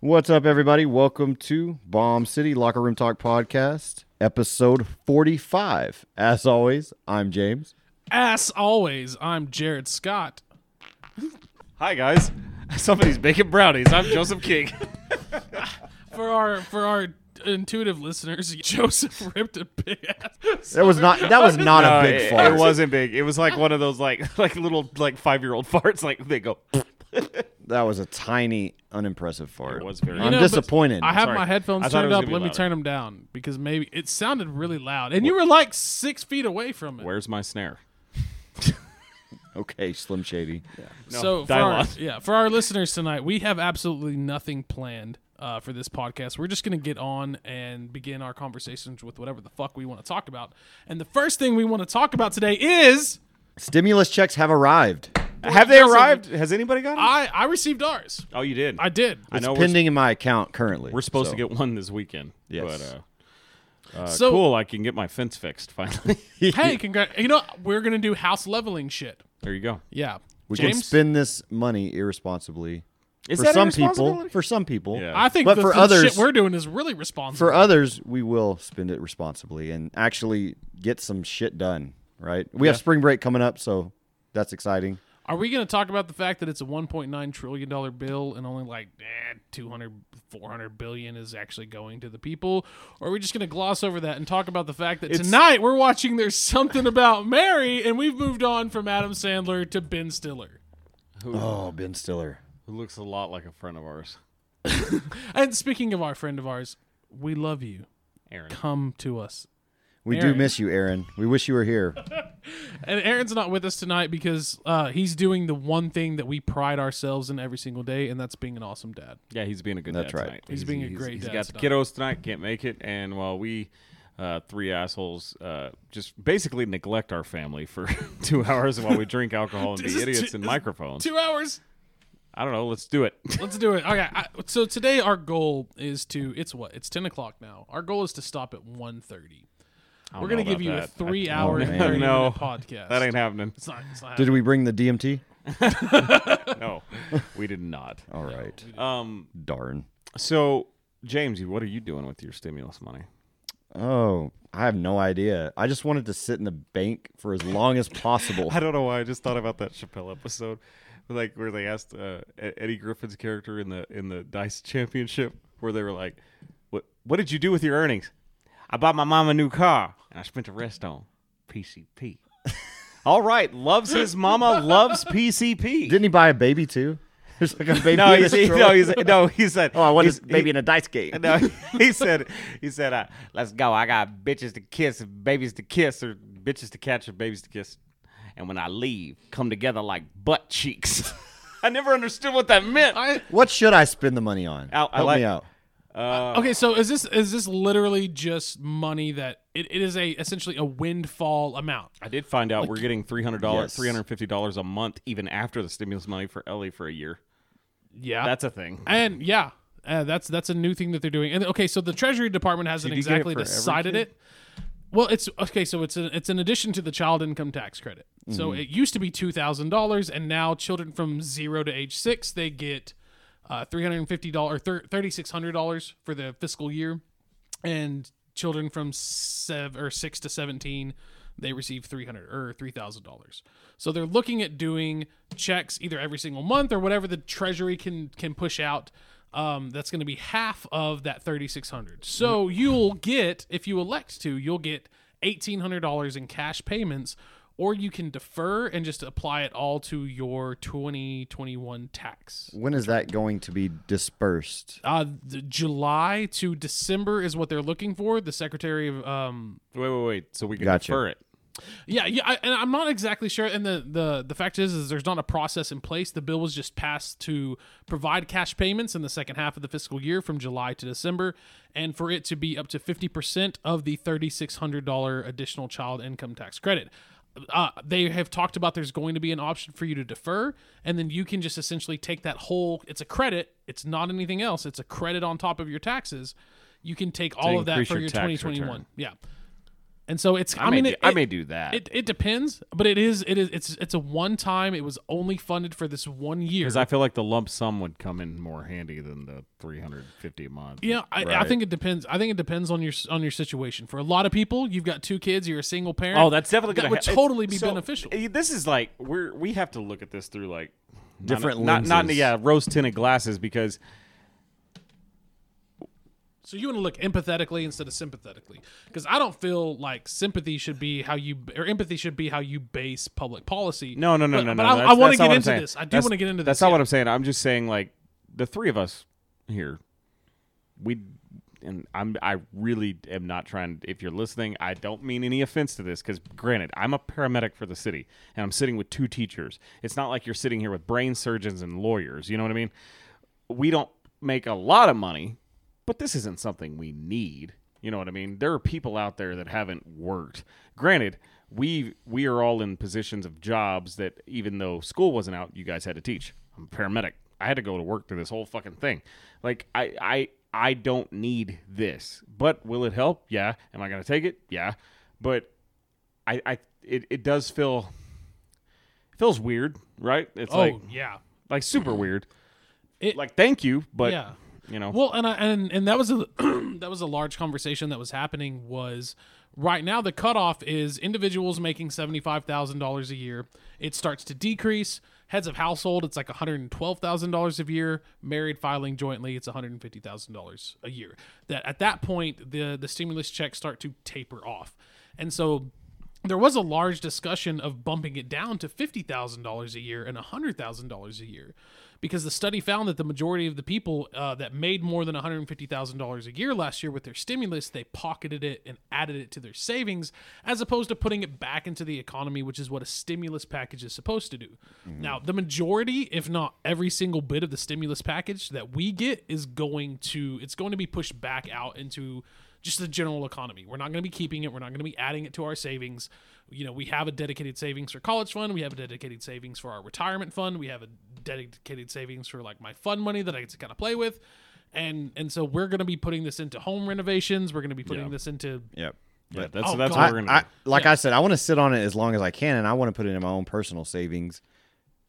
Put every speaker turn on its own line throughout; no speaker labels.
What's up, everybody? Welcome to Bomb City Locker Room Talk Podcast, episode 45. As always, I'm James.
As always, I'm Jared Scott.
Hi guys, somebody's baking brownies. I'm Joseph King.
For our for our intuitive listeners, Joseph ripped a big ass.
That was not that was not a big
it,
fart.
Uh, It wasn't big. It was like one of those like like little like five year old farts. Like they go.
That was a tiny, unimpressive fart.
It was very- You
I'm
know, but
disappointed.
I have
Sorry.
my headphones
I thought it
turned
was
up.
gonna
Let
be
me
louder.
turn them down because maybe it sounded really loud, and you were like six feet away from it.
Where's my snare?
okay, Slim Shady.
No,
so for
dial
our,
up.
yeah, for our listeners tonight, we have absolutely nothing planned uh, for this podcast. We're just gonna get on and begin our conversations with whatever the fuck we want to talk about. And the first thing we want to talk about today is
Stimulus checks have arrived.
Have they
Joseph-
arrived? Has anybody got 'em?
I I received ours.
oh, you did.
I did.
I know. We're,
Pending in my account currently.
we're supposed
so.
to get one this weekend.
Yes.
But, uh, uh,
So-
cool. I can get my fence fixed finally.
hey, congrats! You know we're gonna do house leveling shit.
there you go.
Yeah,
We can
James,
spend this money irresponsibly.
Is
for
that
some
a
people,
responsibility?
for some people,
Yeah.
I think
But
the,
for
the
others-
shit we're doing is really responsible.
for others, we will spend it responsibly and actually get some shit done. Right? We have spring break coming up, so that's exciting.
Are we gonna talk about the fact that it's a 1.9 trillion dollar bill and only like eh, 200, 400 billion is actually going to the people? Or are we just gonna gloss over that and talk about the fact that
It's-
tonight we're watching There's Something About Mary and we've moved on from Adam Sandler to Ben Stiller.
Oh, Ben Stiller.
Who looks a lot like a friend of ours,
And speaking of our friend of ours, we love you.
Aaron.
Come to us.
We do
Aaron.
miss you, Aaron. We wish you were here.
And Aaron's not with us tonight because uh, he's doing the one thing that we pride ourselves in every single day, and that's being an awesome dad.
Yeah, he's being a good
That's
dad
right.
tonight.
He's being a great
He's
dad
got the kiddos tonight, can't make it, and while we uh, three assholes uh, just basically neglect our family for two hours while we drink alcohol and
This
be
is
idiots
too-
and
this is
microphones.
Two hours.
I don't know. Let's do it.
Let's do it. Okay. I, so today our goal is to. It's what? It's ten o'clock now. Our goal is to stop at 1.30. We're gonna give you a three-hour and
man.
thirty-minute
No.
podcast.
That ain't happening.
It's not. It's not
Did we bring the DMT?
No, we did not.
All right.
Um.
Darn.
So, James, what are you doing with your stimulus money?
Oh, I have no idea. I just wanted to sit in the bank for as long as possible.
I don't know why I just thought about that Chappelle episode, like where they asked uh, E- Eddie Griffin's character in the in the Dice Championship, where they were like, "What what did you do with your earnings? I bought my mom a new car and I spent the rest on PCP." All right, loves his mama, loves PCP.
Didn't he buy a baby too? There's like a baby.
no,
in
he's,
his
he,
drawer.
no, he's, no, he said.
oh, I want
he's-
his baby
he-
in a dice game.
no, he said, he said, uh, let's go. I got bitches to kiss, and babies to kiss, or bitches to catch, or babies to kiss. And when I leave, come together like butt cheeks. I never understood what that meant.
I,
What should I spend the money on?
Ow, I
Help
like-
me out.
okay. So is this is this literally just money that it, it is a essentially a windfall amount?
I did find out we're getting three hundred dollars,
Yes.
three hundred fifty dollars a month, even after the stimulus money for Ellie for a year.
Yeah.
That's a thing.
And yeah, uh, that's that's a new thing that they're doing. And okay, so the Treasury Department hasn't
Did you get it
exactly
for every
decided
kid?
it. Well, it's okay. So it's an, it's an addition to the child income tax credit. So
Mm-hmm.
it used to be two thousand dollars, and now children from zero to age six they get uh, three hundred and fifty dollars, thirty six hundred dollars for the fiscal year, and children from seven or six to seventeen they receive three hundred or three thousand dollars. So they're looking at doing checks either every single month or whatever the Treasury can can push out. Um, that's going to be half of that thirty six hundred. So you'll get, if you elect to, you'll get eighteen hundred dollars in cash payments, or you can defer and just apply it all to your twenty twenty one tax.
When is that going to be dispersed?
Uh, the July to December is what they're looking for. The Secretary of um,
wait, wait, wait. So we can
Gotcha.
defer it.
Yeah, yeah, I, and I'm not exactly sure. And the, the the fact is, is there's not a process in place. The bill was just passed to provide cash payments in the second half of the fiscal year from July to December, and for it to be up to 50 percent of the $3,600 additional child income tax credit. Uh, they have talked about there's going to be an option for you to defer, and then you can just essentially take that whole. It's a credit. It's not anything else. It's a credit on top of your taxes. You can take all of that
increase
for
your
your
tax
2021.
return.
Yeah. And so it's. I,
I,
mean,
may,
it,
do, I
it-
may do that
It, it depends, but it is it is it's it's a one time. It was only funded for this one year.
because I feel like the lump sum would come in more handy than the three hundred fifty a month.
Yeah, I, I
Right.
think it depends. I think it depends on your s- on your situation. For a lot of people, you've got two kids, you're a single parent.
Oh, that's definitely
that
gonna
would
ha- it's-
totally be
so,
beneficial.
eh, This is like we're we have to look at this through like not-
Different
not, not,
lenses.
yeah rose tinted glasses because
So you want to look empathetically instead of sympathetically, because I don't feel like sympathy should be how you or empathy should be how you base public policy.
no no no
But-
no
But
no.
I,
that's-
I want
that's
to
not
get
what I'm
into
saying.
this. I do
That's-
want to get into
That's
this.
not
yeah.
what I'm saying. I'm just saying like the three of us here, we and I'm I really am not trying. If you're listening, I don't mean any offense to this because granted, I'm a paramedic for the city and I'm sitting with two teachers. It's not like you're sitting here with brain surgeons and lawyers. You know what I mean? We don't make a lot of money, but this isn't something we need. You know what I mean? There are people out there that haven't worked. Granted, we we are all in positions of jobs that even though school wasn't out, you guys had to teach. I'm a paramedic. I had to go to work through this whole fucking thing. Like I I I don't need this. But will it help? Yeah. Am I going to take it? Yeah. But I I it, it does feel it feels weird, right? It's
Oh
like
yeah,
like super weird.
Mm-hmm. It-
like thank you, but
yeah.
you know.
Well, and I, and and that was a that was a large conversation that was happening was right now the cutoff is individuals making seventy five thousand dollars a year. It starts to decrease. Heads of household, it's like one hundred and twelve thousand dollars a year. Married filing jointly, it's one hundred and fifty thousand dollars a year. That at that point the the stimulus checks start to taper off, and so. There was a large discussion of bumping it down to fifty thousand dollars a year and hundred thousand dollars a year, because the study found that the majority of the people uh, that made more than $150,000 a year last year with their stimulus, they pocketed it and added it to their savings as opposed to putting it back into the economy, which is what a stimulus package is supposed to do. Now, the majority, if not every single bit of the stimulus package that we get is going to it's going to be pushed back out into just the general economy. We're not going to be keeping it. We're not going to be adding it to our savings. You know, we have a dedicated savings for college fund. We have a dedicated savings for our retirement fund. We have a dedicated savings for like my fun money that I get to kind of play with. And and so we're going to be putting this into home renovations. We're going to be putting
Yeah.
this into
Yep.
yeah,
But
that's
oh,
that's
God.
what
I,
we're gonna
I-
do.
like I said, I want to sit on it as long as I can, and I want to put it in my own personal savings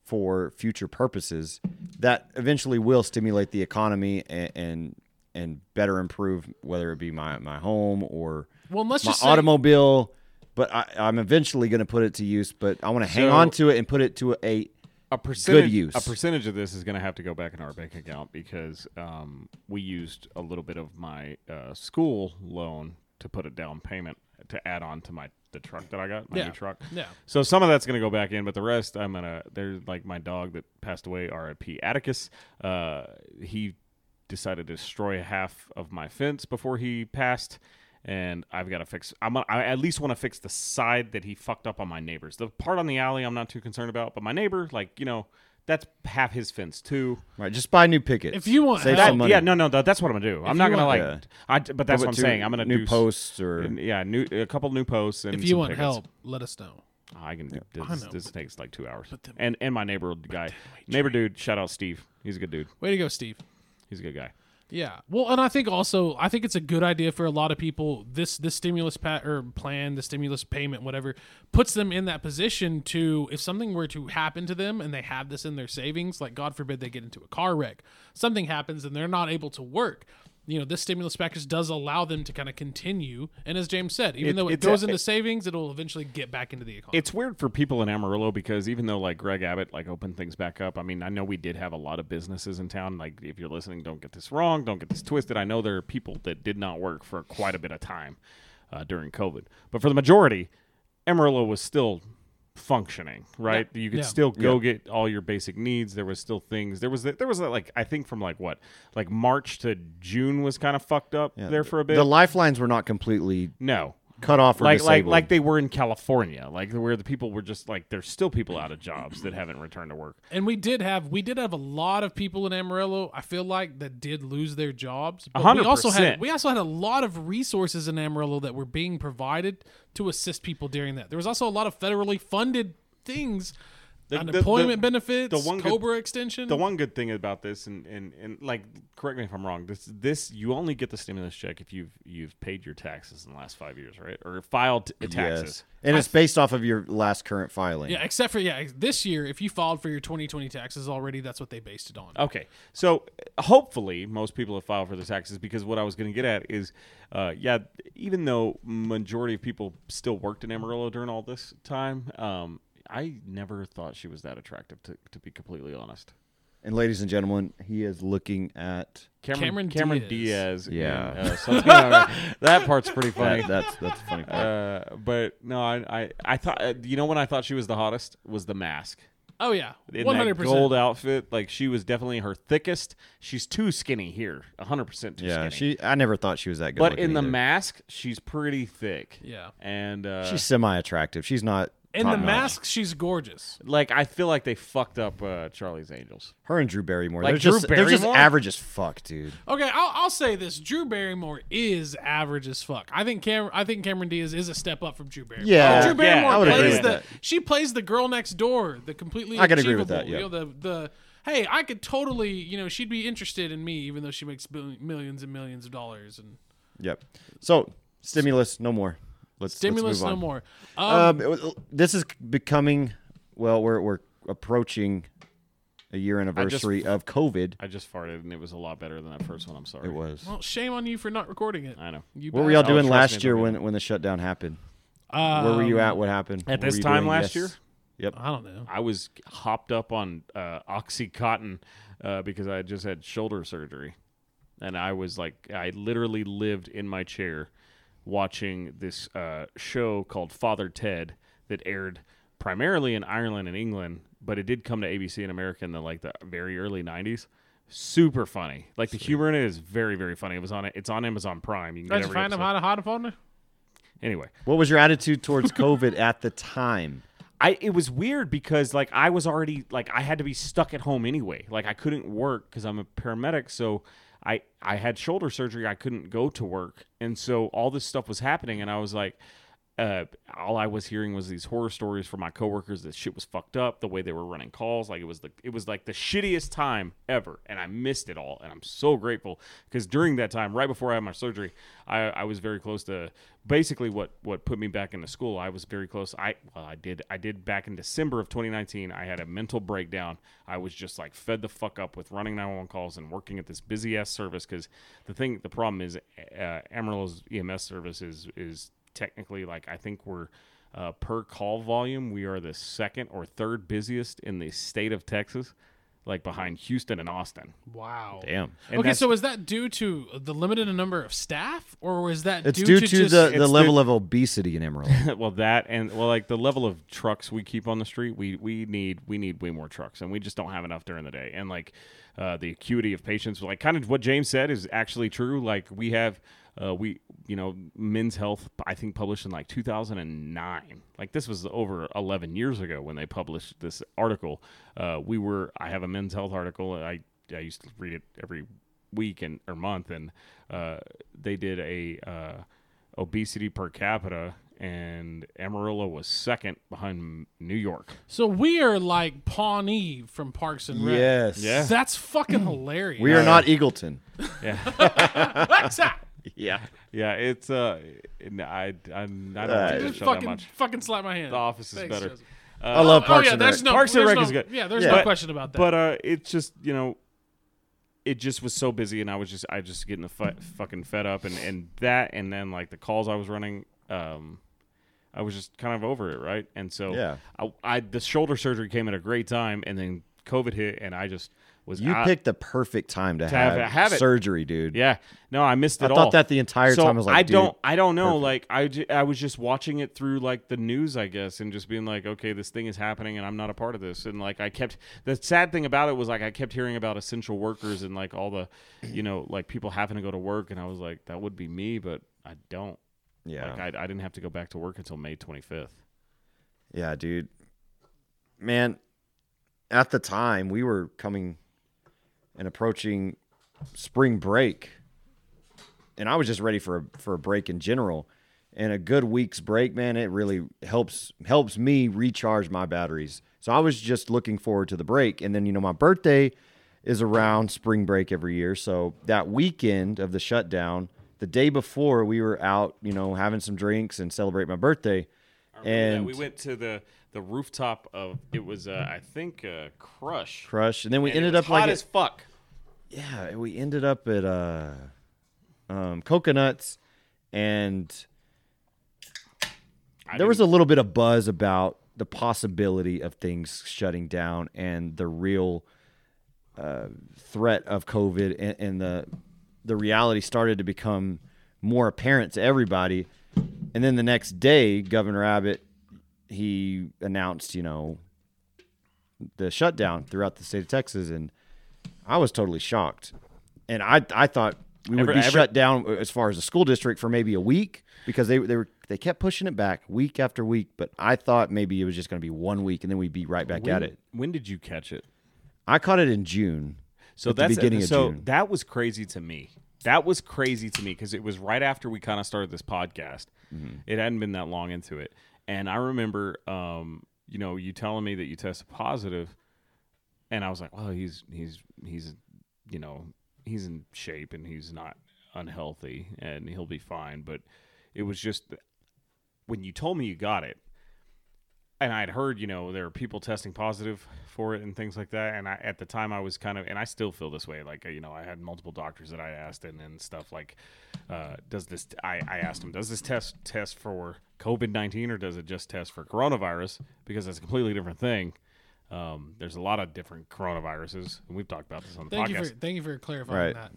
for future purposes that eventually will stimulate the economy and and, and better improve whether it be my, my home or
Well, let's
my
just say-
automobile. But I, I'm eventually going to put it to use. But I want to hang
So-
on to it and put it to a
a percentage
use.
a percentage of this is going to have to go back in our bank account because um, we used a little bit of my uh, school loan to put a down payment to add on to my the truck that I got my
Yeah.
new truck
Yeah.
so some of that's going to go back in but the rest I'm gonna there's like my dog that passed away R.I.P. Atticus uh, he decided to destroy half of my fence before he passed and I've got to fix I'm gonna- I at least want to fix the side that he fucked up on my neighbors. The part on the alley I'm not too concerned about, but my neighbor like, you know, that's half his fence too.
right. Just buy new pickets.
If you want
save
help-
some money,
Yeah, no, no, that, that's what I'm gonna do. I'm not
you
gonna like,
want- Yeah.
I, but
Put
that's what I'm
two
saying. I'm gonna
new
do s-
posts or
Yeah, new a couple new posts. And
If you
some
want
tickets.
help, let us know.
Oh, I can. do
I
This,
know,
this takes like two hours.
then-
and and my neighbor guy, neighbor dude, shout out Steve. He's a good dude.
Way to go, Steve.
He's a good guy.
Yeah. Well, and I think also I think it's a good idea for a lot of people. This this stimulus pa- or plan, the stimulus payment, whatever, puts them in that position to if something were to happen to them and they have this in their savings, like God forbid they get into a car wreck, something happens and they're not able to work. You know, this stimulus package does allow them to kind of continue. And as James said, even
It-
though it
it's
goes
a-
into savings, it'll eventually get back into the economy.
It's weird for people in Amarillo because even though like Greg Abbott like opened things back up, I mean, I know we did have a lot of businesses in town. Like if you're listening, don't get this wrong, don't get this twisted. I know there are people that did not work for quite a bit of time uh, during COVID, but for the majority, Amarillo was still functioning. Right, you could
Yeah.
still go get all your basic needs. There was still things. There was there was like I think from like what like March to June was kind of fucked up there for a bit.
the lifelines were not completely
no,
cut off or
like
disabled.
like like they were in California, like where the people were just like there's still people out of jobs that haven't returned to work.
and we did have we did have a lot of people in Amarillo. I feel like that did lose their jobs. But we also had
100%.
we also had a lot of resources in Amarillo that were being provided to assist people during that. There was also a lot of federally funded things
The- the- the-
unemployment benefits,
the one good-
Cobra extension.
The one good thing about this, and, and, and like, correct me if I'm wrong. This this you only get the stimulus check if you've you've paid your taxes in the last five years, right? Or filed t- taxes.
Yes. And it's based off of your last current filing.
yeah, except for yeah, this year if you filed for your 2020 taxes already, that's what they based it on.
Okay, so uh, hopefully most people have filed for their taxes because what I was going to get at is, uh, yeah, even though majority of people still worked in Amarillo during all this time, um, I never thought she was that attractive. To, to be completely honest,
And ladies and gentlemen, he is looking at
Cameron Diaz.
Diaz
Yeah.
and, uh, Santiago- that part's pretty funny.
that, that's that's a funny. part.
Uh, but no, I, I, I thought uh, you know when I thought she was the hottest was the mask.
Oh yeah,
In
100.
that gold
percent
outfit, like she was definitely her thickest. She's too skinny here, 100 percent too
yeah,
skinny.
she. I never thought she was that good.
but
looking
in the
either.
mask, she's pretty thick.
Yeah.
and uh,
she's semi-attractive. She's not
In the
top-notch.
mask, she's gorgeous.
like I feel like they fucked up uh, Charlie's Angels.
Her and Drew Barrymore.
Like
they're
Drew
just they're just
Barrymore?
average as fuck, dude.
Okay, I'll, I'll say this: Drew Barrymore is average as fuck. I think Cam- I think Cameron Diaz is a step up from Drew Barrymore.
Yeah.
Drew
Yeah,
Barrymore
I would agree
plays
with
the
that.
she plays the girl next door, the completely
I can agree with that,
achievable,
yeah.
You know, the the hey, I could totally you know she'd be interested in me even though she makes bill- millions and millions of dollars and
Yep. So stimulus, no more. Let's
stimulus
let's move
no
on.
more. Uh,
Um, it- this is becoming. Well, we're we're approaching a year anniversary of COVID.
I just farted, and it was a lot better than that first one. I'm sorry.
It was.
Well, shame on you for not recording it.
I know.
You
What were y'all
Oh,
doing
trust me,
last
it's
year
okay.
when when the shutdown happened?
Uh,
Where were you at? What happened? What
At
were
this
you
time
doing? Yes.
last year,
Yep.
I don't know.
I was hopped up on uh, OxyContin uh, because I had just had shoulder surgery, and I was like, I literally lived in my chair watching this uh, show called Father Ted that aired primarily in Ireland and England, but it did come to ABC in America in the like the very early '90s. Super funny, like the humor in it is very, very funny. It was on it's on Amazon Prime. You can
Did
get
you
every
find him
episode.
hot a hot phone?
Anyway,
What was your attitude towards COVID at the time?
I it was weird because like I was already like I had to be stuck at home anyway. Like I couldn't work because I'm a paramedic, so I I had shoulder surgery. I couldn't go to work, and so all this stuff was happening, and I was like. Uh, all I was hearing was these horror stories from my coworkers that shit was fucked up, the way they were running calls, like it was the it was like the shittiest time ever, and I missed it all, and I'm so grateful because during that time, right before I had my surgery, I, I was very close to basically what what put me back into school. I was very close. I well, I did I did back in December of 2019. I had a mental breakdown. I was just like fed the fuck up with running 911 calls and working at this busy ass service because the thing the problem is uh, Amarillo's EMS service is is technically like I think we're uh, per call volume we are the second or third busiest in the state of Texas, like behind Houston and Austin.
Wow.
Damn.
And
okay,
that's-
so is that due to the limited number of staff, or was that
It's
due,
due,
to,
to,
just,
the,
due-
the level of obesity in Emerald.
well that and well like the level of trucks we keep on the street we we need we need way more trucks and we just don't have enough during the day and like uh, the acuity of patients like kind of what james said is actually true like we have uh, we you know men's health i think published in like 2009 like this was over 11 years ago when they published this article uh, we were i have a men's health article and i i used to read it every week and or month and uh, they did a uh, obesity per capita, and Amarillo was second behind New York.
so we are like Pawnee from Parks and Rec.
yes.
Yeah.
That's fucking hilarious.
We are not Eagleton.
That's that.
Yeah.
Yeah, it's uh, n- I I, I
Uh,
don't like the
Just
show that
fucking,
much.
fucking slap my hand.
The office is
Thanks,
better.
Joseph.
I love Parks
oh yeah,
and
there's
Rec.
no
Parks and
there's
Rec is
no-
good.
Yeah, there's
Yeah.
no
But-
question about that.
But uh, it's just you know, it just was so busy, and I was just I just getting the fu- fucking fed up, and and that, and then like the calls I was running, um, I was just kind of over it, right? And so
Yeah.
I, I the shoulder surgery came at a great time, and then COVID hit, and I just was
You
out-
picked the perfect time to,
Uh, have
have,
it- have it.
surgery, dude.
Yeah, no, I missed it
I
all.
thought that the entire
so
time. I was like,
I
dude,
don't, I don't know. Like, I, ju- I was just watching it through like the news, I guess, and just being like, okay, this thing is happening, and I'm not a part of this. And like, I kept the sad thing about it was like I kept hearing about essential workers and like all the, you know, like people having to go to work, and I was like, that would be me, but I don't.
Yeah.
Like, I, I didn't have to go back to work until May 25th.
Yeah, dude. Man, at the time we were coming and approaching spring break, and I was just ready for a, for a break in general. and a good week's break, man, it really helps helps me recharge my batteries. So I was just looking forward to the break, and then you know my birthday is around spring break every year, so that weekend of the shutdown, the day before we were out, you know, having some drinks and celebrate my birthday,
yeah,
and
we went to the the rooftop of it was uh, I think uh, Crush.
crush, and then we
And it
ended
was
up
hot
like at-
as fuck.
yeah, we ended up at uh, um, coconuts, and
I
there was a
didn't-
little bit of buzz about the possibility of things shutting down and the real uh, threat of COVID, and, and the the reality started to become more apparent to everybody. And then the next day, Governor Abbott he announced, you know, the shutdown throughout the state of Texas, and I was totally shocked. And I I thought we would
Every-
be
every-
shut down uh, as far as the school district for maybe a week because they they were they kept pushing it back week after week. But I thought maybe it was just going to be one week and then we'd be right back at it.
When did you catch it?
I caught it in June.
So
at
that's
the beginning
so
of June.
that was crazy to me. That was crazy to me because it was right after we kind of started this podcast.
Mm-hmm.
It hadn't been that long into it, and I remember, um, you know, you telling me that you tested positive, and I was like, "Well, he's he's he's, you know, he's in shape and he's not unhealthy and he'll be fine." But it was just when you told me you got it, and I'd heard, you know, there are people testing positive for it and things like that. And I, at the time, I was kind of, and I still feel this way. Like, uh, you know, I had multiple doctors that I asked and, and stuff like, uh, does this, I, I asked them, does this test test for COVID 19 or does it just test for coronavirus? Because that's a completely different thing. Um, there's a lot of different coronaviruses, and we've talked about this on the
Thank
podcast.
you for thank you for
Right.
clarifying that.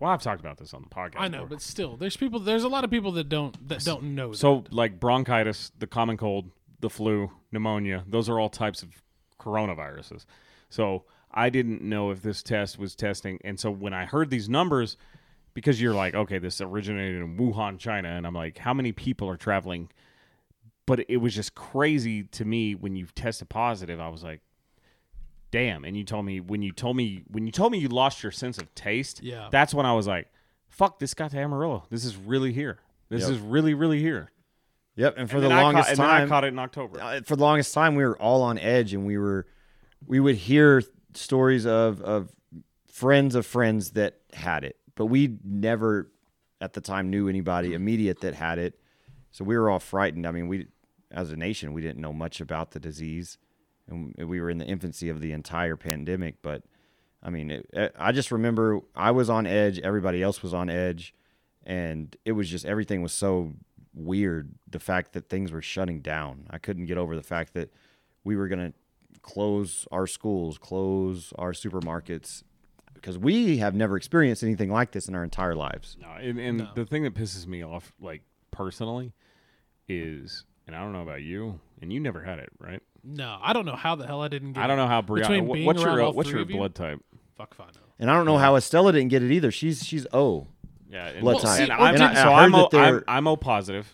well, I've talked about this on the podcast.
I know,
before.
but still, there's people. There's a lot of people that don't that don't know. that.
So, like bronchitis, the common cold, the flu, pneumonia, those are all types of coronaviruses. So, I didn't know if this test was testing. And so, when I heard these numbers, because you're like, okay, this originated in Wuhan, China. And I'm like, how many people are traveling? But it was just crazy to me when you tested positive. I was like, damn. And you told me, when you told me, when you told me you lost your sense of taste,
Yeah.
that's when I was like, fuck, this got to Amarillo. This is really here. This
Yep.
is really, really here.
Yep, and for
And
the
then I
longest
caught, and
time,
then I caught it in October.
uh, for the longest time we were all on edge and we were we would hear stories of of friends of friends that had it but we never at the time knew anybody immediate that had it so we were all frightened i mean we as a nation we didn't know much about the disease and we were in the infancy of the entire pandemic but i mean it, eh, i just remember i was on edge everybody else was on edge and it was just everything was so weird the fact that things were shutting down i couldn't get over the fact that we were going to close our schools close our supermarkets because we have never experienced anything like this in our entire lives
No, and, and the thing that pisses me off, like personally, is, and I don't know about you, and you never had it, right?
no, I don't know how the hell I didn't. get
I don't
it.
know how Brianna.
Between
wh-
being
What's
around
your uh,
all
what's
three
your
of you?
blood type?
Fuck if I know.
and i don't know how estella didn't get it either she's she's o
Yeah, and,
Blood
Well, type. see,
and I'm,
and I-
I
so
heard
I'm, o,
that they're-
I'm, I'm O positive.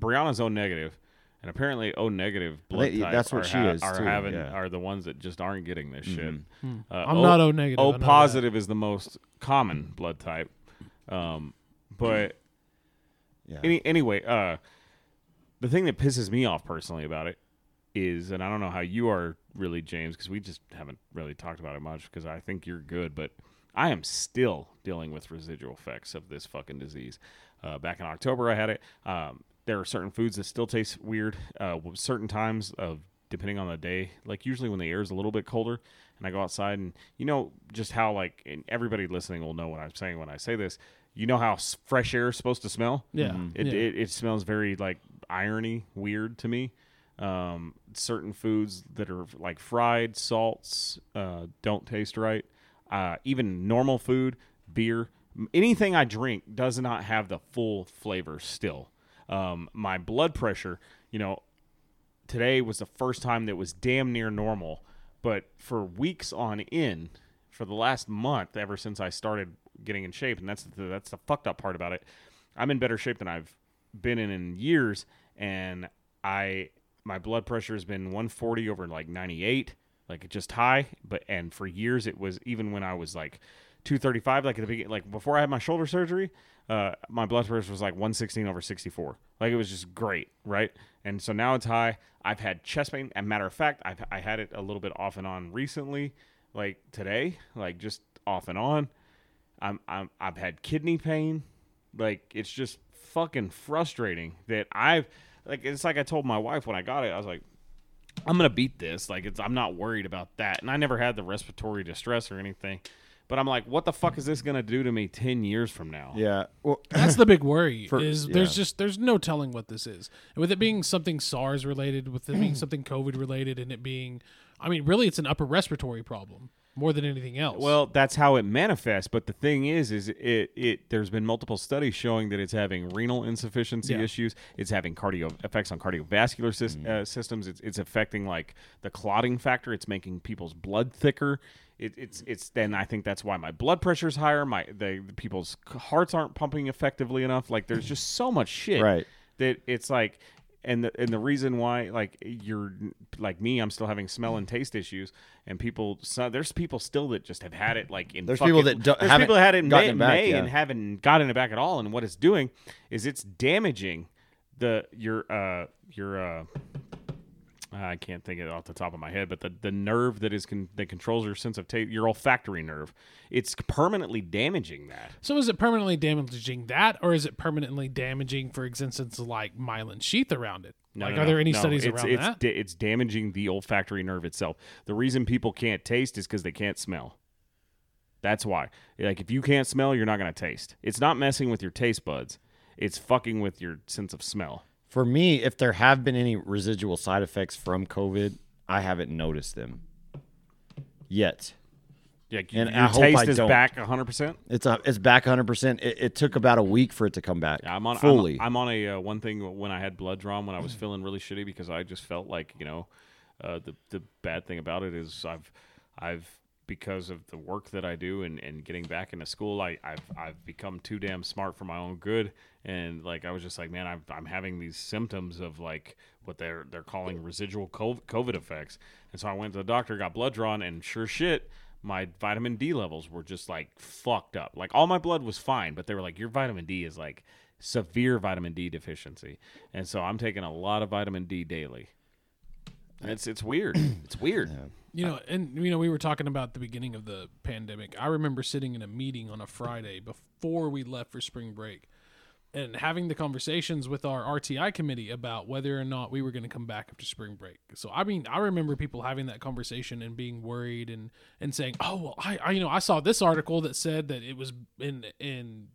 Brianna's O negative, and apparently O negative blood
think
type.
that's what
are
she is,
Are
too,
having
yeah. Mm-hmm.
are the ones that just aren't getting this shit. Uh,
Hmm. I'm not O negative, I
O
know that.
positive is the most common blood type, um, but.
yeah
Any, anyway, uh, the thing that pisses me off personally about it is, and I don't know how you are really, James, because we just haven't really talked about it much because I think you're good, but I am still dealing with residual effects of this fucking disease. Uh, back in October, I had it. Um, there are certain foods that still taste weird. Uh, with certain times of depending on the day, like usually when the air is a little bit colder, and I go outside, and you know just how like, and everybody listening will know what I'm saying when I say this. You know how s- fresh air is supposed to smell.
Yeah,
It,
yeah.
It, it smells very like irony, weird to me. Um, certain foods that are like fried salts uh, don't taste right. Uh, even normal food, beer, m- anything I drink does not have the full flavor still. Um, my blood pressure, you know, today was the first time that was damn near normal. But for weeks on end, for the last month, ever since I started getting in shape, and that's the, that's the fucked up part about it. I'm in better shape than I've been in in years, and I my blood pressure has been 140 over like 98, like just high. But and for years it was even when I was like 235 like at the beginning like before i had my shoulder surgery uh, my blood pressure was like 116 over 64 like it was just great right and so now it's high i've had chest pain as a matter of fact I've, i had it a little bit off and on recently like today like just off and on i'm, I'm i've had kidney pain like it's just fucking frustrating that i've like it's like i told my wife when i got it i was like I'm gonna beat this. Like it's, I'm not worried about that. And I never had the respiratory distress or anything. But I'm like, what the fuck is this gonna do to me ten years from now?
Yeah. Well,
That's the big worry.
For-
is there's
yeah.
just there's no telling what this is. And with it being something SARS related, with it being something COVID related, and it being, I mean, really, it's an upper respiratory problem more than anything else.
Well, that's how it manifests. But the thing is, is it it there's been multiple studies showing that it's having renal insufficiency
Yeah.
issues. It's having cardio effects on cardiovascular sys- uh, systems. It's, it's affecting like the clotting factor. It's making people's blood thicker. It, it's it's then I think that's why my blood pressure's higher. My the, the people's c- hearts aren't pumping effectively enough. Like there's just so much shit
Right.
that it's like and the, and the reason why like you're like me i'm still having smell and taste issues and people so, there's people still that just have had it like in
There's
fucking-
people that don't-
there's
haven't
people that had it in may,
gotten it back,
May
yeah.
and haven't gotten it back at all and what it's doing is it's damaging the your uh your uh I can't think of it off the top of my head, but the, the nerve that is con- that controls your sense of taste, your olfactory nerve, it's permanently damaging that.
so is it permanently damaging that, or is it permanently damaging, for instance, like myelin sheath around it?
No,
like,
no,
are
no.
there any
No,
studies
it's,
around
it's,
that?
da- it's damaging the olfactory nerve itself. The reason people can't taste is because they can't smell. That's why. Like, if you can't smell, you're not going to taste. It's not messing with your taste buds. It's fucking with your sense of smell.
for me, if there have been any residual side effects from COVID, I haven't noticed them yet.
Yeah, you,
And
your
I hope I
taste is
don't.
back 100%.
It's uh, it's back 100. percent it, it took about a week for it to come back.
Yeah, I'm on I'm-
fully.
I'm, on a uh, one thing when I had blood drawn when I was feeling really shitty because I just felt like you know uh, the the bad thing about it is I've I've because of the work that I do and, and getting back into school I I've I've become too damn smart for my own good and like I was just like man I'm I'm having these symptoms of like what they're they're calling residual co- COVID effects and so I went to the doctor got blood drawn and sure shit my vitamin D levels were just like fucked up. Like all my blood was fine, but they were like, your vitamin D is like severe vitamin D deficiency. And so I'm taking a lot of vitamin D daily. And it's it's weird. It's weird.
You know, and you know, we were talking about the beginning of the pandemic. I remember sitting in a meeting on a Friday before we left for spring break and having the conversations with our RTI committee about whether or not we were going to come back after spring break. So I mean, I remember people having that conversation and being worried and and saying, "Oh, well, I, I you know, I saw this article that said that it was in in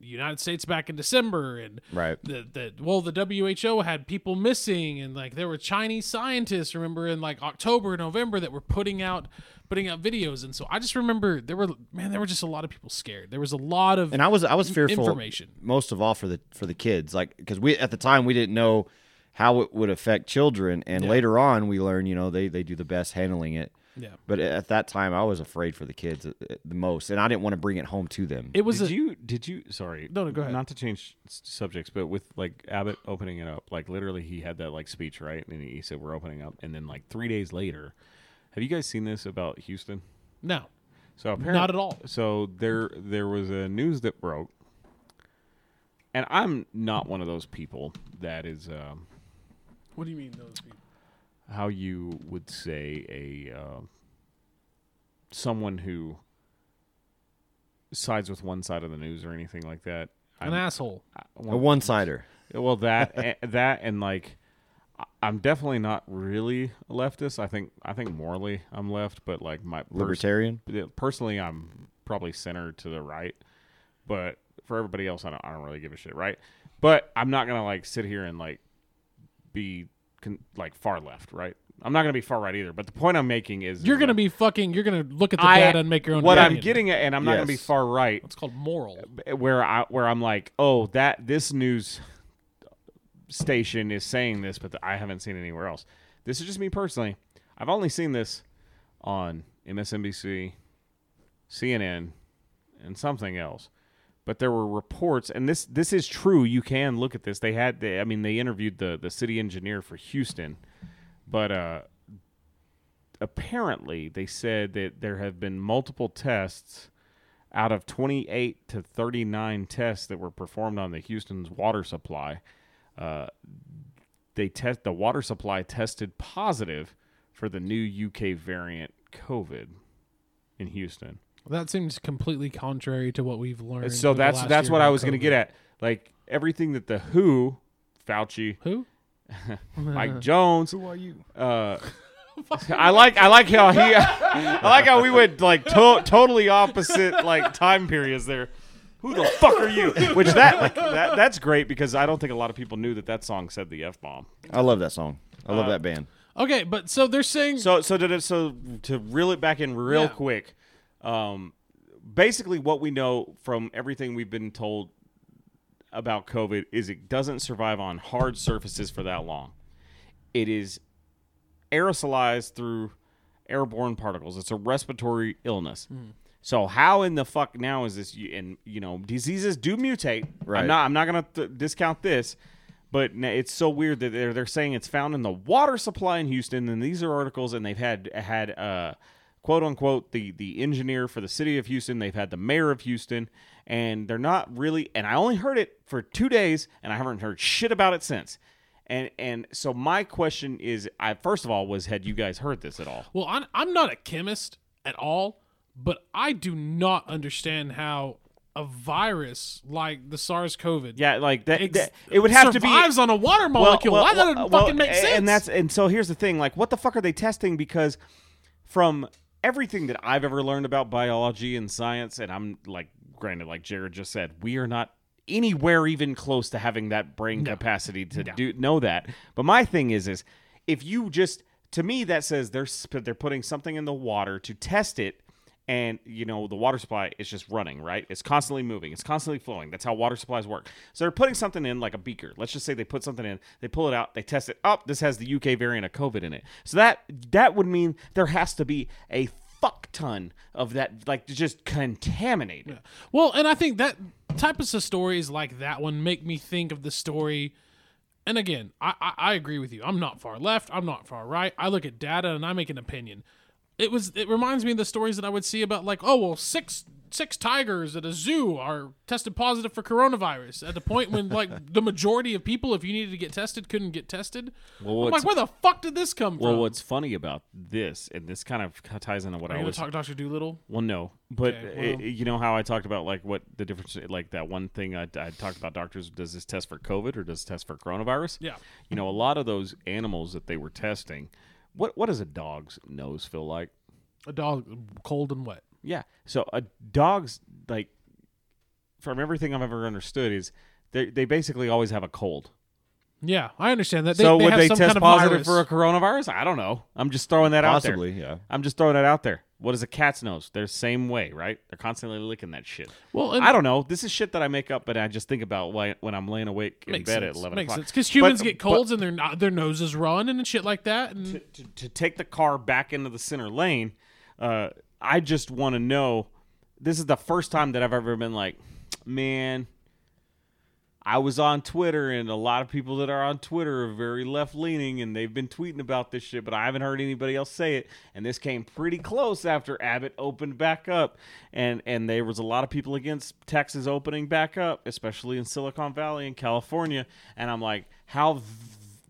the United States back in December and
Right.
that that well the WHO had people missing and like there were Chinese scientists remember in like October November that were putting out putting out videos and so I just remember there were man there were just a lot of people scared there was a lot of
and I was I was fearful
information.
most of all for the for the kids like because we at the time we didn't know how it would affect children and later on we learned you know they they do the best handling it
Yeah.
but at that time I was afraid for the kids uh, uh, the most and I didn't want to bring it home to them
it was
did
a,
you did you sorry
No, no, go ahead.
not to change s- subjects but with like abbott opening it up like literally he had that like speech right and he said we're opening up and then like three days later have you guys seen this about houston
no
So apparently,
Not at all.
So there, there was a news that broke, and I'm not one of those people that is um,
what do you mean those people
how you would say a uh, someone who sides with one side of the news or anything like that.
an asshole
I-
a one sider
well, that a- that and like I- I'm definitely not really a leftist. I think I think morally I'm left, but like my pers-
libertarian
yeah, personally I'm probably center to the right, but for everybody else I don't, I don't really give a shit, right? But I'm not gonna like sit here and like be con- like far left, right? I'm not gonna be far right either. But the point I'm making is
you're
is
gonna
that
be fucking you're gonna look at the
I-
data and make your own
what I'm
opinion.
getting at, and I'm not gonna be
Yes.
far right
it's called moral
where I where I'm like, oh, that this news station is saying this, but I haven't seen anywhere else. This is just me personally. I've only seen this on MSNBC, CNN, and something else. But there were reports, and this this is true. You can look at this. They had, they, I mean, they interviewed the the city engineer for Houston, but uh, apparently they said that there have been multiple tests out of 28 to 39 tests that were performed on the Houston's water supply, uh, they test the water supply tested positive for the new UK variant COVID in Houston.
That seems completely contrary to what we've learned.
And so
over the
that's
last
that's
year
what I
about
was going to
COVID.
get at. Like everything that the WHO, Fauci,
Who? Uh-huh.
Mike Jones,
Who are you?
uh, I like I like how he I like how we went like to- totally opposite like time periods there. Who the fuck are you? Which that like that that's great because I don't think a lot of people knew that that song said the f bomb.
I love that song. I
Uh,
love that band.
Okay, but so they're saying
So so to so to reel it back in real
Yeah.
quick, um, basically what we know from everything we've been told about COVID is it doesn't survive on hard surfaces for that long. It is aerosolized through airborne particles. It's a respiratory illness. So how in the fuck now is this? you- And you know, diseases do mutate.
Right.
I'm not. I'm not gonna th- discount this, but n- it's so weird that they're they're saying it's found in the water supply in Houston. And these are articles, and they've had had uh, quote unquote the the engineer for the city of Houston. They've had the mayor of Houston, and they're not really. And I only heard it for two days, and I haven't heard shit about it since. And and so my question is, I first of all was, had you guys heard this at all?
Well, I'm, I'm not a chemist at all, but I do not understand how a virus like the SARS COVID
Yeah, like that.
ex-
that- it would have to be
survives on a water molecule. Why that doesn't
well,
fucking make
and
sense?
that's and so here's the thing: like, what the fuck are they testing? Because from everything that I've ever learned about biology and science, and I'm like, granted, like Jared just said, we are not anywhere even close to having that brain capacity to do know that. But my thing is, is if you just to me that says they're sp- they're putting something in the water to test it. And you know the water supply is just running, right? It's constantly moving, it's constantly flowing. That's how water supplies work. So they're putting something in like a beaker. Let's just say they put something in, they pull it out, they test it. Up, this has the UK variant of COVID in it. So that that would mean there has to be a fuck ton of that, like just contaminated.
Well, and I think that type of stories like that one make me think of the story. And again, I, I, I agree with you. I'm not far left. I'm not far right. I look at data and I make an opinion. It was. It reminds me of the stories that I would see about like, oh well, six six tigers at a zoo are tested positive for coronavirus at the point when like the majority of people, if you needed to get tested, couldn't get tested. I'm
what's-
like, where the fuck did this come
Well,
from?
what's funny about this, and this kind of ties into what
Um, Are
I
you gonna
was
talk Doctor Doolittle?
Well, no, but
Okay,
uh, you know how I talked about like what the difference, like that one thing I, I talked about. Doctors, does this test for COVID or does it test for coronavirus?
Yeah.
you know, a lot of those animals that they were testing, what what does a dog's nose feel like?
A dog, cold and wet.
Yeah, so a dog's like, from everything I've ever understood, is they they basically always have a cold.
Yeah, I understand that. They,
so
they
would
have
they
some
test
kind of
positive
virus.
for a coronavirus? I don't know. I'm just throwing that out there.
Possibly, yeah.
I'm just throwing that out there. What is a cat's nose? They're the same way, right? They're constantly licking that shit.
Well, and-
I don't know. This is shit that I make up, but I just think about why, when I'm laying awake in
Makes
bed
sense.
at 11
Makes
o'clock.
sense because humans
But-
get
but
colds and their no- their noses run and shit like that. And
to, to take the car back into the center lane, uh, I just want to know. This is the first time that I've ever been like, man, I was on Twitter, and a lot of people that are on Twitter are very left leaning, and they've been tweeting about this shit, but I haven't heard anybody else say it. And this came pretty close after Abbott opened back up, and and there was a lot of people against Texas opening back up, especially in Silicon Valley and California. And I'm like, how v-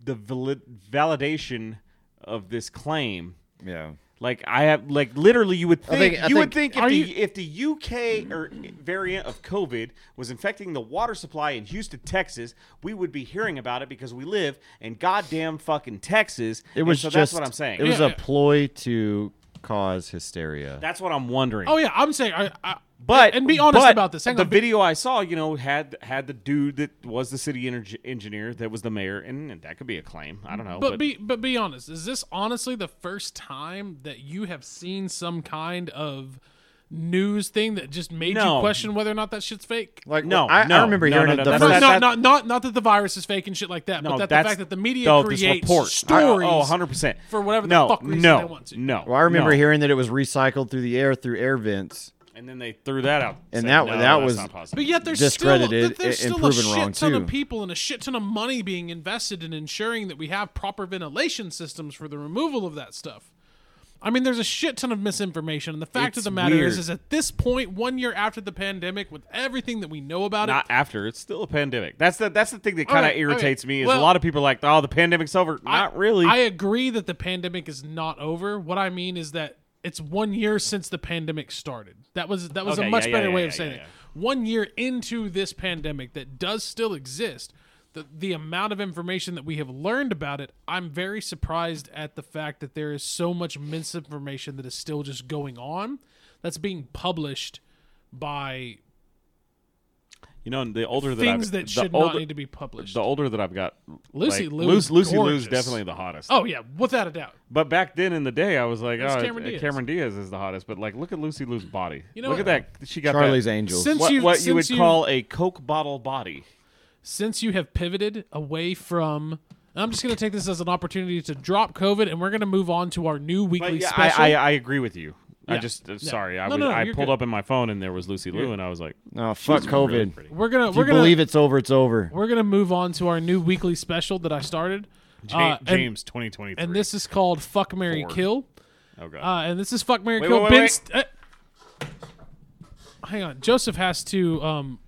the valid- validation of this claim?
Yeah.
Like I have, like literally, you would think,
think- I
you would
think-
think if
Are
the,
you-
if the UK or variant of COVID was infecting the water supply in Houston, Texas, we would be hearing about it because we live in goddamn fucking Texas.
It
And
was
so
just
that's what I'm saying.
It was
Yeah,
a
yeah.
ploy to cause hysteria.
that's what I'm wondering.
oh yeah, I'm saying I, I
But
and be honest
but
about this. Hang
the
on, be-
video I saw, you know, had had the dude that was the city energ- engineer that was the mayor, and, and that could be a claim. I don't know,
but be but be honest. Is this honestly the first time that you have seen some kind of news thing that just made you
No.
question whether or not that shit's fake?
Like
No,
I, I
no,
remember
no,
hearing
no,
it
no,
the
that's
no,
first.
not-
not,
that-
not not not that the virus is fake and shit like that,
no,
but that the
that's
fact that the media
no, this
creates
report.
stories.
I, oh, 100 percent
for whatever the
no,
fuck reason
no,
they want to.
No,
Well, I remember
no.
hearing that it was recycled through the air through air vents.
And then they threw that out.
And
Said,
that-
"No,
that
that's
was-
not possible."
But yet there's
discredited
still there's
and- and
still a
proven
shit
wrong,
ton
too.
of people and a shit ton of money being invested in ensuring that we have proper ventilation systems for the removal of that stuff. I mean, there's a shit ton of misinformation. And the fact of
It's
the matter
weird.
is, is at this point, one year after the pandemic, with everything that we know about
Not
it,
after. It's still a pandemic. That's the that's the thing that kind of
Alright,
irritates
alright.
me. Is
Well-
a lot of people are like, oh, the pandemic's over. Not really.
I agree that the pandemic is not over. What I mean is that it's one year since the pandemic started. That was that was
Okay,
a
yeah,
much
yeah,
better
yeah,
way
yeah,
of saying
yeah,
it. One year into this pandemic that does still exist, the the amount of information that we have learned about it, I'm very surprised at the fact that there is so much misinformation that is still just going on that's being published by
you know, the older that
things
I've,
that
the
should
older,
not need to be published.
The older that I've got,
Lucy
like,
Liu's
Luce- Lucy Lou's
gorgeous.
definitely the hottest.
oh yeah, without a doubt.
But back then in the day, I was like,
That's
oh,
Cameron
Cameron
Diaz.
Diaz. is the hottest. But like, look at Lucy Lou's body.
You know
look
what?
at that. She got
Charlie's
that,
Angels.
Since
what,
you
what
since
you would
you,
call a Coke bottle body.
since you have pivoted away from I'm just going to take this as an opportunity to drop COVID and we're going to move on to our new weekly
But yeah,
special.
I, uh, I I agree with you. I
Yeah.
just uh,
No.
sorry. I
No,
was,
no, no,
I
you're
pulled
good.
up in my phone and there was Lucy Lou, and I was like,
Oh, fuck COVID.
really pretty.
we're going
if
to we're
you
going
believe
to
it's over, it's over.
we're going to move on to our new weekly special that I started. Uh,
Ja-
and-
James, twenty twenty three.
and, this is called Fuck Mary
Ford.
Kill.
oh god,
Uh, and this is Fuck Mary
Wait,
Kill
wait, wait,
Ben
wait.
St- uh, Hang on. Joseph has to um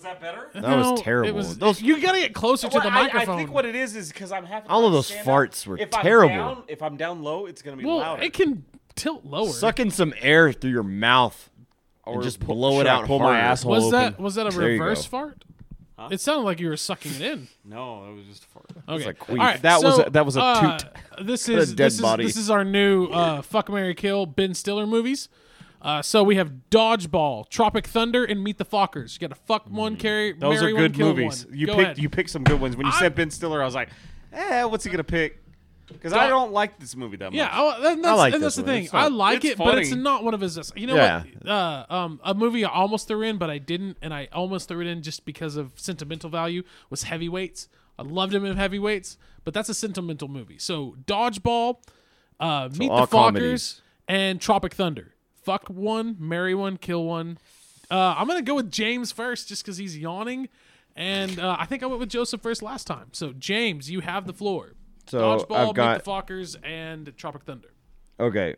was that better?
That
no,
was terrible.
It was,
Those
you got to get closer to the
I,
microphone.
think what it is is because I'm having
All of
to
those
stand
farts
up.
were
if
terrible.
I'm down, if I'm down low, it's gonna be
well,
louder.
it can tilt lower.
sucking some air through your mouth
Or
and just
pull-
blow it
should I
out.
pull my
harder.
asshole?
Was
open.
that was that a
There you go.
reverse fart? It sounded like you were sucking it in.
No, it was just a fart.
Okay.
like queef.
All right,
That was
so,
a- that was a
uh, this is
dead
this is
body.
this is our new uh, fuck Mary Kill Ben Stiller movies. Uh, so we have Dodgeball, Tropic Thunder, and Meet the Fockers. You got to fuck one, carry
Mm. Those
marry
are
one,
good
kill
movies.
one.
You
Go
picked
ahead.
you picked some good ones. When you
I-
said Ben Stiller, I was like, eh, what's he gonna pick? Because I
Dog-
don't like this movie that much.
yeah, I, and that's,
like
and that's
this
the
one.
thing.
It's
I
fun.
like
It's
it, but it's
funny.
not one of his. You know what? Uh, um, a movie I almost threw in, but I didn't, and I almost threw it in just because of sentimental value. Was Heavyweights? I loved him in Heavyweights, but that's a sentimental movie. So Dodgeball, uh, Meet
all
the Fockers,
comedies.
and Tropic Thunder. Fuck one, marry one, kill one. Uh, I'm gonna go with James first, just because he's yawning, and uh, I think I went with Joseph first last time. So James, you have the floor.
So,
Dodgeball,
I've
Meet
got-
the Fockers, and Tropic Thunder.
Okay.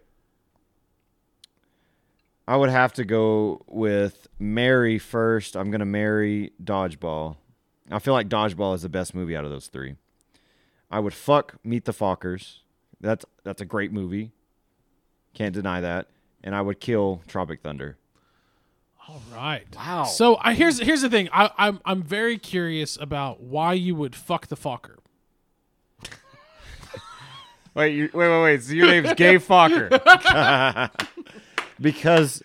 I would have to go with Mary first. I'm going to marry Dodgeball. I feel like Dodgeball is the best movie out of those three. I would fuck Meet the Fockers. That's that's a great movie. Can't deny that. And I would kill Tropic Thunder.
All right.
Wow.
So I here's here's the thing. I, I'm I'm very curious about why you would fuck the fucker.
Wait, you, wait, wait, wait. So your name's Gay Fokker.
Because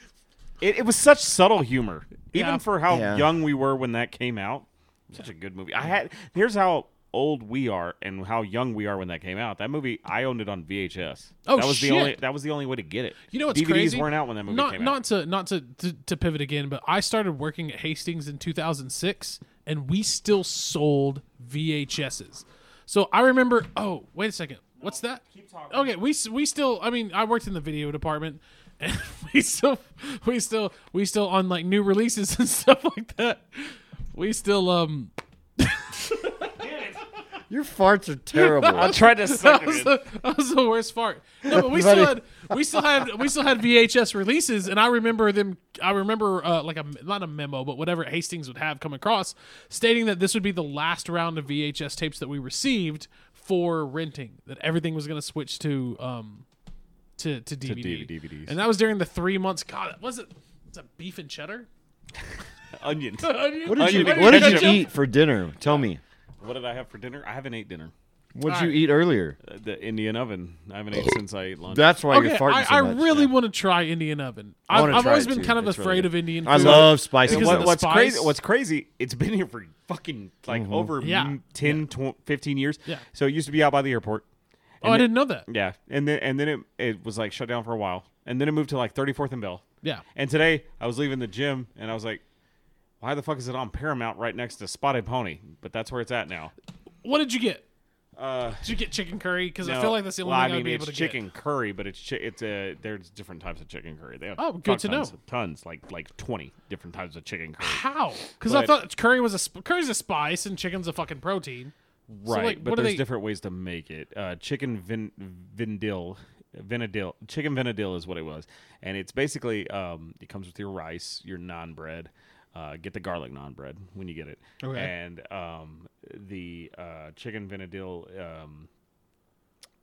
It, it was such subtle humor, even
Yeah.
for how
Yeah.
young we were when that came out. Such a good movie. I had. Here's how old we are and how young we are when that came out. That movie, I owned it on VHS.
Oh,
that was
shit.
the only. That was the only way to get it.
You know what's
DVDs
crazy?
weren't out when that movie
not
came
not
out.
to not to, to to pivot again, but I started working at Hastings in 2006, and we still sold VHSs. So I remember. Oh, wait a second. What's that? Keep
talking.
Okay, we s- we still. I mean, I worked in the video department, and we still we still we still on like new releases and stuff like that. We still um.
your farts are terrible.
I tried to
that
suck it
was,
in.
the, that was the worst part. No, but we still had
Everybody-
we still had we still had VHS releases, and I remember them. I remember uh, like a not a memo, but whatever Hastings would have come across, stating that this would be the last round of VHS tapes that we received for renting. That everything was going to switch to um to to DVD.
DVDs.
and that was during the three months. God, was it? Was it beef and cheddar?
Onions.
what did you
Onion
what did
ketchup.
you eat for dinner? Tell me.
What did I have for dinner? I haven't ate dinner.
What did
All
you
right.
eat earlier?
Uh, The Indian oven. I haven't ate since I ate lunch.
That's why
Okay,
you're farting
I,
so
I
much.
really want to try Indian oven. I have
wanna
I've
try
always
it
been
too.
kind of
It's really
afraid
good.
of Indian food.
I love spicy
because
food.
of the
what's
spice.
crazy? What's crazy? It's been here for fucking like over
Yeah.
m- 10, tw- 15 years.
Yeah.
So it used to be out by the airport.
Oh, I didn't know that.
Yeah, and then and then it it was like shut down for a while, and then it moved to like 34th and Bell.
Yeah.
And today I was leaving the gym, and I was like, "Why the fuck is it on Paramount right next to Spotted Pony?" But that's where it's at now.
What did you get?
Uh,
Did you get chicken curry? Because I
no-
feel like that's the only thing
well, I
I
mean,
would be
it's
able to
chicken
get.
curry, but it's chi- it's uh, there's different types of chicken curry. They have
Oh, good
fuck
to
tons,
know.
Tons like like 20 different types of chicken curry.
How? Because I
But-
thought curry was a sp- curry's a spice and chicken's a fucking protein.
Right,
like,
but
what do
there's
they-
different ways to make it. Uh, chicken vin vindil, vinadil, chicken vinadil is what it was, and it's basically um, it comes with your rice, your naan bread. Uh, get the garlic naan bread when you get it,
Okay.
and um, the uh, chicken vinadil. Um,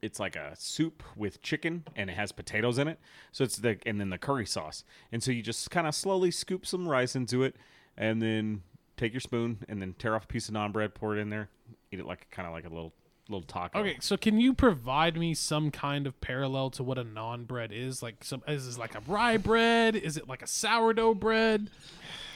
it's like a soup with chicken and it has potatoes in it. So it's the and then the curry sauce. And so you just kind of slowly scoop some rice into it and then take your spoon and then tear off a piece of non bread, pour it in there, eat it like kind of like a little little taco.
Okay, so can you provide me some kind of parallel to what a non bread is? Like, some is it like a rye bread? Is it like a sourdough bread?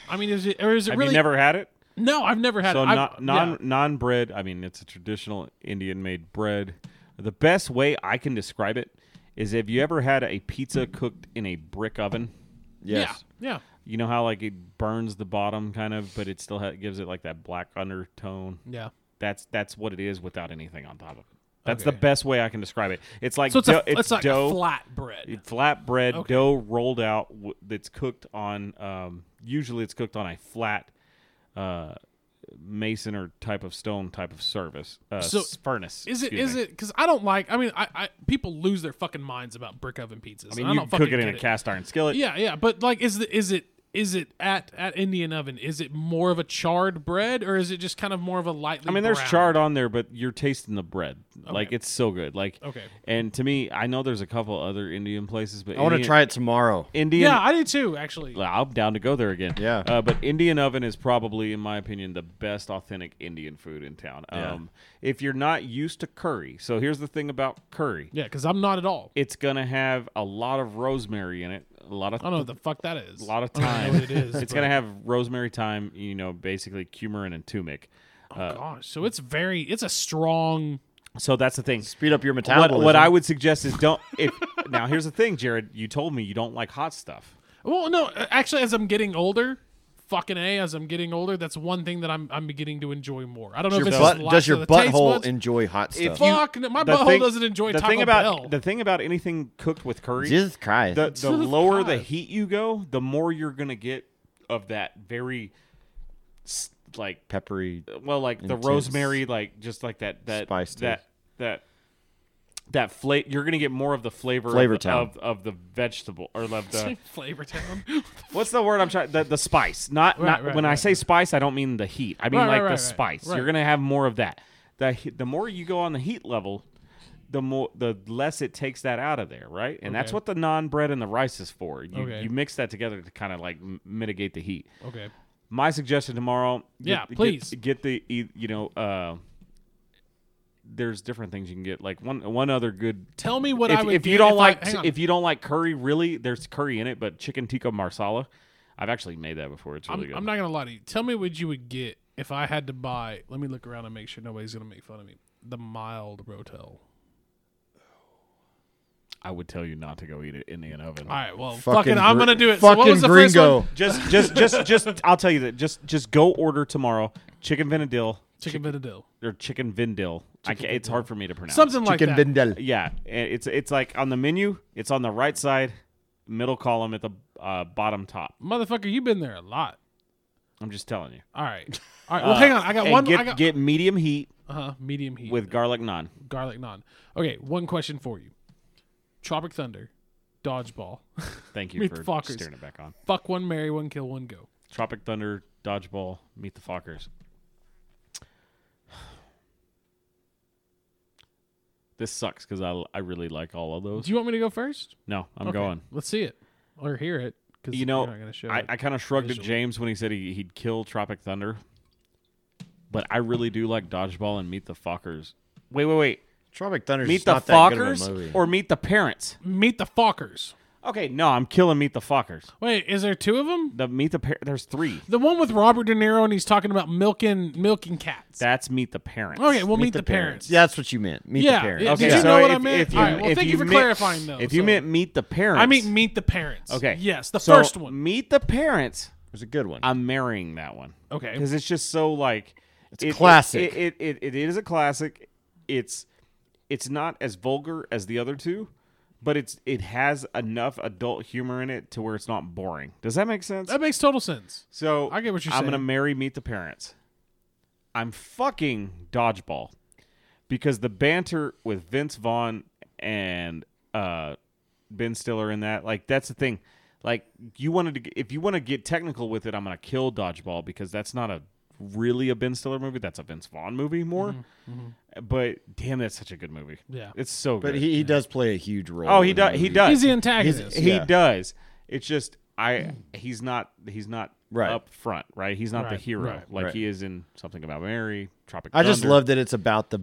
I mean, is it or is it
Have
really?
you never had it?
no, I've never had.
So
it. I've-
non non
yeah.
non bread. I mean, it's a traditional Indian made bread. The best way I can describe it is if you ever had a pizza cooked in a brick oven.
Yes.
Yeah, yeah,
You know how like it burns the bottom kind of, but it still ha- gives it like that black undertone.
yeah.
That's that's what it is without anything on top of it. That's
Okay.
the best way I can describe it. It's like
So it's
dough,
a, it's, like
dough,
a flat bread.
flat bread
Okay.
dough rolled out w- that's cooked on. Um, usually, it's cooked on a flat uh, mason or type of stone type of service uh,
So
s- furnace.
Is it?
excuse
Is
me.
it? Because I don't like. I mean, I, I people lose their fucking minds about brick oven pizzas.
I
and
mean, you
don't
cook
fucking
it in
get
a cast iron skillet.
Yeah, yeah, but like, is the is it is it at at Indian oven? Is it more of a charred bread, or is it just kind of more of a lightly?
I mean, there's
browned?
chard on there, but you're tasting the bread. Like it's so good. Like
Okay.
And to me, I know there's a couple other Indian places, but
I want to
Indian-
try it tomorrow.
Indian.
Yeah, I do too. Actually,
Well, I'm down to go there again.
Yeah.
Uh, but Indian oven is probably, in my opinion, the best authentic Indian food in town. Um, if you're not used to curry, so here's the thing about curry.
yeah, because I'm not at all.
It's gonna have a lot of rosemary in it, a lot of
I don't know what the fuck that is.
a lot of
I don't
time.
know what it is.
it's gonna have rosemary, thyme, you know, basically cumin and turmeric.
have. Gosh, so it's very. It's a strong.
So that's the thing.
Speed up your
What,
metabolism.
what I would suggest is don't. If now here's the thing, Jared, you told me you don't like hot stuff.
Well, no, actually, as I'm getting older. Fucking a! As I'm getting older, that's one thing that I'm I'm beginning to enjoy more. I don't know
Your
if it's
butt-
just the
does your
lack of the taste
butthole
buds.
enjoy hot stuff?
If you-
Fuck, no, my
the
butthole
thing-
doesn't enjoy
the
Taco
thing about
Bell.
the thing about anything cooked with curry.
Jesus Christ.
the, the
Jesus
lower the
Christ.
heat you go, the more you're gonna get of that very, s- like
Peppery.
well, like the
Intense.
rosemary, like just like that that
Spice to
that
it.
that that flavor. You're gonna get more of the flavor,
Flavor
of, the-
town.
of of the vegetable or of the
Flavor Town.
what's the word I'm trying the the spice. Not not
right,
when I
right,
say spice, I don't mean the heat. I mean
Right,
like
right,
the
right, right,
spice.
right.
You're gonna have more of that. The he- the more you go on the heat level. The more, the less it takes that out of there, right? And that's
Okay.
what the non bread and the rice is for. You,
Okay.
you mix that together to kind of like m- mitigate the heat.
okay.
My suggestion tomorrow, get-
Yeah,
get-
please.
get, the e- you know, uh, there's different things you can get. Like one one other good
Tell me what
if,
I would
if
get
you don't
I-
like
hang on.
if you don't like curry, really, there's curry in it, but chicken tikka marsala. I've actually made that before. It's really
I'm,
good.
I'm not gonna lie to you. Tell me what you would get if I had to buy. Let me look around and make sure nobody's gonna make fun of me. The mild rotel.
I would tell you not to go eat it in the oven.
All right, well,
Fucking
fucking, I'm
gr-
gonna do it. so what
fucking
was the
gringo.
first one?
just, just, just, just. I'll tell you that. Just, just go order tomorrow. Chicken vinadil
Chicken Benedict.
or chicken vindil. I ca it's hard for me to pronounce.
Something like
Chicken
that.
vindel.
Yeah, and it's it's like on the menu. It's on the right side, middle column at the uh, bottom top.
Motherfucker, you've been there a lot.
I'm just telling you.
All right. All right. Well, hang on. I got
And
one.
Get,
I got
get medium heat
uh, medium heat
with garlic naan.
garlic naan. Okay, one question for you. Tropic Thunder, dodgeball.
Thank you
Meet
for
the Fockers.
steering it back on.
Fuck one, marry one, kill one, go.
Tropic Thunder, Dodgeball, Meet the Fockers. This sucks because I, I really like all of those.
Do you want me to go first?
No, I'm
Okay,
going.
Let's see it or hear it. Cause
You know,
you're not gonna show
I,
it.
I kind of shrugged at
visually.
James when he said he, he'd kill Tropic Thunder, but I really do like Dodgeball and Meet the Fockers. Wait, wait, wait.
Tropic Thunder's just
Meet the
not that good of a
Fockers
movie.
or Meet the Parents?
Meet the Fockers.
Okay, no, I'm killing Meet the Fockers.
Wait, is there two of them?
The Meet the Par- There's three.
The one with Robert De Niro and he's talking about milking milking cats.
That's Meet the Parents.
okay, well, meet, the, parents.
Yeah, that's what you meant. Meet
Yeah,
the parents.
yeah,
Okay.
Did you
so
know what I
if-
meant?
If you,
All right, well,
if
thank you for
meant-
clarifying, though,
If
so-
you meant meet the parents,
I mean, meet the parents.
okay,
Yes, the
So,
first one.
Meet the parents.
It was a good one.
I'm marrying that one
Okay.
because it's just so like it's
classic.
It it, it it is a classic. It's it's not as vulgar as the other two, but it's it has enough adult humor in it to where it's not boring. Does that make sense?
That makes total sense.
So
I get what you're
I'm gonna
saying.
marry meet the parents. I'm fucking dodgeball because the banter with Vince Vaughn and uh, Ben Stiller in that, like that's the thing. Like you wanted to, g- if you want to get technical with it, I'm gonna kill dodgeball because that's not a really a Ben Stiller movie. That's a Vince Vaughn movie more. But damn, that's such a good movie.
Mm-hmm. Yeah.
it's so
But
good.
he, he does play a huge role.
oh, he
in the
does. He
movie.
does.
He's the antagonist.
He
Yeah.
does. It's just I. He's not. He's not
Right.
up front. Right. He's not the
Right,
hero
right,
like
right.
he is in something about Mary. Tropic.
I just
Thunder,
love that it's about the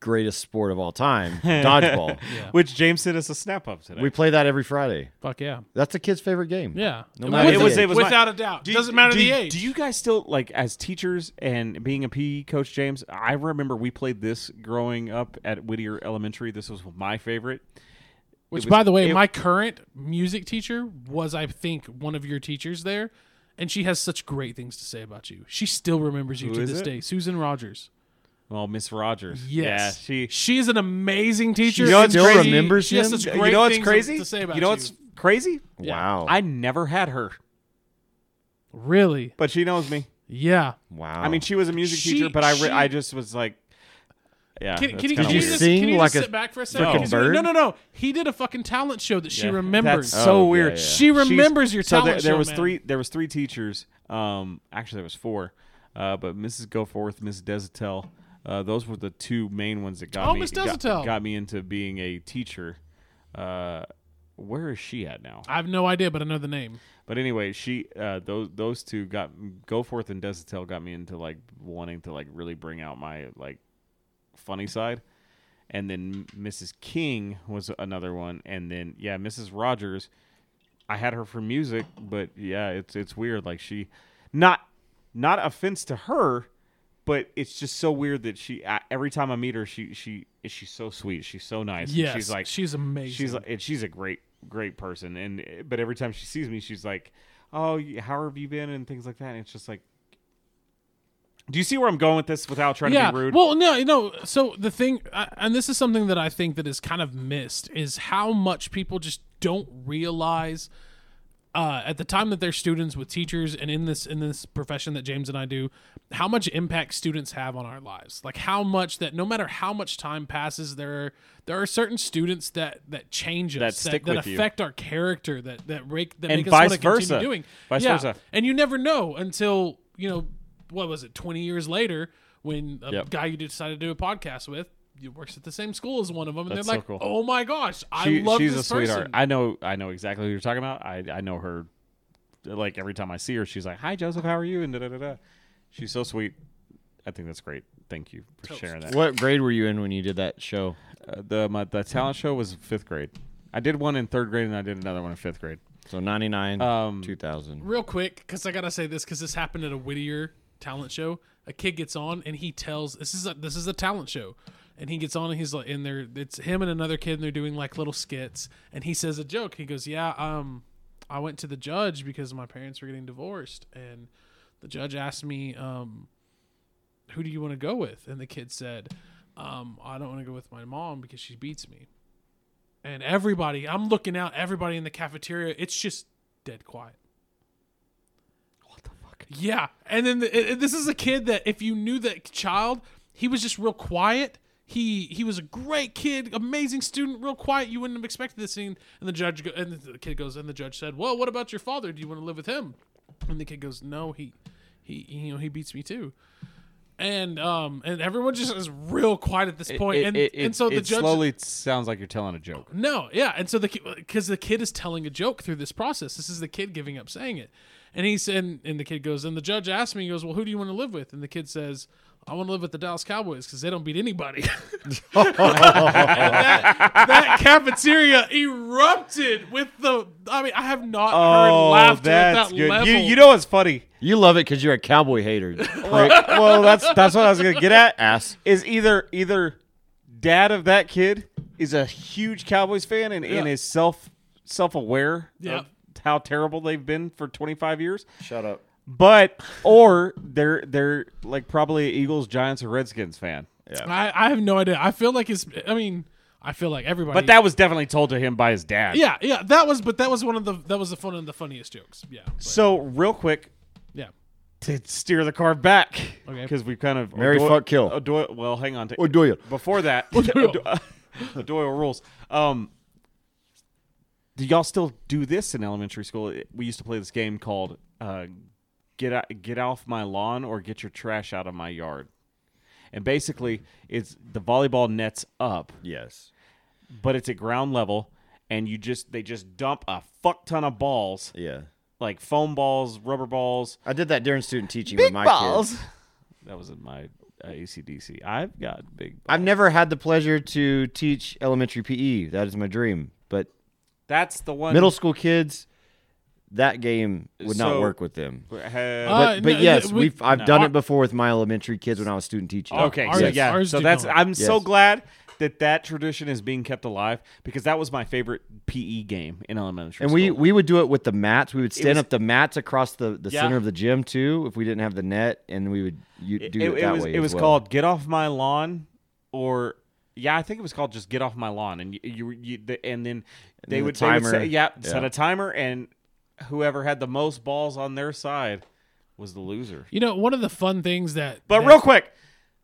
greatest sport of all time, dodgeball.
Yeah.
which James sent us a snap up today.
We play that every Friday.
Fuck yeah.
That's a kid's favorite game.
Yeah.
No matter
With-
the age.
my-
without a doubt.
Do you-
Doesn't matter
do
the
you-
age.
Do you guys still like as teachers and being a PE coach, James? I remember we played this growing up at Whittier Elementary. This was my favorite.
Which,
was-
by the way,
it-
my current music teacher was, I think, one of your teachers there, and she has such great things to say about you. She still remembers you
Who
to
is
this
it?
day, Susan Rogers.
Well, Miss Rogers.
Yes,
Yeah, she
she is an amazing teacher.
You know
and
what's
she-
crazy? remembers
she has
him?
such great
You know what's
things
crazy?
to say about
you know what's
you.
crazy?
Yeah.
Wow.
I never had her,
really,
but she knows me.
yeah.
wow.
I mean,
Oh.
she was a music
She-
teacher, but I re-
she-
I just was like, yeah.
Can,
that's
can, you-
kinda
can you
weird.
just,
Yeah,
Sing
can you
like
just
a
sit back for a second?
frickin'
He's like, No,
bird?
no, no. He did a fucking talent show that she remembers.
That's so
Oh, yeah,
weird.
yeah.
she remembers your
so
talent
there, there
show,
was
man.
three there was three teachers um actually there was four uh but mrs goforth mrs desitel uh those were the two main ones that got
Oh,
me
Miss
got,
Desitel.
got me into being a teacher uh where is she at now
I have no idea, but I know the name.
but anyway she uh those those two got goforth and desitel got me into like wanting to like really bring out my like funny side and then mrs king was another one and then yeah mrs rogers I had her for music, but yeah, it's it's weird. Like she, not not offense to her, but it's just so weird that she I, every time I meet her, she she she's so sweet. She's so nice. and
Yes,
she's like
she's amazing.
she's like and she's a great great person. And eh, but every time she sees me, she's like, "Oh, you- how have you been?" and things like that. And it's just like, do you see where I'm going with this without trying
yeah.
to be rude?
Well, no, you know. So the thing, I- and this is something that I think that is kind of missed, is how much people just don't realize. Uh, at the time that they're students with teachers and in this in this profession that James and I do, how much impact students have on our lives. Like how much that no matter how much time passes, there are, there are certain students that that change us
That stick
that
with you.
affect our character that that rake that
And
make us want to
vice
continue
versa.
doing.
Vice
yeah.
versa.
And you never know until, you know, what was it, 20 years later when a
Yep.
guy you decided to do a podcast with you- works at the same school as one of them. And
That's
they're
so
like,
cool.
oh my gosh, I
She-
love
she's
this
a sweetheart.
person.
I know I know exactly who you're talking about. I I know her eh, like every time I see her, she's like, Hi Joseph, how are you? And da da da da. She's so sweet. I think that's great. Thank you for sharing that.
what grade were you in when you did that show?
Uh, the my the talent show was fifth grade. I did one in third grade and I did another one in fifth grade.
So 99,
Um,
2000.
Real quick, because I got to say this because this happened at a Whittier talent show. A kid gets on and he tells, this is a, this is a talent show. And he gets on and he's like, and they're, it's him and another kid and they're doing like little skits. And he says a joke. He goes, yeah, um, I went to the judge because my parents were getting divorced. And the judge asked me, um, who do you want to go with? And the kid said, um, I don't want to go with my mom because she beats me. And everybody, I'm looking out, everybody in the cafeteria, it's just dead quiet. What the fuck? Yeah. And then the, it- it- this is a kid that, if you knew that child, he was just real quiet. He he was a great kid, amazing student, real quiet. You wouldn't have expected this scene. And the judge go, and the kid goes, and the judge said, "Well, what about your father? Do you want to live with him?" And the kid goes, "No, he he you know he beats me too." And um and everyone just is real quiet at this point. and and so the
it
judge
slowly sounds like you're telling a joke.
no, yeah, and so the because the kid is telling a joke through this process. This is the kid giving up saying it, and he said, and, and the kid goes, and the judge asked me, he goes, well, who do you want to live with? And the kid says, I want to live with the Dallas Cowboys because they don't beat anybody. And that, that cafeteria erupted with the. I mean, I have not heard laughter at that level.
Oh, You you know what's funny?
You love it because you're a cowboy hater. prick.
well, that's that's what I was gonna get at.
Ass.
is either either dad of that kid is a huge Cowboys fan and, and
Yeah.
is self self aware
Yep.
of how terrible they've been for 25 years,
Shut up.
but or they're they're like probably an Eagles, Giants, or Redskins fan.
I, I have no idea. I feel like it's. I mean, I feel like everybody.
But that was definitely told to him by his dad.
Yeah, yeah, that was. But that was one of the. That was the fun and the funniest jokes. Yeah,
So real quick,
yeah.
to steer the car back.
Okay.
Because we kind of
Marry,
O'Doy-
fuck, kill.
O'Doy- well, hang on. To,
O'Doyle.
Before that,
O'Doyle.
O'Doyle- O'Doyle rules. Um, do y'all still do this in elementary school? It- We used to play this game called uh, "Get out, Get off my lawn" or "Get your trash out of my yard." And basically, it's the volleyball nets up,
Yes.
but it's at ground level, and you just they just dump a fuck ton of balls,
Yeah.
like foam balls, rubber balls,
I did that during student teaching with my kids.
That was in my uh, ACDC. I've got big.
I've never had the pleasure to teach elementary PE. That is my dream. But
That's the one.
middle school kids, that game would not
So-
work with them.
Uh,
Uh,
But, but
no,
yes,
we-
we, have I've
no.
done it before with my elementary kids when I was student teaching.
okay, so
Ours-
yeah.
ours
so
did
that's.
not.
I'm so
Yes.
glad that that tradition is being kept alive because that was my favorite PE game in elementary.
And we,
school.
we would do it with the mats. We would stand
was-
up the mats across the, the
Yeah.
center of the gym too, if we didn't have the net, and we would you, do it,
it,
that
was
way.
it
as
was
well.
called "Get Off My Lawn" or. Yeah, I think it was called just "Get Off My Lawn," and you, you, you the, and then they
then the
would, they would
timer.
say, yeah, set
Yeah.
a timer, and whoever had the most balls on their side was the loser.
You know, one of the fun things that
But
that-
real quick,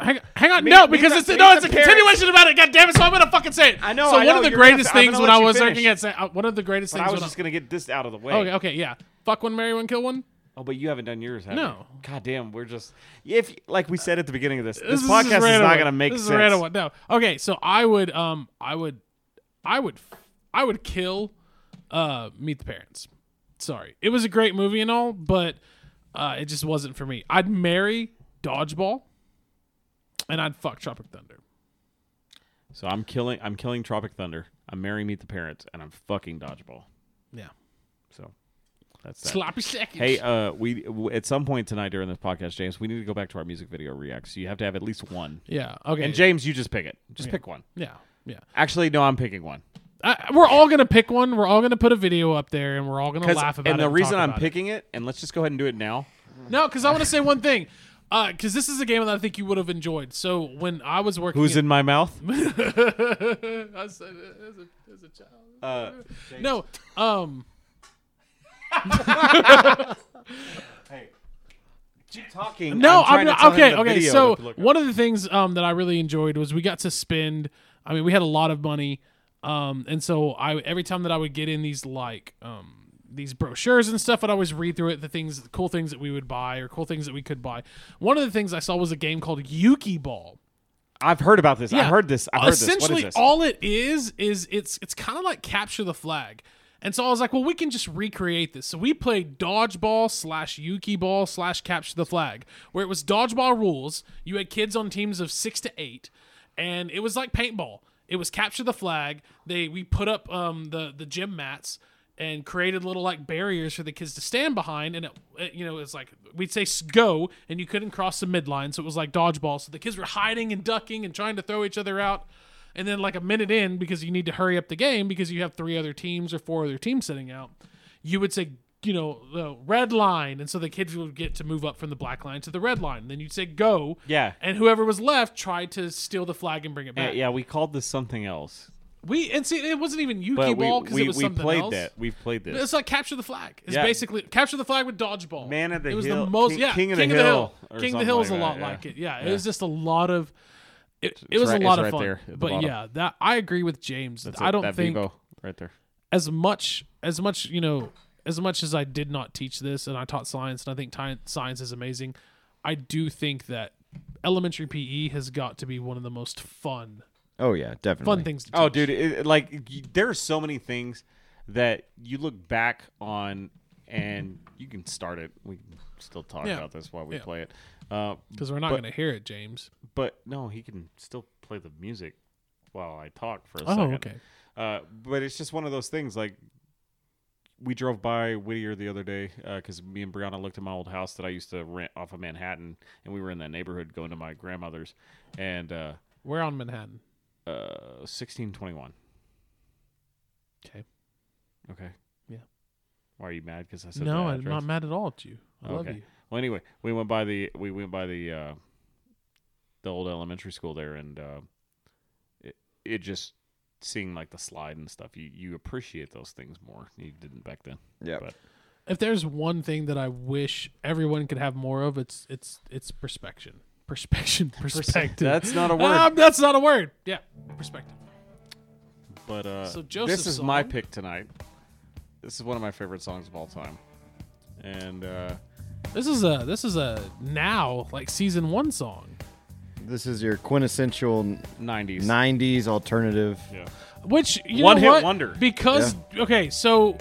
Hang, hang on,
Meet
no,
the-
because
meet
it's
the-
no,
meet
it's
the
a
parents.
continuation about it. God damn it! So I'm gonna fucking say it.
I know,
So
I
one of
know,
the
you're gonna
greatest
have to- I'm
things
gonna
when
let
I
you
was
finish.
working at Sa- uh, one of the greatest
But
things.
I was
when
just gonna get this out of the way.
okay, okay, yeah. Fuck one, marry one, kill one.
Oh, but you haven't done yours, have
No.
you? God damn, we're just if like we said at the beginning of this, this,
is just
podcast is,
random
not
one.
gonna make
this Is a
sense.
random one. No. Okay, so I would, um, I would, I would, I would kill, uh, Meet the Parents. Sorry, it was a great movie and all, but uh, it just wasn't for me. I'd marry Dodgeball, and I'd fuck Tropic Thunder.
So I'm killing I'm killing Tropic Thunder. I'm marrying Meet the Parents, and I'm fucking dodgeball.
Yeah,
So that's that.
sloppy seconds.
Hey, uh, we w- at some point tonight during this podcast, James, we need to go back to our music video reacts. So you have to have at least one.
yeah, okay,
And James, you just pick it. Just pick one.
yeah, yeah.
Actually, no, I'm picking one.
I, we're all gonna pick one. We're all gonna put a video up there, and we're all gonna
'Cause-
laugh about it.
and the reason
talk
I'm
about it.
picking it, and let's just go ahead and do it now.
no, because I want to say one thing, because this is a game that I think you would have enjoyed. So when I was working,
Who's in my mouth?
I said it as a, as a child.
Uh,
No, um,
keep talking.
no, I'm,
trying to
not,
tell him
okay,
the
okay.
video
So
to look up.
one of the things um, that I really enjoyed was we got to spend. I mean, we had a lot of money, um, and so I every time that I would get in these like um, these brochures and stuff, I'd always read through it. The things, the cool things that we would buy or cool things that we could buy. One of the things I saw was a game called Yuki Ball.
I've heard about this.
Yeah.
I've heard this. I've heard this. What is
Essentially,
this?
all it is is it's it's kind of like capture the flag. And so I was like, well, we can just recreate this. So we played dodgeball slash Yuki ball slash capture the flag, where it was dodgeball rules. You had kids on teams of six to eight, and it was like paintball. It was capture the flag. They we put up um, the the gym mats and created little like barriers for the kids to stand behind and it, it, you know it's like we'd say "S- go and you couldn't cross the midline so it was like dodgeball so the kids were hiding and ducking and trying to throw each other out and then like a minute in because you need to hurry up the game because you have three other teams or four other teams sitting out you would say you know the red line and so the kids would get to move up from the black line to the red line then you'd say go
Yeah.
and whoever was left tried to steal the flag and bring it
Yeah,
back
yeah, we called this something else.
we and see it wasn't even yuki
But
ball
we
because
we,
it was
we
something
played
else
that. We've played this.
it's like capture the flag. It's
Yeah.
basically capture the flag with dodgeball.
Man of the
it was
Hill-
the most
King-
yeah
King of the Hill or
King of the
something
Hill is
like
a
that,
lot
yeah.
like it. Yeah, it
Yeah.
was just a lot of. It, it was
right-
a
it's
lot of
right
fun.
there at the
but
bottom.
yeah, that I agree with James.
That's it,
I don't
that
think
Vivo right there.
as much as much you know as much as I did not teach this and I taught science and I think ti- science is amazing. I do think that elementary PE has got to be one of the most fun
Oh yeah, definitely.
fun things to teach.
Oh, dude, it, it- like y- there are so many things that you look back on, and you can start it. We can still talk
Yeah.
about this while we
Yeah.
play it. Uh,
because we're not
but-
going to hear it, James.
but no, he can still play the music while I talk for a
Oh,
second.
okay.
Uh, but it's just one of those things. Like we drove by Whittier the other day because me and Brianna looked at my old house that I used to rent off of Manhattan, and we were in that neighborhood going to my grandmother's, and uh,
We're on Manhattan.
uh, sixteen twenty one.
Okay.
Okay.
Yeah.
Why are you mad? Because I said
No,
that
I'm
address?
not mad at all at you. I love
Okay.
you.
Well, anyway, we went by the we went by the uh, the old elementary school there, and uh, it it just seeing like the slide and stuff. You you appreciate those things more. You didn't back then.
Yeah.
But-
if there's one thing that I wish everyone could have more of, it's it's it's perspection. Perspection. Perspective.
That's not a word.
Um, that's not a word. Yeah. Perspective.
But uh,
So
this
Joseph's
is my
song-
pick tonight. This is one of my favorite songs of all time, and uh,
This is a this is a now like season one song.
This is your quintessential
'90s.
90s alternative.
Yeah.
Which you
One
know
hit
what?
wonder.
Because okay, so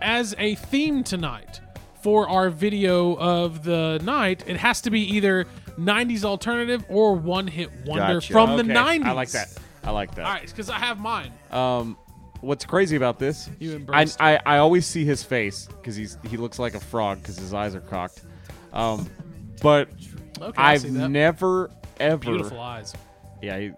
as a theme tonight for our video of the night, it has to be either '90s alternative or one hit wonder
Gotcha.
from the
Okay,
'90s.
I like that. I like that.
All right, because I have mine.
Um, what's crazy about this?
You
I,
embraced
I I always see his face because he's he looks like a frog because his eyes are cocked. Um, but
Okay, I
I've
see that.
never ever
beautiful eyes.
yeah. He,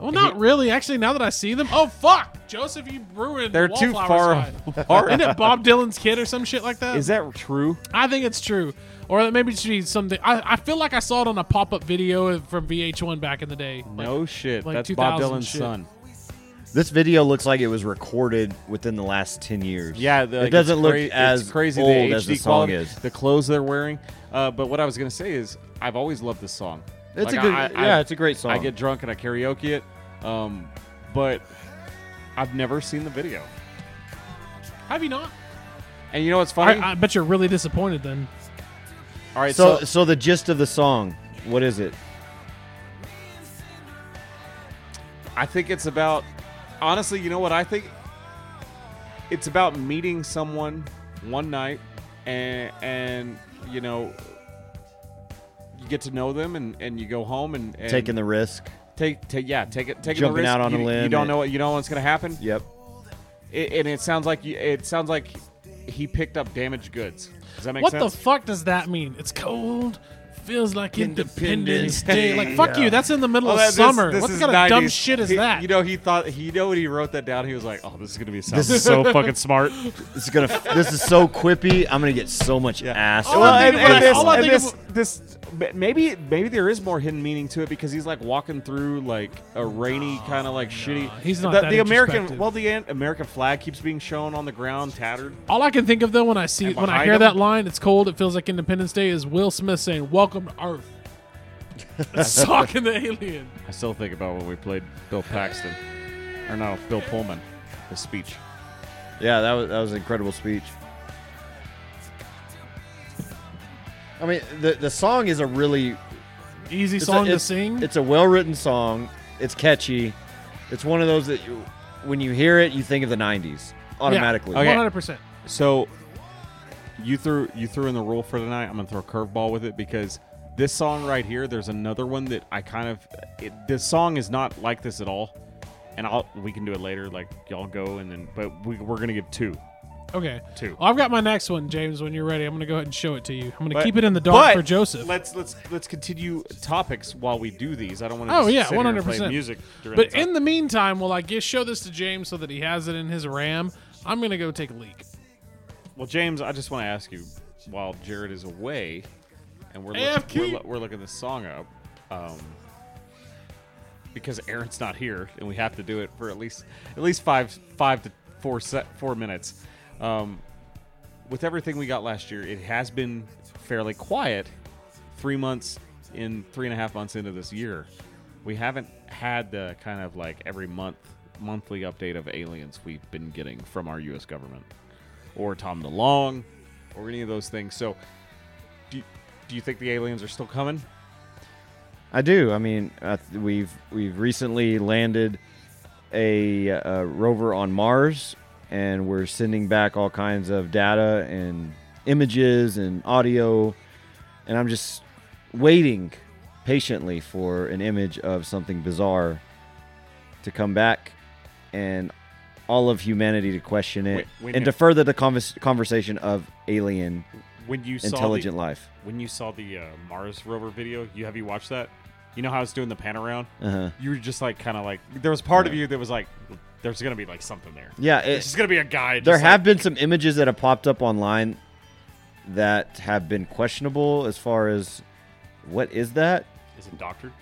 Well, not really. Actually, now that I see them, oh fuck, Joseph, you ruined.
they're too far
Wallflower's Ride.
apart.
Isn't it Bob Dylan's kid or some shit like that?
Is that true?
I think it's true, or that maybe it should be something. I, I feel like I saw it on a pop up video from VH1 back in the day. Like,
no shit.
like
That's Bob
2000
Dylan's
shit.
son.
This video looks like it was recorded within the last 10 years.
Yeah, the, like,
it doesn't
it's
look
cra- it's
as
crazy
old
the HD
as the song
quality,
is.
the clothes they're wearing. Uh, but what I was gonna say is, I've always loved this song.
It's
Like,
a good,
I- I-
yeah, it's a great song.
I get drunk and I karaoke it, um, but I've never seen the video.
have you not?
And you know what's funny?
I, I bet you're really disappointed then.
All right,
so,
so,
so, the gist of the song, what is it?
I think it's about. Honestly, you know what I think? It's about meeting someone one night, and and you know, you get to know them, and and you go home and, and
Taking the risk.
take, take yeah take it taking
Jumping
the risk.
out on a
you, You
limb
don't
and-
know what you don't know what's gonna happen.
Yep.
It, and it sounds like you, it sounds like he picked up damaged goods. Does that make
What
sense?
the fuck does that mean? It's cold. Feels like Independence Day. Like fuck you. That's in the middle
Oh,
of
that- this-
summer.
this
what
is
kind of dumb
90s.
shit is
He-
that?
You know, he thought he you know when he wrote that down. He was like, "Oh, this is gonna be
This is
so fucking smart."
This is gonna. this is so quippy. I'm gonna get so much ass.
All
from
I
this
think about
song.
all I
Oh, and
think
this, this, ma- maybe maybe there is more hidden meaning to it because he's like walking through like a rainy kind of like shitty.
Oh, he's not
the,
that
the American.
introspective.
Well, the an- American flag keeps being shown on the ground, tattered.
All I can think of though when I see
And
when I
behind
hear
him-
that line, it's cold. It feels like Independence Day. Is Will Smith saying "Welcome to Earth"? It's talking the alien.
I still think about when we played Bill Paxton, or no, Bill Pullman, his speech.
Yeah, that was that was an incredible speech. I mean, the the song is a really
Easy
it's a-
song to
it's-
sing.
It's a well written song. It's catchy. It's one of those that you, when you hear it, you think of the '90s automatically.
Okay.
One hundred percent.
So you threw you threw in the rule for tonight. I'm gonna throw a curveball with it because this song right here. There's another one that I kind of. It, this song is not like this at all, and I'll we can do it later. Like y'all go and then, but we, we're gonna give two.
Okay.
Two.
Well, I've got my next one, James. When you're ready, I'm gonna go ahead and show it to you. I'm gonna
But-
keep it in the
but
dark for Joseph.
Let's let's let's continue topics while we do these. I don't want to.
Oh, yeah,
sit here and play
100%.
Music. During
But
the time.
in the meantime, while I just show this to James so that he has it in his RAM, I'm gonna go take a leak.
well, James, I just want to ask you while Jared is away, and we're look,
AFK.
we're, lo- we're looking this song up. Um, because Aaron's not here, and we have to do it for at least at least five five to four set four minutes. Um, with everything we got last year, it has been fairly quiet. Three months in, three and a half months into this year, we haven't had the kind of like every month monthly update of aliens we've been getting from our U.S. government or Tom DeLong or any of those things. So, do you, do you think the aliens are still coming?
I do. I mean, uh, we've we've recently landed a, uh rover on Mars, and we're sending back all kinds of data and images and audio, and I'm just waiting patiently for an image of something bizarre to come back, and all of humanity to question it
Wait, wait
and
now.
to further the convers- conversation of alien
When you
intelligent
saw
life.
the, when you saw the uh, Mars rover video, you have you watched that? You know how it's doing the pan around?
Uh-huh.
You were just like kind of like there was part of
Yeah.
you that was like, there's gonna be like something there.
Yeah,
It's just gonna be a guy.
There
just
have
like-
been some images that have popped up online that have been questionable as far as what is that?
is it doctored?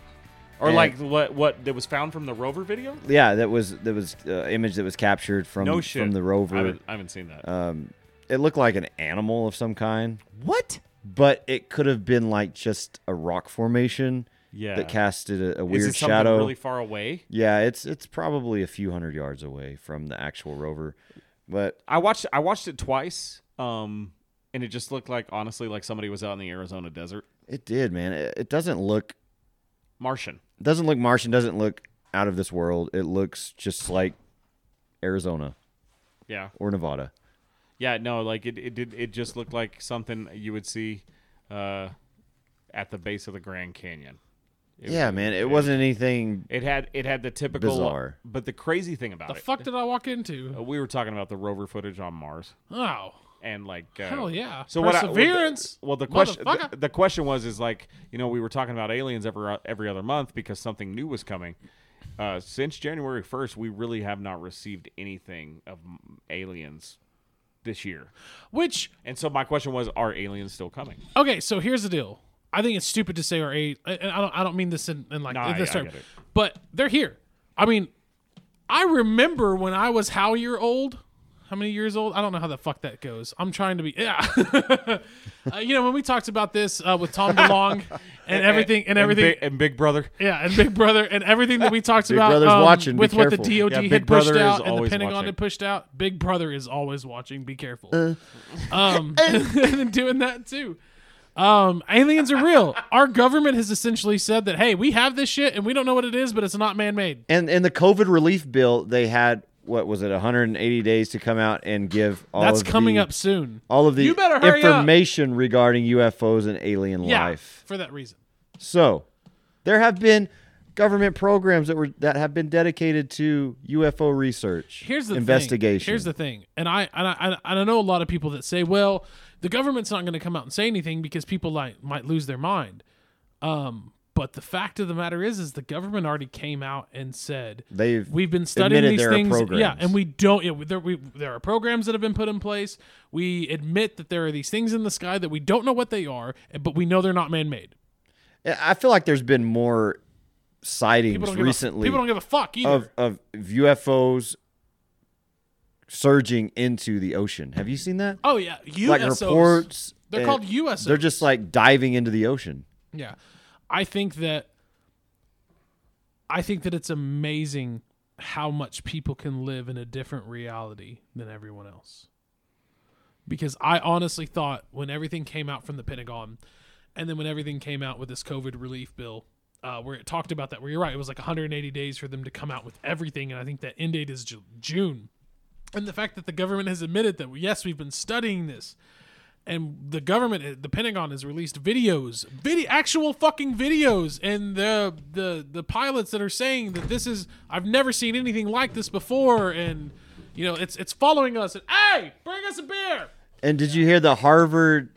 Or
And-
like what what that was found from the rover video?
Yeah, that was that was uh, image that was captured from
no shit.
from the
I
rover.
haven't, I haven't seen that.
Um, it looked like an animal of some kind,
What?
but it could have been like just a rock formation
Yeah.
that casted a, a
Is
weird
it something
shadow.
really far away?
yeah, it's it's probably a few hundred yards away from the actual rover, but
I watched I watched it twice. Um and it just looked like honestly like somebody was out in the Arizona desert.
it did, man. It, it doesn't look
Martian.
doesn't look Martian. Doesn't look out of this world. It looks just like Arizona
Yeah.
or Nevada.
Yeah, no, like it it did it just looked like something you would see uh at the base of the Grand Canyon. It-
yeah, man. It wasn't anything
It had it had the typical
Bizarre.
but the crazy thing about
The
it
fuck did I walk into?
uh, we were talking about the rover footage on Mars
Oh,
and like uh,
hell yeah!
So what I- what the-
perseverance?
well, the question
motherfucker.
the, the question was is like you know we were talking about aliens every every other month because something new was coming. Uh, since January first, we really have not received anything of m- aliens this year,
Which
and so my question was: Are aliens still coming?
okay, so here's the deal. I think it's stupid to say our age, and I don't. I don't mean this in, in like
Nah,
this
yeah, I
term,
get it.
but they're here. I mean, I remember when I was how year old? How many years old? I don't know how the fuck that goes. I'm trying to be yeah. uh, you know when we talked about this uh, with Tom DeLong and everything and everything.
Big- and Big Brother.
Yeah, and Big Brother and everything that we talked about
Brother's
um,
watching. Be
with what the
careful.
DOD
Yeah,
had
Big
pushed
Brother is
out and the
always
Pentagon
watching.
had pushed out. Big Brother is always watching. Be careful.
Uh.
Um, and doing that too. Um, aliens are real. Our government has essentially said that hey, we have this shit and we don't know what it is, but it's not man-made.
And and the COVID relief bill, they had what was it, 180 days to come out and give all
That's
of
coming
the,
up soon.
all of the
You better hurry up.
information regarding UFOs and alien
Yeah,
life.
for that reason.
So there have been government programs that were that have been dedicated to UFO research.
Here's the thing.
investigation.
Here's the thing, and I and I and I know a lot of people that say, well, the government's not going to come out and say anything because people like might lose their mind. Um, but the fact of the matter is, is the government already came out and said
They've
we've been studying
admitted
these
there are
things.
programs.
Yeah, and we don't. Yeah, there, we, there are programs that have been put in place. We admit that there are these things in the sky that we don't know what they are, but we know they're not man-made.
I feel like there's been more
People
sightings
don't give a,
recently
people don't give a fuck either.
of of UFOs surging into the ocean. Have you seen that?
oh yeah, USOs.
like reports.
They're
and
called USOs.
They're just like diving into the ocean.
Yeah. I think that I think that it's amazing how much people can live in a different reality than everyone else. Because I honestly thought when everything came out from the Pentagon and then when everything came out with this COVID relief bill, uh, where it talked about that, where you're right, it was like 180 days for them to come out with everything. And I think that end date is Ju- June. And the fact that the government has admitted that, yes, we've been studying this and the government eh, the pentagon has released videos video actual fucking videos and the the the pilots that are saying that this is i've never seen anything like this before and you know it's it's following us and hey bring us a beer
And did you hear the Harvard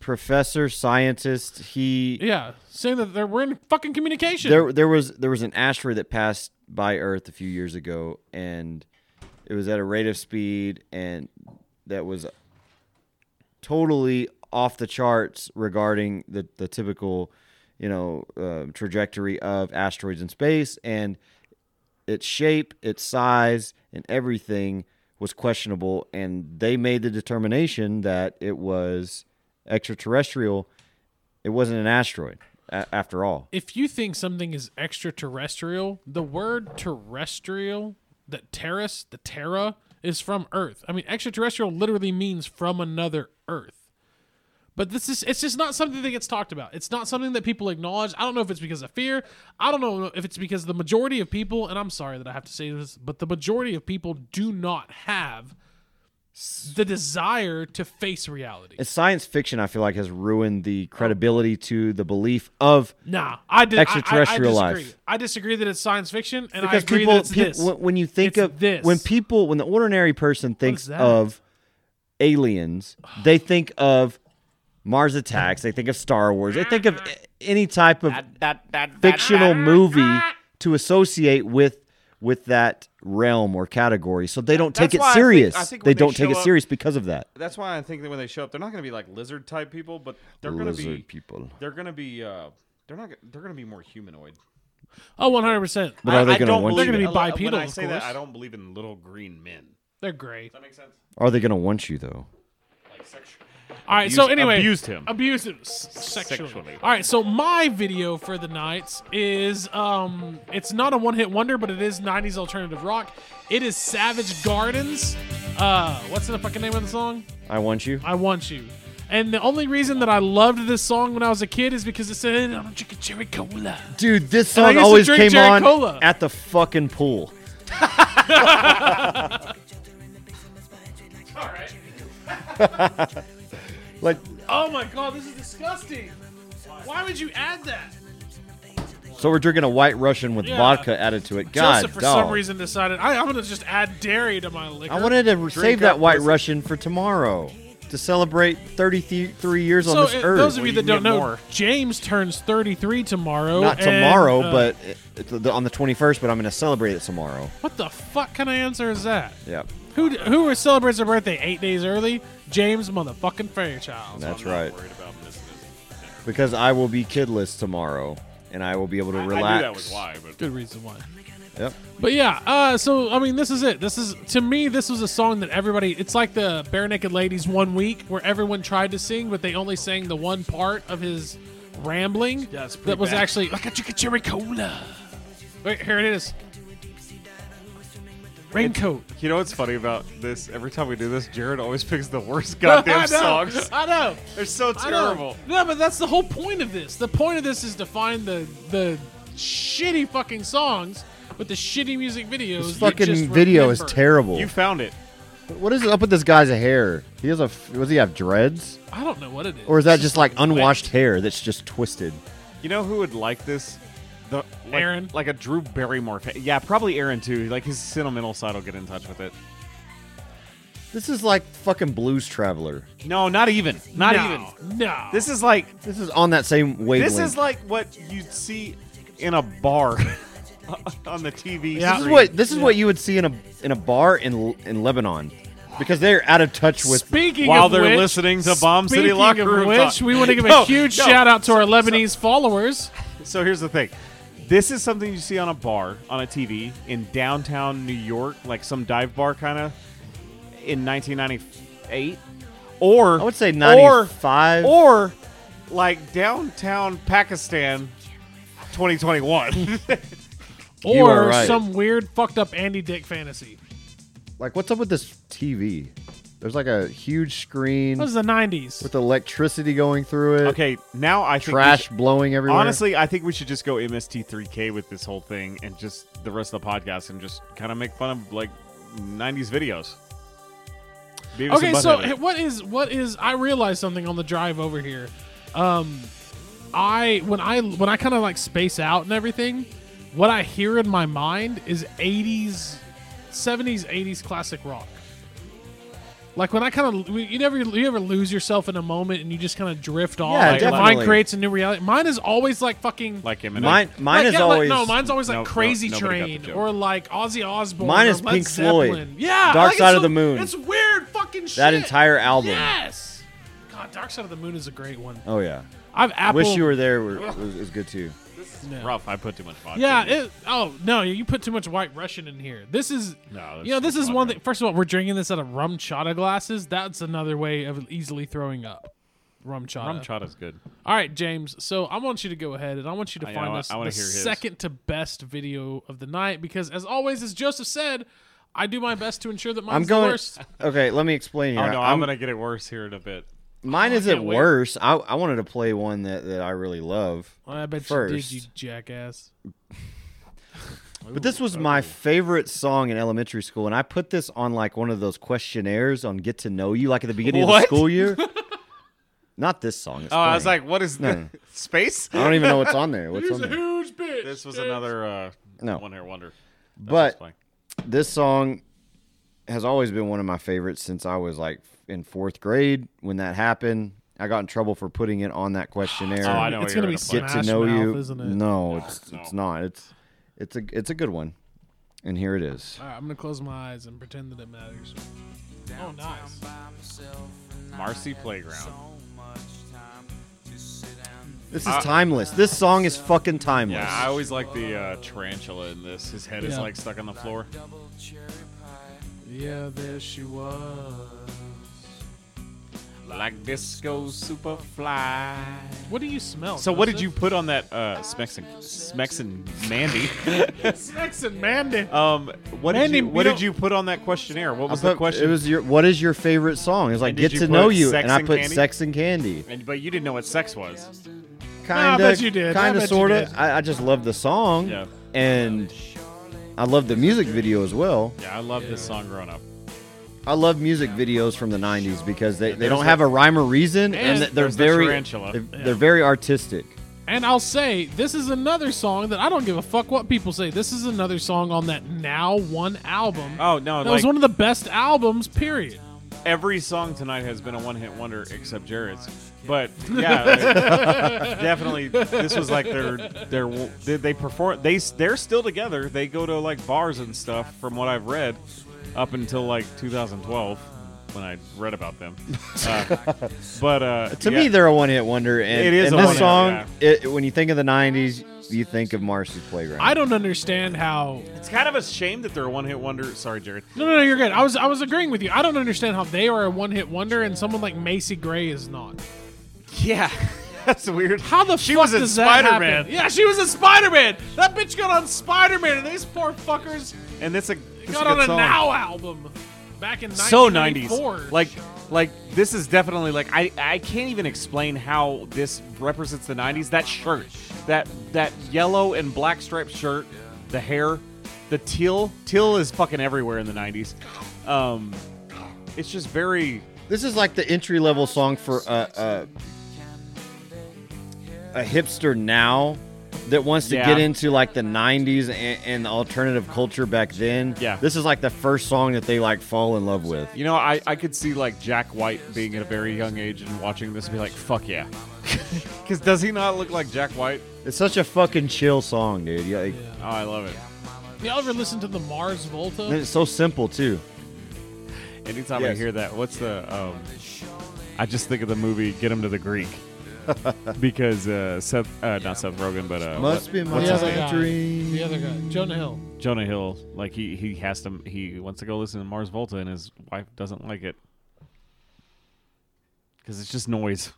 professor scientist? He
yeah saying that they're, we're in fucking communication
there there was there was an asteroid that passed by Earth a few years ago, and it was at a rate of speed and that was totally off the charts regarding the the typical you know uh, trajectory of asteroids in space and its shape, its size, and everything was questionable, and they made the determination that it was extraterrestrial. It wasn't an asteroid, a- after all.
if you think something is extraterrestrial, the word terrestrial, that terrace, the terra, is from Earth. I mean, extraterrestrial literally means from another Earth. But this is it's just not something that gets talked about. It's not something that people acknowledge. I don't know if it's because of fear. I don't know if it's because the majority of people, and I'm sorry that I have to say this, but the majority of people do not have the desire to face reality.
And science fiction, I feel like, has ruined the credibility to the belief of
Nah, I did. I- I-
Extraterrestrial
I,
life.
disagree. I disagree that it's science fiction, and I
because
agree
people,
that it's
peop-
this.
when- when you think
It's
of
this.
when people when the ordinary person thinks
that?
of aliens, they think of Mars Attacks, they think of Star Wars, they think of a- any type of fictional movie to associate with with that realm or category. So they don't take
that's why
it
I think-
serious.
I think when
they
they
don't take
show
it
up-
serious because of that.
That's why I think that when they show up, they're not going to be like lizard type people, but they're going to be
people.
they're going to be uh they're not they're going to be more humanoid.
oh, 100 percent.
But are they
I
going to
don't
want
believe
you
They're
to?
gonna be
in- when I
bipedal, of
say that,
course.
I don't believe in little green men.
They're great.
that make sense?
Are they gonna want you though?
Like sexual.
All right. so
Abused-
anyway,
abused him.
abused him s- sexually.
Sexually.
All right. So my video for the nights is um, it's not a one-hit wonder, but it is '90s alternative rock. It is Savage Gardens. Uh, what's the fucking name of the song?
I want you.
I want you. And the only reason that I loved this song when I was a kid is because it said "I'm drinking cherry cola."
Dude, this
And
song
I used to
always
drink
came
Jerry
on
Cola.
at the fucking pool.
All right.
Like
Oh my god, this is disgusting. Why would you add that?
so we're drinking a white Russian with
Yeah.
vodka added to it. God,
Joseph, for
dog.
some reason, decided I, am gonna just add dairy to my liquor.
I wanted to save that
up,
white
pussy.
Russian for tomorrow to celebrate 33 years
so,
on this
uh,
earth.
those of you
Well, you
that
can
don't
get
know,
more.
James turns 33 tomorrow.
Not
and,
tomorrow,
uh,
but it- it- on the 21st. But I'm going to celebrate it tomorrow.
what the fuck kind of answer is that?
Yeah,
Who who celebrates their birthday eight days early? James motherfucking Fairchild.
that's
I'm not
right.
Worried about missing it.
Because I will be kidless tomorrow, and I will be able to
I-
relax.
I knew that was why, but
Good reason why.
Yep.
But yeah, uh, so I mean, this is it. This is to me, this was a song that everybody. It's like the Bare Naked Ladies one week where everyone tried to sing, but they only sang the one part of his rambling.
Yeah, it's pretty
that was
bad.
actually I got you get your cola. Wait, here it is. Raincoat.
you know what's funny about this? Every time we do this, Jared always picks the worst
I
goddamn
know,
songs.
I know.
They're so
I know.
terrible.
No, but that's the whole point of this. The point of this is to find the the shitty fucking songs with the shitty music videos.
This
you
fucking
just
video is
remember.
terrible.
You found it.
what is up with this guy's hair? He has a. f- Does he have dreads,
I don't know what it is.
or is that just like unwashed hair that's just twisted?
You know who would like this? The like,
Aaron?
like a Drew Barrymore. Fan. Yeah, probably Aaron too. Like his sentimental side will get in touch with it.
This is like fucking Blues Traveler.
No, not even. Not
no,
even.
No.
This is like
This is on that same wavelength.
this is like what you'd see in a bar on the TV.
This
Yeah.
is
screen.
what this is what you would see in a in a bar in in Lebanon, because they're out of touch with.
speaking
While
of
they're
which-
listening to Bomb City
speaking
Locker
of
Room
which,
Talk.
we want to give
No,
a huge
no.
shout out to our Lebanese followers.
So here's the thing. This is something you see on a bar, on a TV in downtown New York, like some dive bar kind of in 1998 or
I would say
or-
95.
or like downtown Pakistan 2021.
You
Or
are right.
some weird fucked up Andy Dick fantasy.
Like, what's up with this TV? There's like a huge screen
This is the 90s.
with electricity going through it.
okay, now I think we
Trash
should-
blowing everywhere.
honestly, I think we should just go MST3K with this whole thing and just the rest of the podcast and just kind of make fun of like 90s videos. Beavis and
Okay, so
Butthead.
h- what is what is I realized something on the drive over here. Um I when I when I kind of like space out and everything, what I hear in my mind is 80s 70s 80s classic rock. Like when I kind of you never you ever lose yourself in a moment and you just kind of drift off.
Yeah,
like,
definitely.
Mine creates a new reality. Mine is always like fucking
like Eminem.
mine mine
like,
is
yeah, like-
always
no. Mine's always like
No, no,
Crazy
nobody got the
Train
joke.
or like Ozzy Osbourne.
Mine
or
is
Led
Pink
Zeppelin.
Floyd.
Yeah,
Dark
like,
Side
it's
of
a-
the Moon.
It's weird fucking shit.
entire album.
Yes. God, Dark Side of the Moon is a great one.
oh yeah.
I've Apple.
Wish you were there were, was, is good too.
Yeah.
rough. I put too much vodka.
Yeah.
in it.
It, oh no, you put too much White Russian in here. This is.
No,
you know,
that's
this is
not
one
good.
thing. First of all, we're drinking this out of rum chata glasses. That's another way of easily throwing up. Rum chata.
rum chata's good.
All right, James. So I want you to go ahead and I want you to
I-
find
I-
us
I wanna
the
hear his.
second to best video of the night because, as always, as Joseph said, I do my best to ensure that mine's
I'm going.
the worst.
Okay, let me explain here.
Oh no, I'm,
I'm-
gonna get it worse here in a bit. Oh,
mine
I
isn't
can't wait.
worse. I, I wanted to play one that, that I really love.
I bet you did,
First.
you jackass.
But this was my favorite song in elementary school, and I put this on like one of those questionnaires on Get to Know You, like at the beginning of
What?
the school year. Not this song. It's
Oh, I was
playing.
like, what is
No.
the space?
I don't even know what's on there. What's on there?
huge bitch.
This was another uh,
No.
one hit wonder. That's
But-
what's funny.
This song has always been one of my favorites since I was like in fourth grade when that happened. I got in trouble for putting it on that questionnaire.
Oh, I know
It's
what
gonna
you're
be
gonna play.
Get
Smash
to know
Mouth,
you.
isn't it?
No, it's it's
no.
not. It's it's a it's a good one, and here it is.
All right, I'm gonna close my eyes and pretend that it matters. Oh, nice.
Marcy Playground.
This is timeless. This song is fucking timeless.
Yeah, I always like the uh, tarantula in this. His head is
Yeah.
like stuck on the floor.
Yeah, there she was.
Like disco superfly.
What do you smell?
So what did you
Joseph?
put on that uh, Smexin Smexin Mandy?
Sex and Mandy.
um, what did
Mandy,
you,
we
what did
don't-
you put on that questionnaire? What
I
was the
put-
question?
It was your. What is your favorite song? It's like
And
get
did you
to
put
know you,
Sex
and I
and
put
Candy?
sex and candy.
and, but you didn't know what sex was.
I
Kinda,
bet you did. I
Kinda,
bet you
sorta.
did.
I, I just love the song,
Yeah.
and I love the music video as well.
Yeah, I love this song growing up.
I love music videos from the '90s because they, they
There's
don't
a-
have a rhyme or reason,
And
and, th- they're
there's the
very
tarantula.
they're, they're very artistic.
And I'll say, this is another song that I don't give a fuck what people say. This is another song on that Now One album.
Oh no,
that
like
was one of the best albums, period.
every song tonight has been a one-hit wonder except Jared's. But yeah, like, definitely this was like their their they, they perform they they're still together. They go to like bars and stuff from what I've read up until like 2012 when I read about them. Uh, but uh
To
yeah.
me, they're a one-hit wonder, and,
It is
and
a
this
one-hit,
song,
yeah.
it, when you think of the '90s, you think of Marcy's Playground.
I don't understand how.
it's kind of a shame that they're a one-hit wonder. Sorry, Jared.
No, no, no, you're good. I was, I was agreeing with you. I don't understand how they are a one-hit wonder and someone like Macy Gray is not.
Yeah. That's weird.
How the
she
fuck
was in
does that happen?
Spider-Man.
Yeah, she was a Spider-Man. That bitch got on Spider-Man, and these poor fuckers
And this a this
got
a
on
good
a
song.
Now album back in
so
1994.
90s like like this is definitely like I, I can't even explain how this represents the 90s that shirt that that yellow and black striped shirt the hair the teal teal is fucking everywhere in the 90s um it's just very
This is like the entry level song for a, a, a hipster now that wants to
Yeah.
get into like the 90s and, and the alternative culture back then.
Yeah.
This is like the first song that they like fall in love with.
you know I, I could see like jack white being at a very young age and watching this and be like fuck yeah because does he not look like jack white
It's such a fucking chill song, dude. Yeah, like,
oh i love it
y'all ever listen to the Mars
and
Volta?
it's so simple too.
Anytime I
Yes.
hear that, what's the? Um, I just think of the movie Get Him to the Greek, because uh, Seth, uh, not Seth Rogen, but uh,
Must
what-
be my
what's his
other
name?
guy. dream.
The other guy, Jonah Hill.
Jonah Hill. Like he he has to he wants to go listen to Mars Volta, and his wife doesn't like it because it's just noise.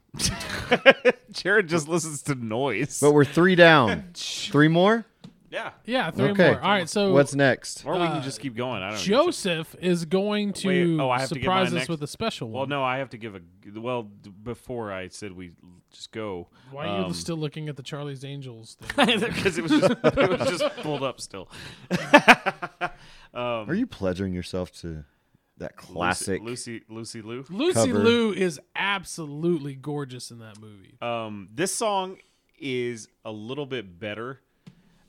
Jared just listens to noise.
But we're three down. three more?
yeah,
Yeah, three
Okay.
more. All right, so
What's next?
or we can just keep going. I don't. know.
Joseph is going to
Wait, oh, I have to get
surprise
mine
us
next.
with a special one.
Well, no, I have to give a well d- before I said we just go.
Why are you
um,
still looking at the Charlie's Angels? Thing?
because it was just it was just pulled up still.
Are you pledging yourself to that classic?
Lucy Lucy Lucy Lou.
Lucy
Cover.
Liu is absolutely gorgeous in that movie.
Um, this song is a little bit better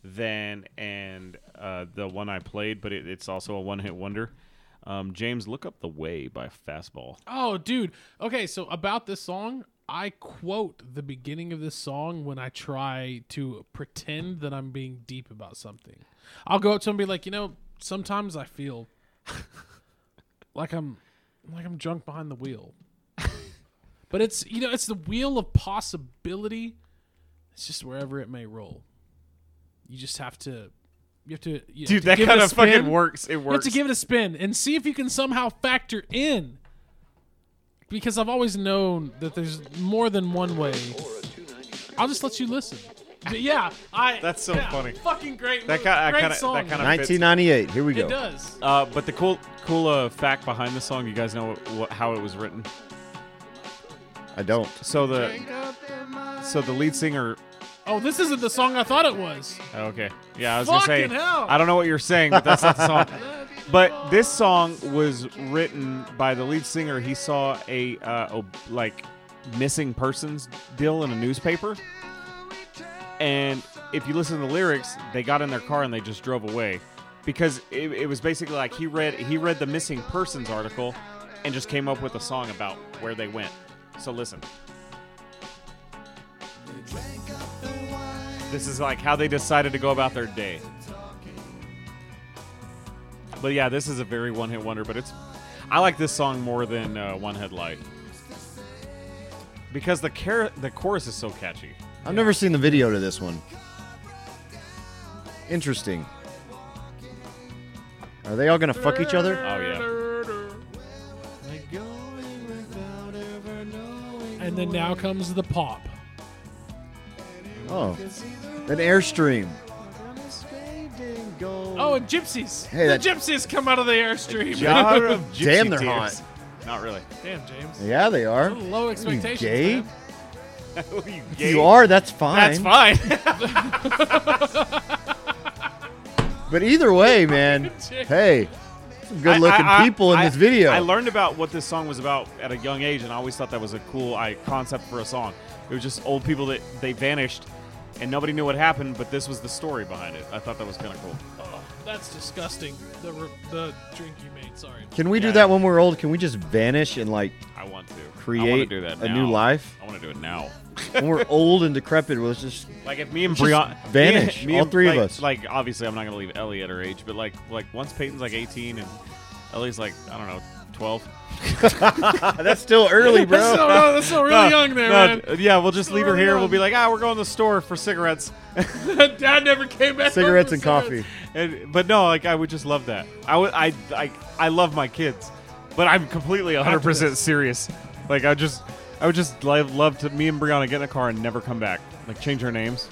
than and uh, the one I played, but it, it's also a one hit wonder. Um, James, look up the way by Fastball.
Oh, dude. Okay, so about this song, I quote the beginning of this song when I try to pretend that I'm being deep about something. I'll go up to him and be like, you know, sometimes I feel like I'm like I'm drunk behind the wheel. but it's you know, it's the wheel of possibility. It's just wherever it may roll. You just have to you have to you have
Dude,
to
that
give it a
kind of fucking
spin.
works. It
You have
works.
to give it a spin and see if you can somehow factor in. Because I've always known that there's more than one way. I'll just let you listen. But yeah, I.
That's so
yeah,
funny.
Fucking great.
That
movie,
kinda- that
great
kinda-
song.
that kinda-
1998. Here we
It
go.
does.
uh, but the cool cool uh, fact behind this song, you guys know what, what, how it was written.
I don't.
So the so the lead singer
Oh, this isn't the song I thought it was.
Okay. Yeah, I was gonna
Fucking
say.
hell.
I don't know what you're saying, but that's not the song. But this song was written by the lead singer. He saw a uh, ob- like missing persons deal in a newspaper, and if you listen to the lyrics, they got in their car and they just drove away because it, it was basically like he read he read the missing persons article and just came up with a song about where they went. So listen. This is like how they decided to go about their day. But yeah, this is a very one-hit wonder. But it's, I like this song more than uh, One Headlight because the car- the chorus is so catchy.
I've never seen the video to this one. Interesting. Are they all gonna fuck each other?
Oh yeah,
and then now comes the pop.
Oh, an airstream.
Oh, and gypsies.
Hey,
the
that-
gypsies come out of the airstream.
Jar of gypsy
Damn, they're
tears. Not really.
Damn, James.
Yeah, they are.
What a low expectations.
You gay?
man.
you,
If you are. That's fine.
That's fine.
But either way, man. hey, some good-looking
I- I-
people in
I-
this video.
I learned about what this song was about at a young age, and I always thought that was a cool I, concept for a song. It was just old people that they vanished, and nobody knew what happened, but this was the story behind it. I thought that was kind of cool.
Oh, that's disgusting. The, re- the drink you made. Sorry.
Can we do
Yeah.
that when we're old? Can we just vanish and like
I want to I wanna
Create
do that
a
now.
new life?
I want to do it now.
when we're old and decrepit? Let's just
Like if me and
Just
Brianna
vanish,
me, me
all
and-
three of
like-
us.
Like obviously, I'm not gonna leave Ellie at her age, but like like once Peyton's like 18 and Ellie's like I don't know 12.
that's still early,
That's still, that's still really
No,
young there,
no,
man.
d- Yeah, we'll just leave her
really
here.
young.
We'll be like, ah, we're going to the store for cigarettes.
Dad never came back.
Cigarettes
for
and coffee.
And, but no, like I would just love that. I would, I, I, I love my kids, but I'm completely 100 percent serious. Like I just, I would just love, love to me and Brianna get in a car and never come back. Like change our names.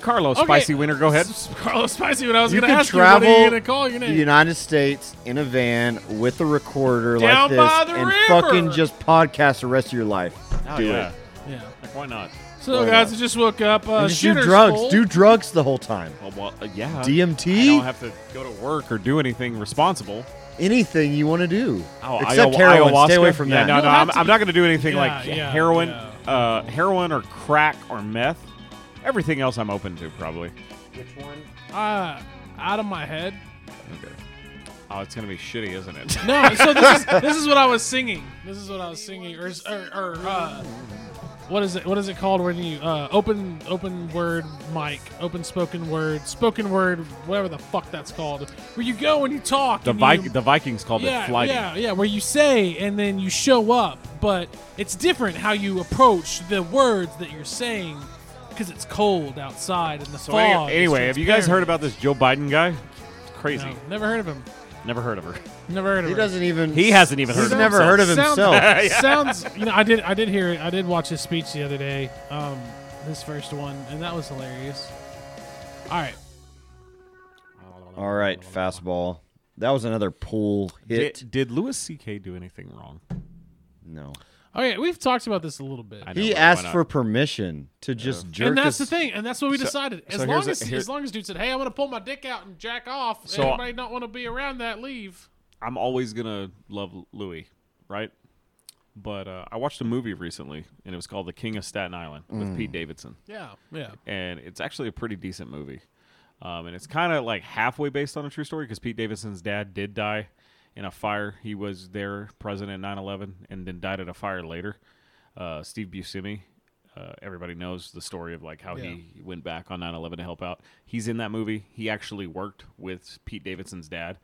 Carlos,
Okay.
spicy winner, go ahead.
S- Carlos Spicy, when I was
You
going to
can
ask you, what are you
travel
going to call your
the
name?
United States in a van with a recorder like
Down
this
by the
and
river.
fucking just podcast the rest of your life.
Oh,
do
yeah.
it.
yeah.
Like why not?
So,
Why
guys,
not?
I just woke up. Uh,
And just do
Shooter's
drugs.
Full.
Do drugs the whole time.
Well, well, uh, yeah. I
DMT,
don't have to go to work or do anything responsible.
anything you want to do.
Oh,
Except
ayahu-
heroin. Stay
ayahuasca?
away from
Yeah,
that.
No,
You'll
no,
have
I'm,
to-
I'm not going to do anything
Yeah,
like
yeah,
heroin,
yeah.
Uh, heroin or crack or meth. Everything else I'm open to probably.
Uh, out of my head.
Okay. Oh, it's going to be shitty, isn't it?
No, so this is this is what I was singing. This is what I was singing, or or, or uh, what is it? What is it called when you uh, open open word mic, open spoken word, spoken word, whatever the fuck that's called, where you go and you talk.
the
and
Vi-
you-
the Vikings called
yeah,
it flighting.
yeah, yeah, where you say and then you show up, but it's different how you approach the words that you're saying because it's cold outside and the
So any-
fog. is
anyway, have you guys
transparent.
heard about this Joe Biden guy? It's crazy.
No, never heard of him.
Never heard of her.
Never heard of
He
him.
doesn't even.
He hasn't even
He's
heard of
never
himself.
heard of himself.
sounds you know i did i did hear it i did watch his speech the other day um his first one and that was hilarious all right
All right, fastball. That was another pull hit.
Did, did Louis C.K. do anything wrong?
no.
okay we've talked about this a little bit
I know,
He
but why
asked
not?
for permission to just jerk.
and that's the
us-
thing and that's what we decided as
so
long
here's a-
as
here-
as long as dude said hey i'm gonna pull my dick out and jack off
So-
anybody don't want to be around that leave
I'm always gonna love Louis, right? But uh, I watched a movie recently, and it was called The King of Staten Island with
Mm.
Pete Davidson,
yeah yeah
and it's actually a pretty decent movie. Um, and it's kind of like halfway based on a true story because Pete Davidson's dad did die in a fire. He was there present in 9/11, and then died at a fire later. Uh, Steve Buscemi, uh, everybody knows the story of like how he went back on 9/11 to help out. He's in that movie. He actually worked with Pete Davidson's dad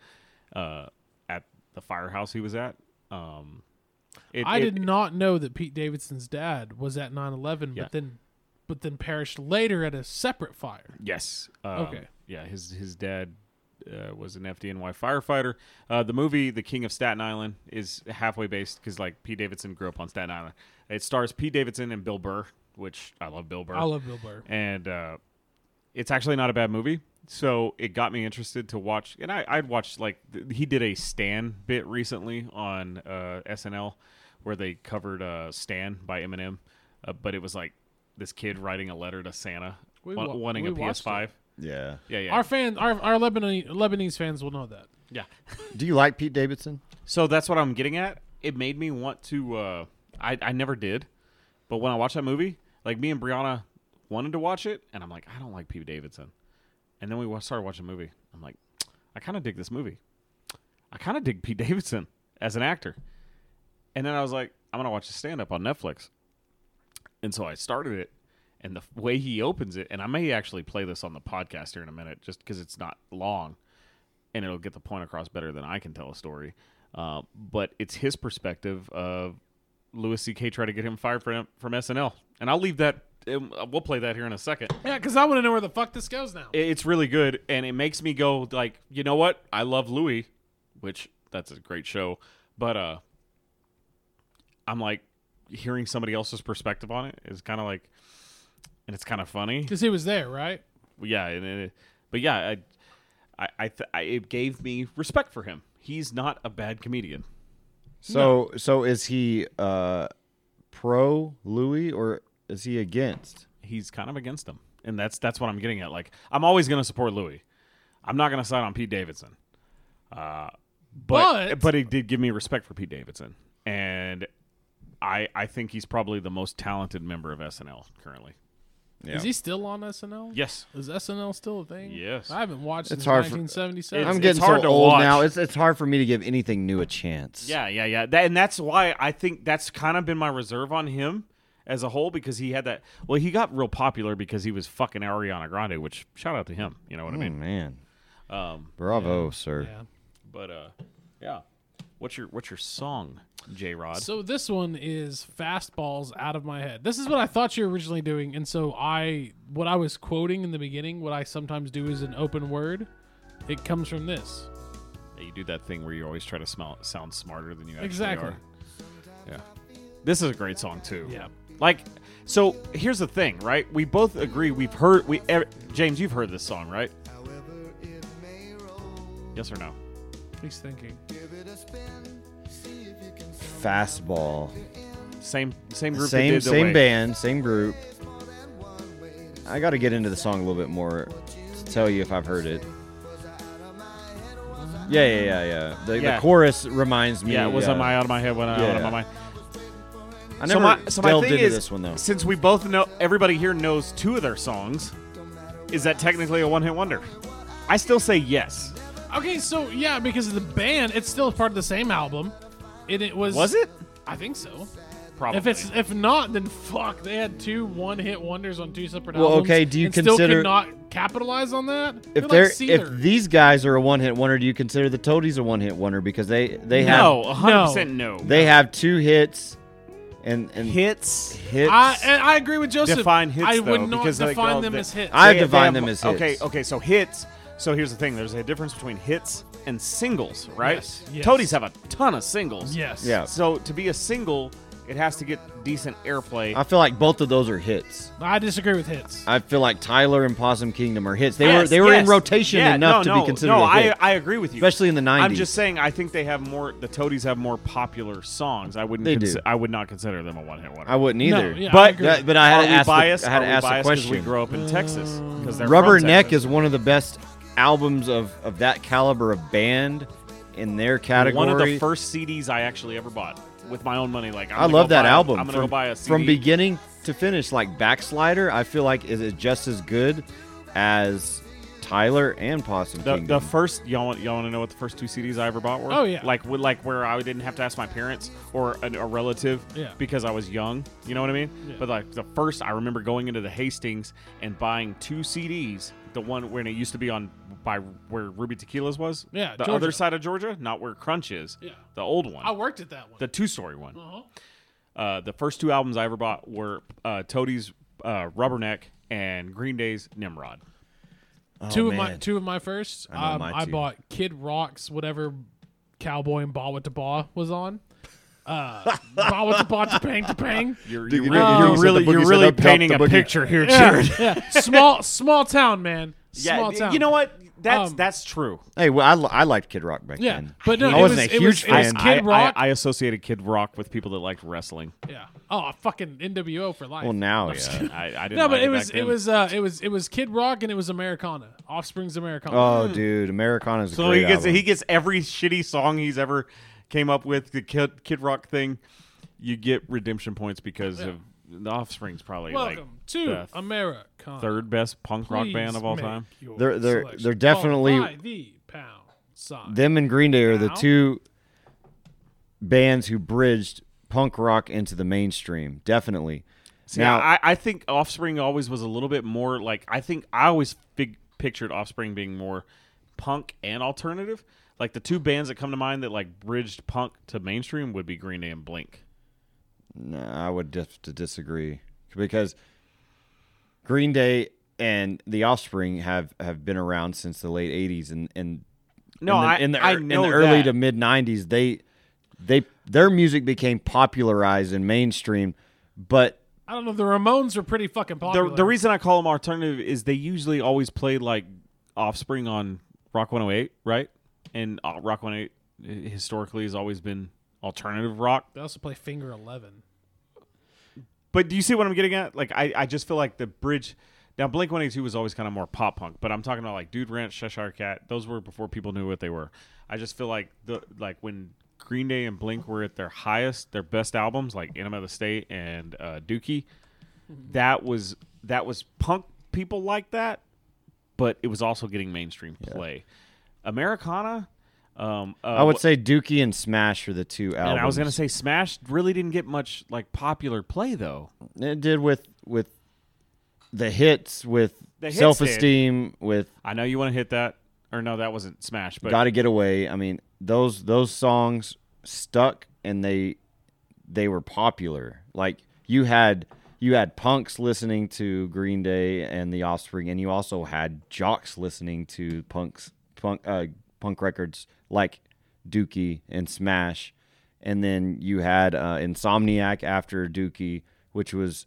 uh, at the firehouse he was at. Um, it-
i
it-
did not know that pete davidson's dad was at 9-11
Yeah.
but then but then perished later at a separate fire
Yes. Um,
Okay.
Yeah, his his dad uh, was an FDNY firefighter. Uh, the movie The King of Staten Island is halfway based because like Pete Davidson grew up on Staten Island. It stars Pete Davidson and Bill Burr, which I love Bill Burr.
i love bill burr
and uh, it's actually not a bad movie. So it got me interested to watch, and I, I'd watched like th- he did a Stan bit recently on uh, SNL, where they covered uh, Stan by Eminem, uh, but it was like this kid writing a letter to Santa,
We
wa-
wa-
wanting
we
a
watched
PS5.
Yeah.
Yeah, yeah,
our fans our, our lebanese lebanese fans will know that
yeah.
Do you like Pete Davidson?
So that's what I'm getting at. It made me want to. Uh, I I never did, but when I watched that movie, like me and Brianna wanted to watch it, and I'm like, I don't like Pete Davidson, and then we wa- started watching the movie. I'm like, I kind of dig this movie. I kind of dig Pete Davidson as an actor, and then I was like, I'm gonna watch the stand up on Netflix, and so I started it. And the f- way he opens it, and I may actually play this on the podcast here in a minute, just because it's not long and it'll get the point across better than I can tell a story. Uh, but it's his perspective of Louis C.K. trying to get him fired from from SNL, and I'll leave that. um, We'll play that here in a second.
Yeah, because I want to know where the fuck this goes now.
It- It's really good, and it makes me go like, you know what? I love Louis, which that's a great show, but uh, I'm like, hearing somebody else's perspective on it is kind of like, and it's kind of funny.
because he was there, right?
yeah, and it, but yeah, I, I, I, th- I, it gave me respect for him. He's not a bad comedian.
So so is he uh pro Louis or is he against?
He's kind of against him, and that's that's what I'm getting at. Like, I'm always going to support Louis. I'm not going to side on Pete Davidson. Uh, but
But-
but, he did give me respect for Pete Davidson, and I I think he's probably the most talented member of SNL currently.
Yeah.
Is he still on SNL?
Yes,
Is SNL still a thing?
Yes.
I haven't watched
It's
since
hard for- I'm
1977.
it's
getting
hard
so
to
old
watch.
now. It's it's hard for me to give anything new a chance.
Yeah, yeah, yeah. That, and that's why I think that's kind of been my reserve on him as a whole because he had that. Well, he got real popular because he was fucking Ariana Grande, which shout out to him. You know what
Oh,
I mean?
man.
Um,
Bravo, sir.
yeah.
but uh, yeah. What's your what's your song, J Rod?
So this one is fastballs out of my head. This is what I thought you were originally doing, and so I what I was quoting in the beginning, what I sometimes do is an open word. It comes from this.
you do that thing where you always try to smell, sound smarter than you actually
Exactly.
are. Yeah. This is a great song too.
Yeah.
Like, so here's the thing, right? We both agree. We've heard we er, James, you've heard this song, right? Yes or no?
He's thinking.
Fastball.
Same same group. that
Same
did the
same
Way.
band, same group. I got to get into the song a little bit more to tell you if I've heard it. Yeah, yeah, yeah, yeah. The,
Yeah.
the chorus reminds me.
Yeah, it was on my out of my head when I out of my
Yeah.
mind.
I never
so my so my
delved
thing
into
is,
this one though.
since we both know everybody here knows two of their songs, is that technically a one hit wonder? I still say yes.
Okay, so yeah, because of the band, it's still part of the same album. It, it was
Was it?
I think so.
Probably.
If it's if not, then fuck. They had two one hit wonders on two separate
Well,
albums.
okay, do you
and still
consider-
could not capitalize on that?
if
they're
they're
like Seether.
if these guys are a one hit wonder, do you consider the Toadies a one hit wonder because they they have
no, hundred percent no.
they have two hits and and
hits.
hits.
I, and I agree with Joseph.
Define hits,
I would
though,
not
because, like,
define
all
them
the-
as hits.
I-
They-
define
they have-
them as
okay.
hits.
Okay, so hits. So here's the thing: there's a difference between hits and singles, right?
Yes, yes.
Toadies have a ton of singles.
yes.
Yeah.
So to be a single, it has to get decent airplay.
I feel like both of those are hits.
I disagree with hits.
I feel like Tyler and Possum Kingdom are hits. They were
Yes,
they were in
yes.
rotation
Yeah,
enough
no,
to
no,
be considered
No,
a hit.
I, I agree with you,
Especially in the 90s.
I'm just saying, I think they have more. The Toadies have more popular songs. I wouldn't.
They
consi-
do.
I would not consider them a one-hit wonder.
I wouldn't either.
yeah, I
but
agree.
that- but I
Are
had
we
to ask
biased?
the, I had
Are
to
we
ask the
biased 'cause
question.
We grew up in Texas because they're from
Rubberneck
Texas.
is one of the best albums of, of that caliber of band in their category.
one of the first CDs I actually ever bought with my own money. Like I'm
I
gonna
love
go
that
buy-
album.
I'm gonna
from,
go buy a CD.
from beginning to finish. Like Backslider, I feel like is, is just as good as Tyler and Possum
The, the
Kingdom.
first y'all want y'all want to know what the first two CDs I ever bought were?
Oh, yeah.
like with, like where I didn't have to ask my parents or a, a relative,
Yeah.
because I was young. You know what I mean?
Yeah.
But like the first, I remember going into the Hastings and buying two CDs. The one when it used to be on by where Ruby Tequila's was,
Yeah,
the
Georgia.
other side of Georgia, not where Crunch is,
Yeah.
the old one,
I worked at that one.
the two story one.
uh-huh.
Uh, the first two albums I ever bought were uh, Toadie's uh, Rubberneck and Green Day's Nimrod.
Oh,
Two of my
man.
two of my first.
I know
um,
my
I
two.
bought Kid Rock's whatever Cowboy and Ball with the Ball was on. Uh, ball with the Ball, to bang, to bang.
You're,
Dude, you
you're really,
know- you know
you're
he said
really,
the
you're
boogie
really
said up top,
painting
the
a
boogie.
picture here,
Yeah,
Jared.
yeah. Small small town man. Small
y-
town.
you know what? That's
Um,
that's true.
hey, well, I, li- I liked Kid Rock back
Yeah,
then.
but no,
I
it
wasn't
was-
a
it
huge
was- it
fan.
was Kid
I,
Rock-
I, I associated Kid Rock with people that liked wrestling. Uh,
Yeah. Oh, fucking NWO for life.
well, now, yeah.
I, I didn't.
no,
like
but it
back
was it
then.
was uh it was it was Kid Rock and it was Americana. Offspring's Americana.
Oh, dude, Americana's a
So
great
he gets
album.
he gets every shitty song he's ever came up with. The Kid, Kid Rock thing, you get redemption points because of the Offspring's probably
Welcome
like
to
the
Americana.
third best punk rock
Please
band of all
make
time.
your
They're- they're-
selection.
they're definitely-
Followed by the pound sign.
them and Green Day are the
Now?
two bands who bridged punk rock into the mainstream. Definitely.
Yeah,
now,
I, I think Offspring always was a little bit more like I think I always fig- pictured Offspring being more punk and alternative. Like the two bands that come to mind that like bridged punk to mainstream would be Green Day and Blink.
No, I would have to disagree because Green Day and The Offspring have, have been around since the late '80s, and and
No,
in the,
I-
in the,
I
in the
know
early
that.
to mid '90s they they their music became popularized and mainstream, but
I don't know. The Ramones were pretty fucking popular.
The, the reason I call them alternative is they usually always play like Offspring on Rock 108, right? And uh, Rock 108 uh, historically has always been alternative rock.
they also play Finger Eleven.
But do you see what I'm getting at? Like, I, I just feel like the bridge. Now, Blink 182 was always kind of more pop punk, but I'm talking about like Dude Ranch, Cheshire Cat. Those were before people knew what they were. I just feel like the like when Green Day and Blink were at their highest, their best albums, like Enema of the State and uh, Dookie, that was that was punk people like that, but it was also getting mainstream play. Americana, um, uh,
I would
wh-
say Dookie and Smash are the two albums.
and I was gonna say Smash really didn't get much like popular play though.
it did with with the hits with
The hits did.
self esteem with
I know you want to hit that, or no, that wasn't Smash, but
got to get away. I mean, those those songs stuck and they they were popular. Like you had you had punks listening to Green Day and The Offspring, and you also had jocks listening to punks punk uh, punk records like Dookie and Smash, and then you had uh, Insomniac after Dookie, which was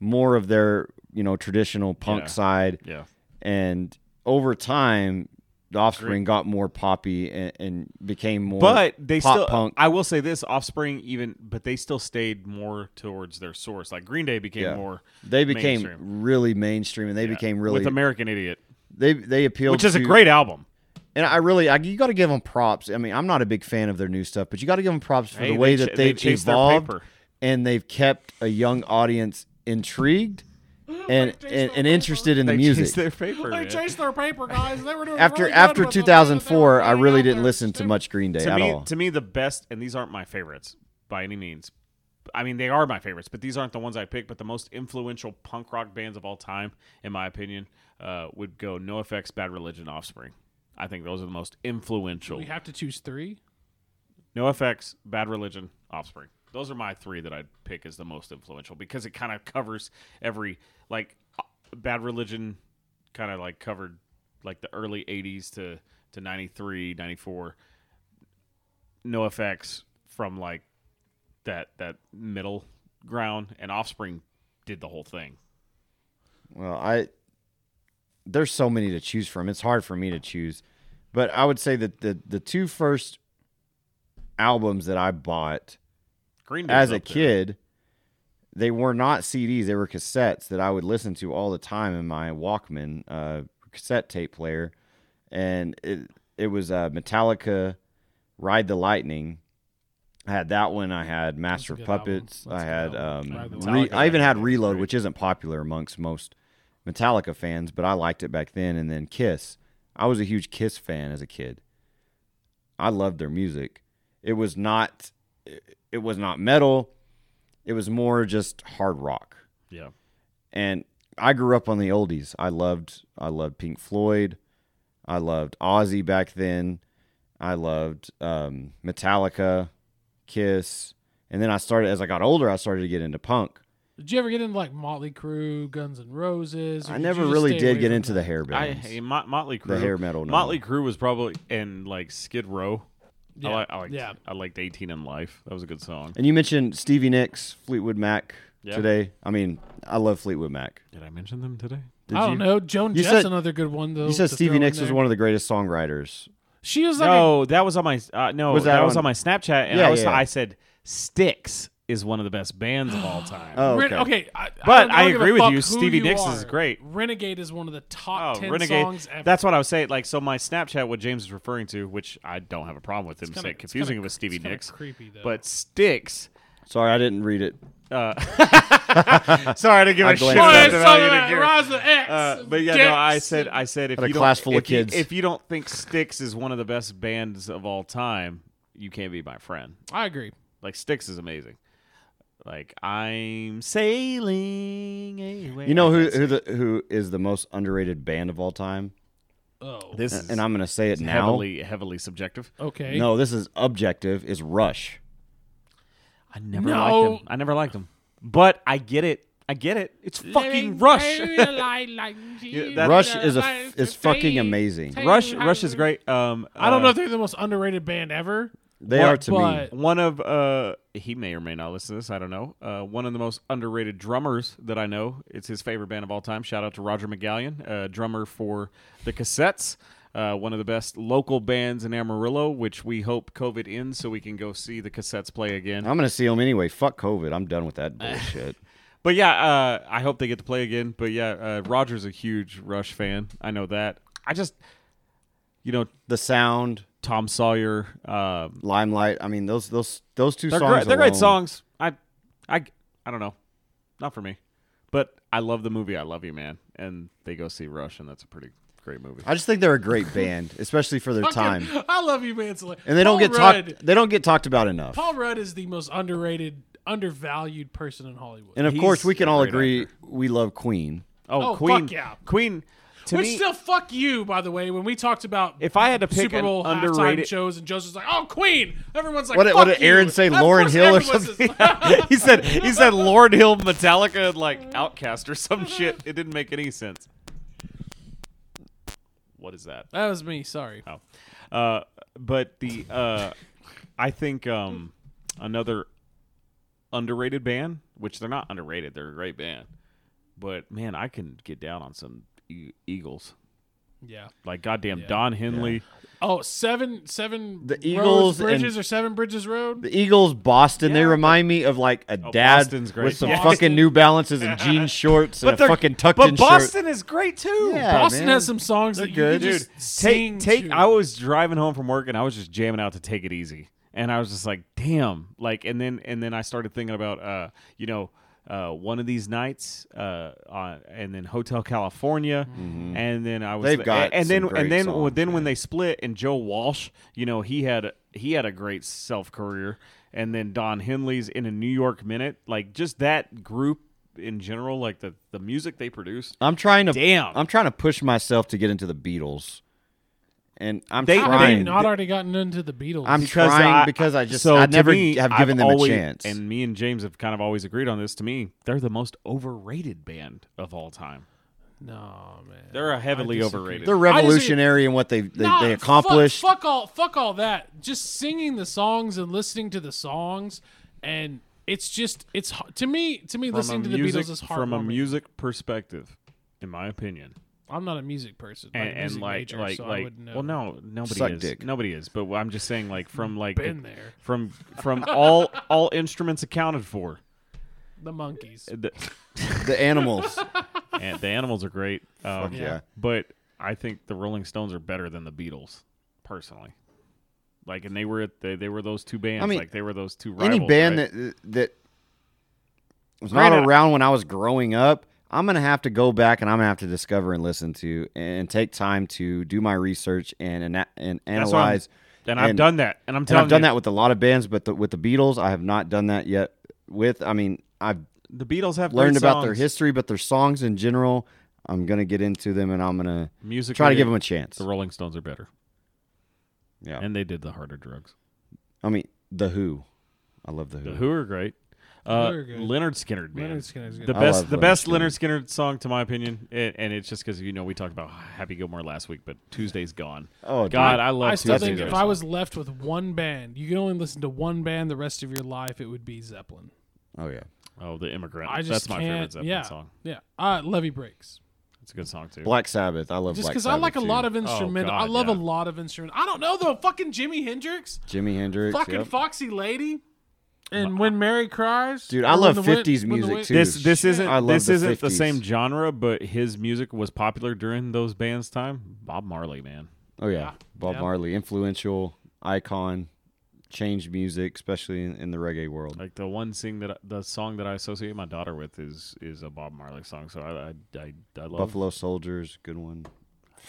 more of their you know traditional punk
Yeah.
side
yeah,
and over time the offspring got more poppy and, and became more
but they
pop
still.
punk
I will say this: Offspring, even, but they still stayed more towards their source. Like Green Day became
Yeah.
more
they became
mainstream.
really mainstream and they became really
with American Idiot,
they they appealed
which is a
to-
great album.
and I really I, you got to give them props. I mean, I'm not a big fan of their new stuff, but you got to give them props for
Hey,
the
they
way
ch-
that
they
they've
chased their
evolved
paper.
and they've kept a young audience intrigued and and, and interested in the
They
music.
chased their
They
paper. man.
chased their paper, guys. They were doing
after
really
after
good with it. They were- they were
2004, I
getting
really
out
didn't
there.
listen to much Green Day
to
at
me,
all.
to me, the best, and these aren't my favorites by any means. I mean, they are my favorites, but these aren't the ones I pick. But the most influential punk rock bands of all time, in my opinion, uh, would go NoFX, Bad Religion, Offspring. I think those are the most influential.
We have to choose three.
NoFX, Bad Religion, Offspring. Those are my three that I'd pick as the most influential because it kind of covers every like uh, Bad Religion kind of like covered like the early 80s to to 93, 94. NoFX from like that that middle ground and Offspring did the whole thing.
Well, I there's so many to choose from. It's hard for me to choose, but I would say that the the two first albums that I bought
Green Day's
as a
up there.
kid, they were not CDs. They were cassettes that I would listen to all the time in my Walkman uh, cassette tape player, and it it was uh, Metallica, Ride the Lightning. I had that one. I had Master of
good album.
Puppets.
That's
I
a
had
good album. Ride
um,
the
re-
Lightning.
I even had
Metallica's
Reload,
great.
which isn't popular amongst most Metallica fans, but I liked it back then. And then Kiss. I was a huge Kiss fan as a kid. I loved their music. It was not it was not metal. It was more just hard rock.
Yeah.
And I grew up on the oldies. I loved I loved Pink Floyd. I loved Ozzy back then. I loved um, Metallica, Kiss. And then I started as I got older, I started to get into punk.
Did you ever get into like Motley Crue, Guns N' Roses? or
I
did
never
you just
really
stay
did
away
get
from
into the
that?
hair
I
bands.
hey, Mot- Motley Crue.
the hair metal. No.
Motley Crue was probably and like Skid Row. I, like, I liked
yeah.
I liked 18 in Life. That was a good song.
And you mentioned Stevie Nicks, Fleetwood Mac
Yeah.
today. I mean, I love Fleetwood Mac.
Did I mention them today?
Did
I
you?
don't know. Joan
You
Jett's
said-
another good one though.
You said
to throw
Stevie
in
Nicks was
there.
one of the greatest songwriters.
She was like a,
No, that was on my uh, no.
Was
that,
that
was
on-
on my Snapchat, and
Yeah,
I was
yeah.
I said Sticks is one of the best bands of all time.
Oh,
Ren-
okay.
okay. I,
But
I, don't,
I
don't give a
agree with
fuck
you,
who
Stevie
you
Nicks is
are.
great.
Renegade is one of the top
Oh,
ten
Renegade.
songs ever.
That's what I was saying. Like, so my Snapchat, what James is referring to, which I don't have a problem with him
It's kinda-
saying
it's
confusing
kinda
it with
cre-
Stevie
it's kinda
Nicks,
Creepy though.
but Sticks.
Sorry, I didn't read it.
Sorry, I didn't give
I
a
glanced
shit
Boy,
at
about
it.
it's something
the value to
that
hear.
Rise of X,
Uh, but yeah,
dicks,
no, I said I said if
Had a
you
class
don't,
full of
if you-
kids.
if you don't think Styx is one of the best bands of all time, you can't be my friend.
I agree.
Like Styx is amazing. Like I'm sailing away.
You know who who the, who is the most underrated band of all time?
Oh,
this is
And I'm going to say it now.
heavily heavily subjective.
okay.
No, this is objective. Is Rush?
I never
No.
liked them. I never liked them. But I get it. I get it. It's fucking Rush. Yeah, that-
Rush is a f- is fucking amazing.
Rush Rush is great. Um,
I don't
uh,
know if they're the most underrated band ever.
They
Well,
are to
but-
me.
One of uh, he may or may not listen to this. I don't know. Uh, one of the most underrated drummers that I know. It's his favorite band of all time. Shout out to Roger McGallion, uh, drummer for the Cassettes. Uh, one of the best local bands in Amarillo, which we hope COVID ends so we can go see the Cassettes play again.
I'm gonna see them anyway. Fuck COVID. I'm done with that bullshit.
But yeah, uh, I hope they get to play again. But yeah, uh, Roger's a huge Rush fan. I know that. I just, you know,
the sound,
Tom Sawyer. Um,
limelight. I mean, those those those 2
they're
songs.
great. They're great
alone-
songs. I, I, I don't know. Not for me. But I love the movie. I love you, man. And they go see Rush, and that's a pretty great movie.
I just think they're a great band, especially for their time.
Fucking- I love you, man. It's like-
And they don't
Paul
get
Rudd,
talked. They don't get talked about enough.
Paul Rudd is the most underrated, undervalued person in Hollywood.
and of
He's
course, we can
a
all
great
agree we love Queen.
oh,
Oh,
Queen.
fuck yeah.
Queen. To
Which
me,
still fuck you, by the way. When we talked about
if I had to pick
Super Bowl
an
halftime
underrated,
shows, and Joseph's like, "Oh, Queen!" Everyone's like,
What did- what
fuck
did Aaron
you."
say,
Of
Laurel
course
Hill or
everyone's just
something?
like-
he said he said Lord Hill, Metallica, and like Outcast or some shit. It didn't make any sense. What is that?
that was me. Sorry.
Oh, uh, but the uh, I think um, another underrated band, which they're not underrated, they're a great band. But man, I can get down on some E- Eagles.
Yeah.
Like goddamn Don Henley.
Oh, seven, seven.
The
roads,
Eagles and-
bridges or seven bridges road.
The Eagles, Boston. They
Yeah.
remind me of like a dad
Oh, Boston's great.
with some
Yeah.
fucking New Balances and jean shorts and a
they're-
fucking tucked
but
in shirt.
Boston is great too.
Yeah,
Boston
man.
has some songs
They're
that
good.
you can
dude.
just
Take
sing.
take.
to.
I was driving home from work and I was just jamming out to "Take It Easy," and I was just like, "Damn!" Like, and then and then I started thinking about, uh, you know, uh, one of these nights, uh, on and then Hotel California, and then I was,
Mm-hmm. They've got
and then
some great
and then
songs,
then when they split and Joe Walsh, you know, he had he had a great self career, and then Don Henley's in a New York minute, like just that group in general, like the the music they produced.
I'm trying to.
Damn.
I'm trying to push myself to get into the Beatles, and I'm
They-
How have you
trying.
not already gotten into the Beatles?
I'm
because
trying
I,
because I just
so
I
to
never
me,
have given
I've
them
always-
a chance.
And me and James have kind of always agreed on this. To me, they're the most overrated band of all time.
no man.
They're a heavily
I disagree.
overrated.
They're revolutionary in what they they,
Nah,
they accomplished.
Fuck, fuck all, fuck all that. Just singing the songs and listening to the songs, and it's just it's h- to me to me
from
listening
a
to the
music,
Beatles is hard.
from a music perspective, in my opinion,
I'm not a music person.
and,
like,
and
music
like
major,
like
so I
like
wouldn't know.
well, no, nobody
Suck
is.
dick.
Nobody is. But I'm just saying, like from like the-
been there.
from from all all instruments accounted for.
The monkeys.
The,
the animals.
and the animals are great. Um,
yeah. yeah.
But I think the Rolling Stones are better than the Beatles, personally. Like, and they were they, they were those two bands.
I mean,
like they were those two rivals.
Any band
right?
that that was
Granted-
not around when I was growing up, I'm gonna have to go back and I'm gonna have to discover and listen to and take time to do my research and and, and
That's what I'm-
analyze.
and, I've
and-
done that, and I'm
And
telling
I've done
you,
that with a lot of bands, but the, with the Beatles, I have not done that yet. With I mean, I've
the Beatles have
learned
great
about their
songs.
history, but their songs in general, I'm gonna get into them and I'm gonna
Music
try to
rating,
give them a chance.
The Rolling Stones are better,
Yeah,
and they did the harder drugs.
I mean, the Who. I love the Who.
The Who are great. Uh,
Who are good.
Leonard Skinner band.
Leonard Skinner's good.
The
I
best,
love
the
Leonard
best
Skinner.
Leonard Skinner song, to my opinion, and, and it's just because you know we talked about Happy Gilmore last week, but Tuesday's gone.
Oh, dude.
God, I love
I still
Tuesday's
think if
Gone.
I was left with one band, you can only listen to one band the rest of your life. It would be Zeppelin.
Oh yeah,
Oh, the immigrant.
I just
That's my
can't,
favorite Zeppelin
yeah,
song.
Yeah, uh, Levy breaks.
It's a good song too.
Black Sabbath. I love
Just
Black
because
Sabbath
I like a
too.
lot of instrumental. I
Oh, God,
love
yeah.
a lot of instrument. I don't know though. Fucking Jimi Hendrix,
Jimi Hendrix.
fucking
yep.
Foxy Lady, and When Mary Cries.
Dude,
or
I
When
love
the Wind-
50s
When the
music,
Wind-
too.
this this
Shit.
isn't
I love
this
the
isn't the
50s.
same genre, but his music was popular during those bands' time. Bob Marley, man.
Oh yeah, Bob
Yeah.
Marley, influential icon, changed music, especially in, in the reggae world.
Like the one thing that I- the song that I associate my daughter with is is a Bob Marley song. So I I I, I love
Buffalo Soldiers, good one.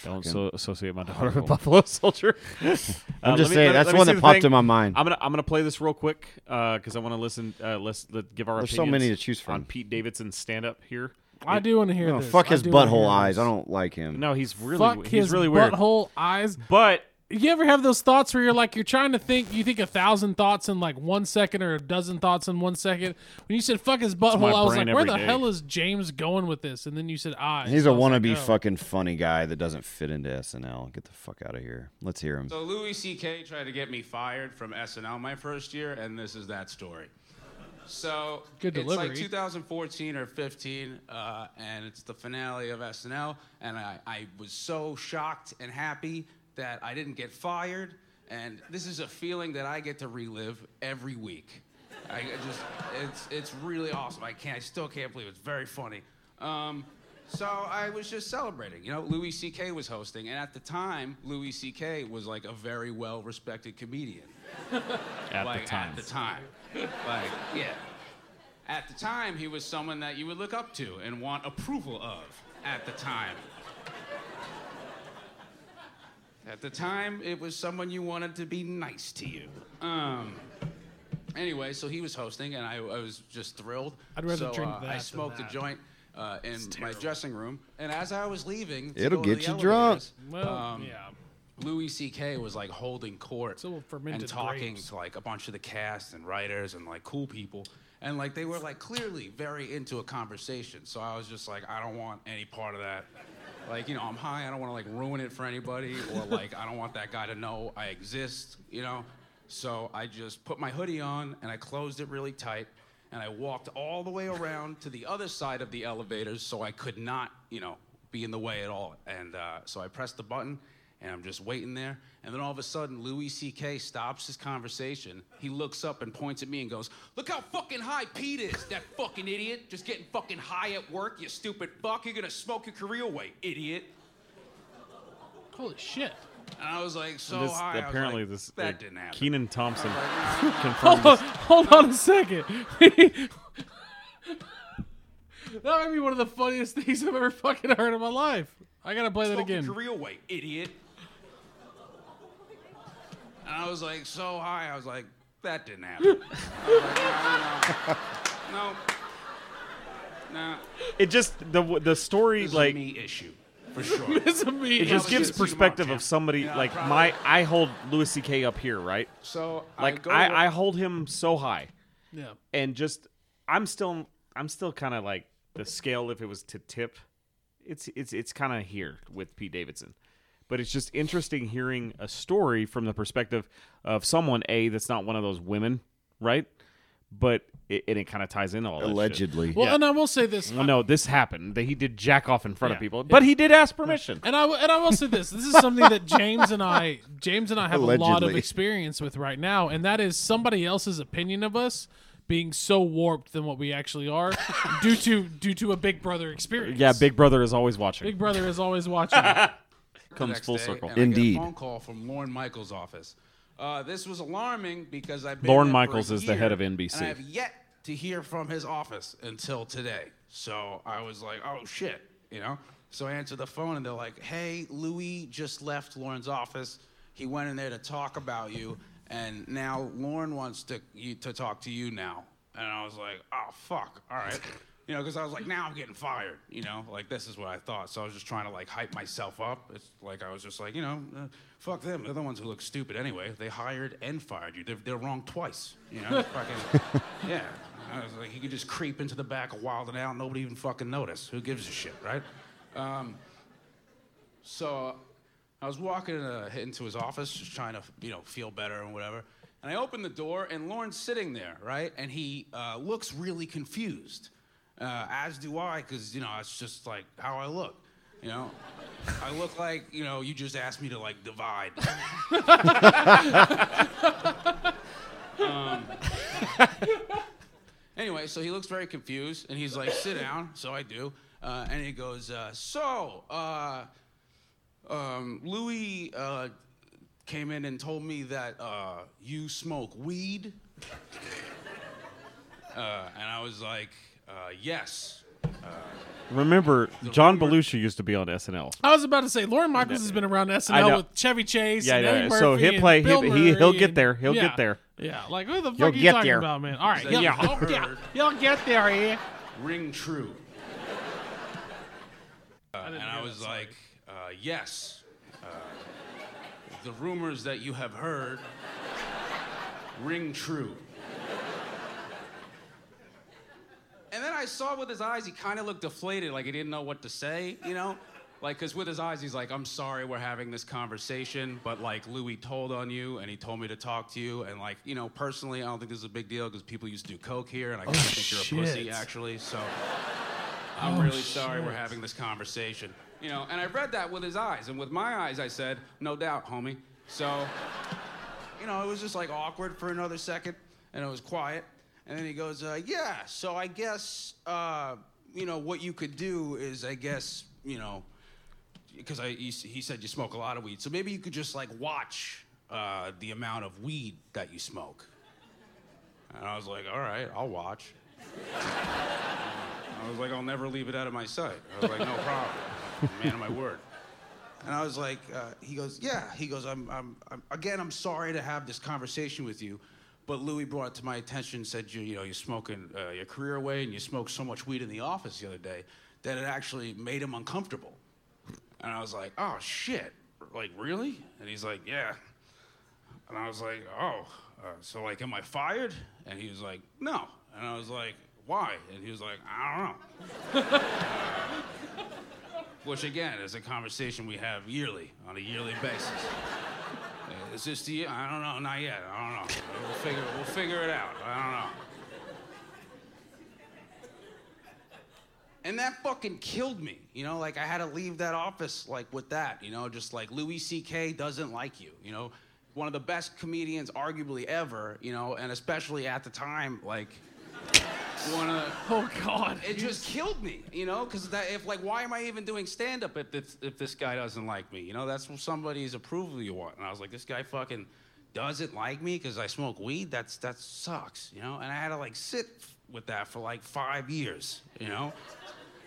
don't so, associate my daughter with Buffalo Soldier. Uh,
I'm
let
just
me-
saying
let-
that's
let
the
me
one
see
that popped
thing.
in my mind.
I'm gonna I'm gonna play this real quick because I want to listen. Uh, let's let, give our
There's so
opinions
many to choose from.
on Pete Davidson's stand up here.
I do want to hear
Oh,
this.
fuck
I
his
do wanna hear
butthole
this.
eyes. I don't like him.
No, he's really
fuck
he's
his
really weird.
butthole eyes.
But
you ever have those thoughts where you're like you're trying to think you think a thousand thoughts in like one second or a dozen thoughts in one second when you said fuck his butthole i was
brain
like where
every
the
day.
hell is james going with this and then you said i
He's a
I was like,
wannabe
oh.
fucking funny guy that doesn't fit into SNL. Get the fuck out of here. Let's hear him.
So Louis C.K. tried to get me fired from SNL my first year, and this is that story. So
Good
it's
delivery.
like 2014 or 15, uh, and it's the finale of SNL, and I, I was so shocked and happy that I didn't get fired, and this is a feeling that I get to relive every week. I just, it's, it's really awesome. I can't, I still can't believe it. It's very funny. Um, so I was just celebrating. You know, Louis C.K. was hosting, and at the time, Louis C.K. was like a very well-respected comedian.
At
like
the time.
at the time, like yeah. At the time, he was someone that you would look up to and want approval of. At the time. At the time, it was someone you wanted to be nice to you. Um. Anyway, so he was hosting, and I, I was just thrilled.
I'd rather
so,
drink
uh,
that
I
than
smoked
that.
a joint uh, in my dressing room, and as I was leaving, to
It'll
go to
get
the
you drunk.
elevators,
well
um,
yeah
Louis C.K. was like holding court
It's all fermented
and talking
grapes.
to like a bunch of the cast and writers and like cool people. And like they were like clearly very into a conversation. So I was just like, I don't want any part of that. Like, you know, I'm high. I don't want to like ruin it for anybody or like I don't want that guy to know I exist, you know? So I just put my hoodie on and I closed it really tight. And I walked all the way around to the other side of the elevators so I could not, you know, be in the way at all. And uh, so I pressed the button and I'm just waiting there. And then all of a sudden, Louis C.K. stops his conversation. He looks up and points at me and goes, Look how fucking high Pete is, that fucking idiot. Just getting fucking high at work, you stupid fuck. You're gonna smoke your career away, idiot.
holy shit
And I was like, So
This-
high. I was
apparently,
like,
this
That
uh,
didn't happen. Oh.
Keenan Thompson confirmed
hold on,
this.
hold on a second that might be one of the funniest things i've ever fucking heard in my life i gotta play that
Smoke your
again
career away, idiot. And I was like, So high. I was like, That didn't happen. I was like, "I don't know. No. No.
It just the the story
This is
like
a me issue, for sure.
it's a meme.
it just
Probably
gives
should see tomorrow,
perspective
yeah.
of somebody
Yeah,
like
probably.
my I hold Louis C.K. up here, right?
So
Like
I, go to work-
I, I hold him so high,
yeah
and just I'm still I'm still kind of like the scale. If it was to tip, it's it's it's kind of here with Pete Davidson, but it's just interesting hearing a story from the perspective of someone a that's not one of those women, right? But it, and it kind of ties in all that shit.
Allegedly.
well
Yeah.
and i will say this
Well, no, this happened. That he did jack off in front of
Yeah.
people, but he did ask permission.
And I w- and I will say this: this is something that James and I, James and I, have a lot of
Allegedly.
experience with right now, and that is somebody else's opinion of us being so warped than what we actually are, due to due to a Big Brother experience.
Yeah, Big Brother is always watching.
Big Brother is always watching.
Comes
next
full
day,
circle.
and I get a
Indeed.
phone call from Lauren Michaels' office. Uh, this was alarming because I've been
Lorne
there for a
Michaels is the head
year,
of NBC.
And I have yet to hear from his office until today. So I was like, oh shit, you know? So I answered the phone and they're like, hey, Louis just left Lauren's office. He went in there to talk about you. And now Lauren wants to, you, to talk to you now. And I was like, oh fuck, all right. You know, because I was like, now I'm getting fired. You know, like this is what I thought. So I was just trying to like hype myself up. It's like I was just like, you know, uh, fuck them. They're the ones who look stupid anyway. They hired and fired you. They're, they're wrong twice. You know, fucking, yeah. I was like, you could just creep into the back, wild it out, nobody even fucking notice. Who gives a shit, right? Um, so I was walking uh, into his office, just trying to, you know, feel better and whatever. And I opened the door, and Lauren's sitting there, right? And he uh, looks really confused, uh, as do I, because you know it's just like how I look. You know, I look like you know you just asked me to like divide. Um, Anyway, so he looks very confused, and he's like, "Sit down." So I do, uh, and he goes, uh, "So, uh, um, Louis uh, came in and told me that uh, you smoke weed," uh, and I was like, uh, "Yes."
Remember, John Belushi used to be on SNL.
I was about to say Lauren Michaels has been around
I
SNL
know.
with Chevy Chase.
Yeah,
and
I know.
Eddie
So
Murphy
he'll
and
play-
Bill
he- he- he'll
Murray
get
and-
there. He'll
yeah.
get there.
Yeah, like who the fuck
He'll
are you
get
talking
there.
about, man? All right,
So
yeah,
you
yeah,
heard.
you'll get there, yeah.
ring true. Uh,
didn't
and
hear
I
that,
was
sorry.
like, uh, yes. Uh, the rumors that you have heard ring true. And then I saw with his eyes, he kind of looked deflated, like he didn't know what to say, you know? Like, because with his eyes, he's like, I'm sorry we're having this conversation, but like, Louis told on you and he told me to talk to you. And like, you know, personally, I don't think this is a big deal because people used to do coke here and I kind of think you're a pussy,
Oh, shit.
actually. So I'm
Oh,
really sorry we're
shit.
having this conversation. You know, and I read that with his eyes. And with my eyes, I said, no doubt, homie. So you know, it was just like awkward for another second, and it was quiet. And then he goes, uh, "Yeah, so I guess, uh, you know, what you could do is, I guess, you know, because I he, s- he said you smoke a lot of weed, so maybe you could just like watch uh, the amount of weed that you smoke." And I was like, "All right, I'll watch." I was like, "I'll never leave it out of my sight." I was like, "No problem, man of my word." And I was like, uh, he goes, yeah. He goes, I'm, I'm, I'm, again, I'm sorry to have this conversation with you, but Louis brought it to my attention, said, you, you know, you're smoking uh, your career away and you smoked so much weed in the office the other day that it actually made him uncomfortable. And I was like, oh, shit. Like, really? And he's like, yeah. And I was like, oh, uh, so like, am I fired? And he was like, no. And I was like, why? And he was like, I don't know which again is a conversation we have yearly on a yearly basis. Uh, Is this the year? I don't know. Not yet. I don't know. We'll figure. We'll figure it out. I don't know. And that fucking killed me. You know, like I had to leave that office like with that. You know, just like Louis C.K. doesn't like you. You know, one of the best comedians arguably ever. You know, and especially at the time, like one of. The,
Oh God.
it just killed me, you know, because that if like, why am I even doing stand up if this, if this guy doesn't like me? You know, that's somebody's approval you want. And I was like, this guy fucking doesn't like me because I smoke weed. That's that sucks, you know. And I had to like sit with that for like five years, you know.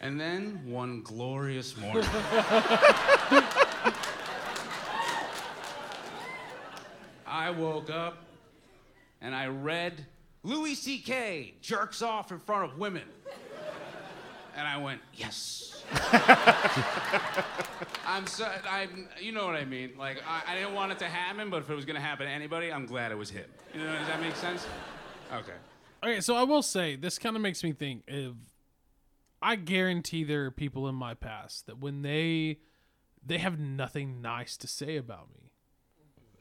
And then one glorious morning. I woke up and I read Louis C.K. jerks off in front of women. And I went, yes. I'm so, I'm, you know what I mean. Like, I, I didn't want it to happen, but if it was gonna happen to anybody, I'm glad it was him. You know, does that make sense? Okay.
Okay, so I will say this kind of makes me think if I guarantee there are people in my past that when they they have nothing nice to say about me.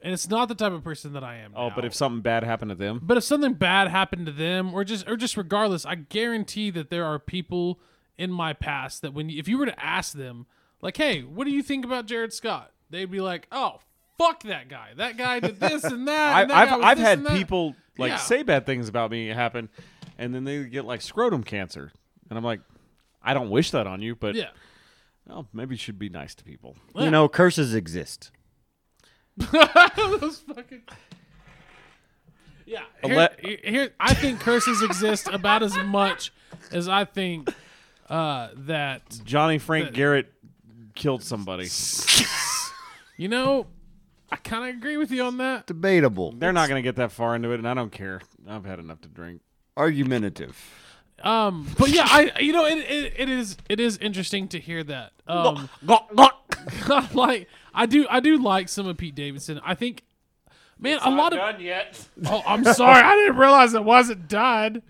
And it's not the type of person that I am.
Oh,
now.
but if something bad happened to them,
But if something bad happened to them, or just or just regardless, I guarantee that there are people in my past that when you, if you were to ask them, like, "Hey, what do you think about Jared Scott?" They'd be like, "Oh, fuck that guy. That guy did this and that."
I,
and that
I've
guy was
I've
this
had
and that."
people like
Yeah.
say bad things about me happen, and then they get like scrotum cancer, and I'm like, I don't wish that on you, but
Yeah.
well, maybe you should be nice to people.
You know, curses exist.
Those fucking. Yeah, here,
Ele-
here- here- I think curses exist about as much as I think uh, that
Johnny Frank Garrett killed somebody.
you know. I kind of agree with you on that.
Debatable.
They're not gonna get that far into it, and I don't care. I've had enough to drink.
Argumentative.
Um, but yeah, I you know it, it, it is it is interesting to hear that. Um, like I do I do like some of Pete Davidson. I think, man, a lot of
yet.
oh I'm sorry I didn't realize it wasn't done.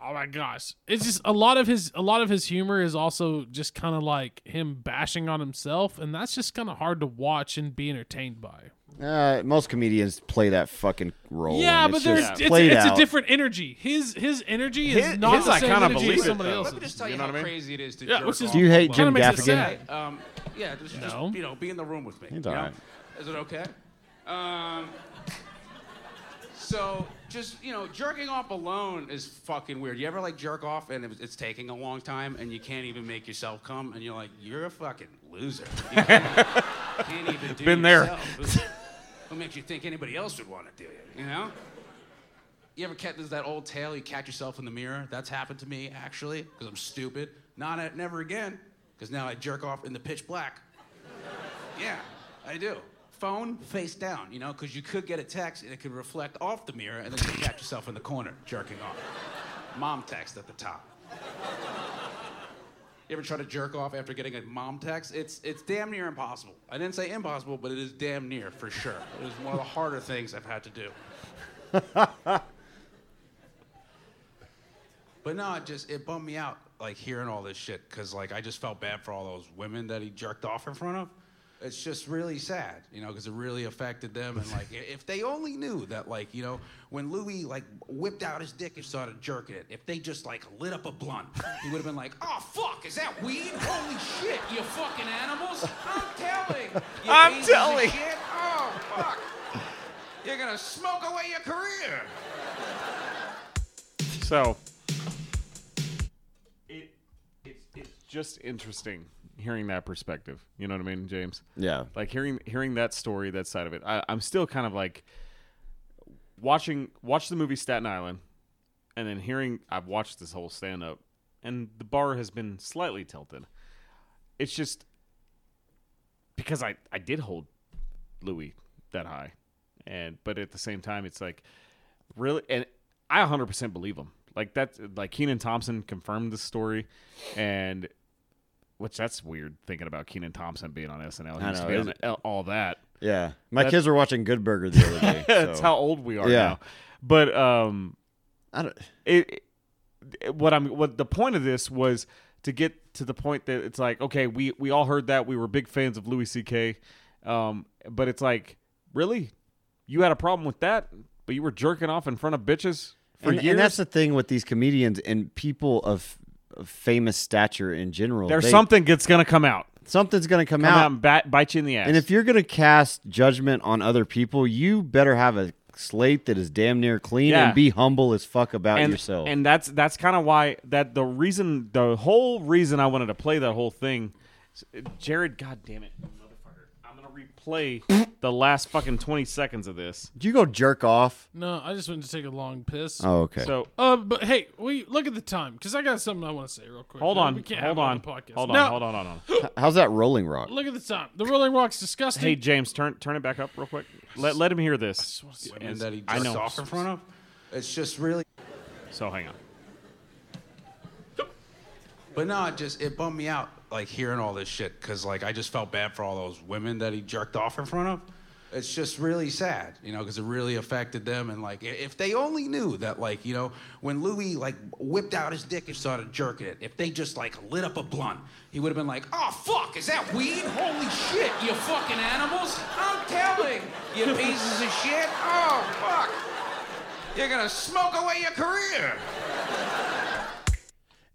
Oh my gosh, it's just a lot of his a lot of his humor is also just kind of like him bashing on himself, and that's just kind of hard to watch and be entertained by.
Uh, most comedians play that fucking role.
Yeah,
and
but
it's
there's
just
it's, it's,
played
a
out.
different energy. His his energy is
His-
not
his
the
I
same
kinda
energy
believe
as
it,
somebody
though.
else's.
Let
Let me just tell you,
You know
how
what I mean?
crazy it is to
Yeah,
jerk
which is-
off.
Do you hate
Kinda
Jim
makes it
Gaffigan?
sad.
Hey, um, yeah, just, just
No.
you know, be in the room with me.
It's
you know?
alright.
Is it okay? Um, so just you know, jerking off alone is fucking weird. You ever like jerk off and it- it's taking a long time and you can't even make yourself come and you're like, you're a fucking loser. You can't, can't even do
Been there.
yourself. Who- Who makes you think anybody else would want to do it? You know. You ever catch there's that old tale? You catch yourself in the mirror. That's happened to me actually, because I'm stupid. Not at, never again, because now I jerk off in the pitch black. yeah, I do. Phone face down, you know, because you could get a text and it could reflect off the mirror, and then you catch yourself in the corner jerking off. Mom text at the top. You ever try to jerk off after getting a mom text? It's it's damn near impossible. I didn't say impossible, but it is damn near for sure. It is one of the harder things I've had to do. But no, it just it bummed me out like hearing all this shit because like I just felt bad for all those women that he jerked off in front of. It's just really sad, you know, because it really affected them. And like, i- if they only knew that, like, you know, when Louis like whipped out his dick and started jerking it, if they just like lit up a blunt, he would have been like, "Oh fuck, is that weed? Holy shit, you fucking animals! I'm telling, you
I'm
pieces of
telling."
shit. Oh fuck, you're gonna smoke away your career."
So it it's it's just interesting hearing that perspective. You know what I mean, James?
Yeah.
Like hearing hearing that story, that side of it. I, I'm still kind of like watching watch the movie Staten Island, and then hearing I've watched this whole stand up, and the bar has been slightly tilted. It's just because I I did hold Louis that high, and but at the same time it's like really and I 100% believe him. Like that like Keenan Thompson confirmed this story and which that's weird thinking about Keenan Thompson being on SNL. He
I
used
know,
to be
isn't
on L- all that.
Yeah. My kids were watching Good Burger the other day.
that's
so.
how old we are
Yeah.
now. But um
I don't,
it, it what I'm what the point of this was to get to the point that it's like okay we we all heard that we were big fans of Louis C.K. Um, but it's like really you had a problem with that, but you were jerking off in front of bitches for
and,
years.
and that's the thing with these comedians and people of, of famous stature in general.
There's
They-
something that's gonna come out,
something's going to come,
come out,
out.
and bat, bite you in the ass.
And if you're going to cast judgment on other people, you better have a slate that is damn near clean
Yeah.
and be humble as fuck about
and,
yourself.
And that's that's kind of why that the reason the whole reason I wanted to play that whole thing, Jared. God damn it, motherfucker! I'm gonna replay the last fucking 20 seconds of this.
Do you go jerk off?
No, I just wanted to take a long piss.
Oh, okay.
So
Uh, but hey, we look at the time because I got something I want to say real quick.
hold
No,
on,
we can't have
hold
it
on,
the podcast.
hold on,
No,
hold on, hold on.
How's that Rolling Rock?
Look at the time. The Rolling Rock's disgusting.
Hey James, turn turn it back up real quick. Let let him hear this.
and
It's-
that he
I
jerks
know.
off in front of. It's just really.
So hang on.
But no, it just it bummed me out like hearing all this shit because like I just felt bad for all those women that he jerked off in front of. It's just really sad, you know, because it really affected them. And like, i- if they only knew that, like, you know, when Louis like whipped out his dick and started jerking it, if they just like lit up a blunt, he would have been like, "Oh fuck, is that weed? Holy shit, you fucking animals! I'm telling you, pieces of shit! Oh fuck, you're gonna smoke away your career!"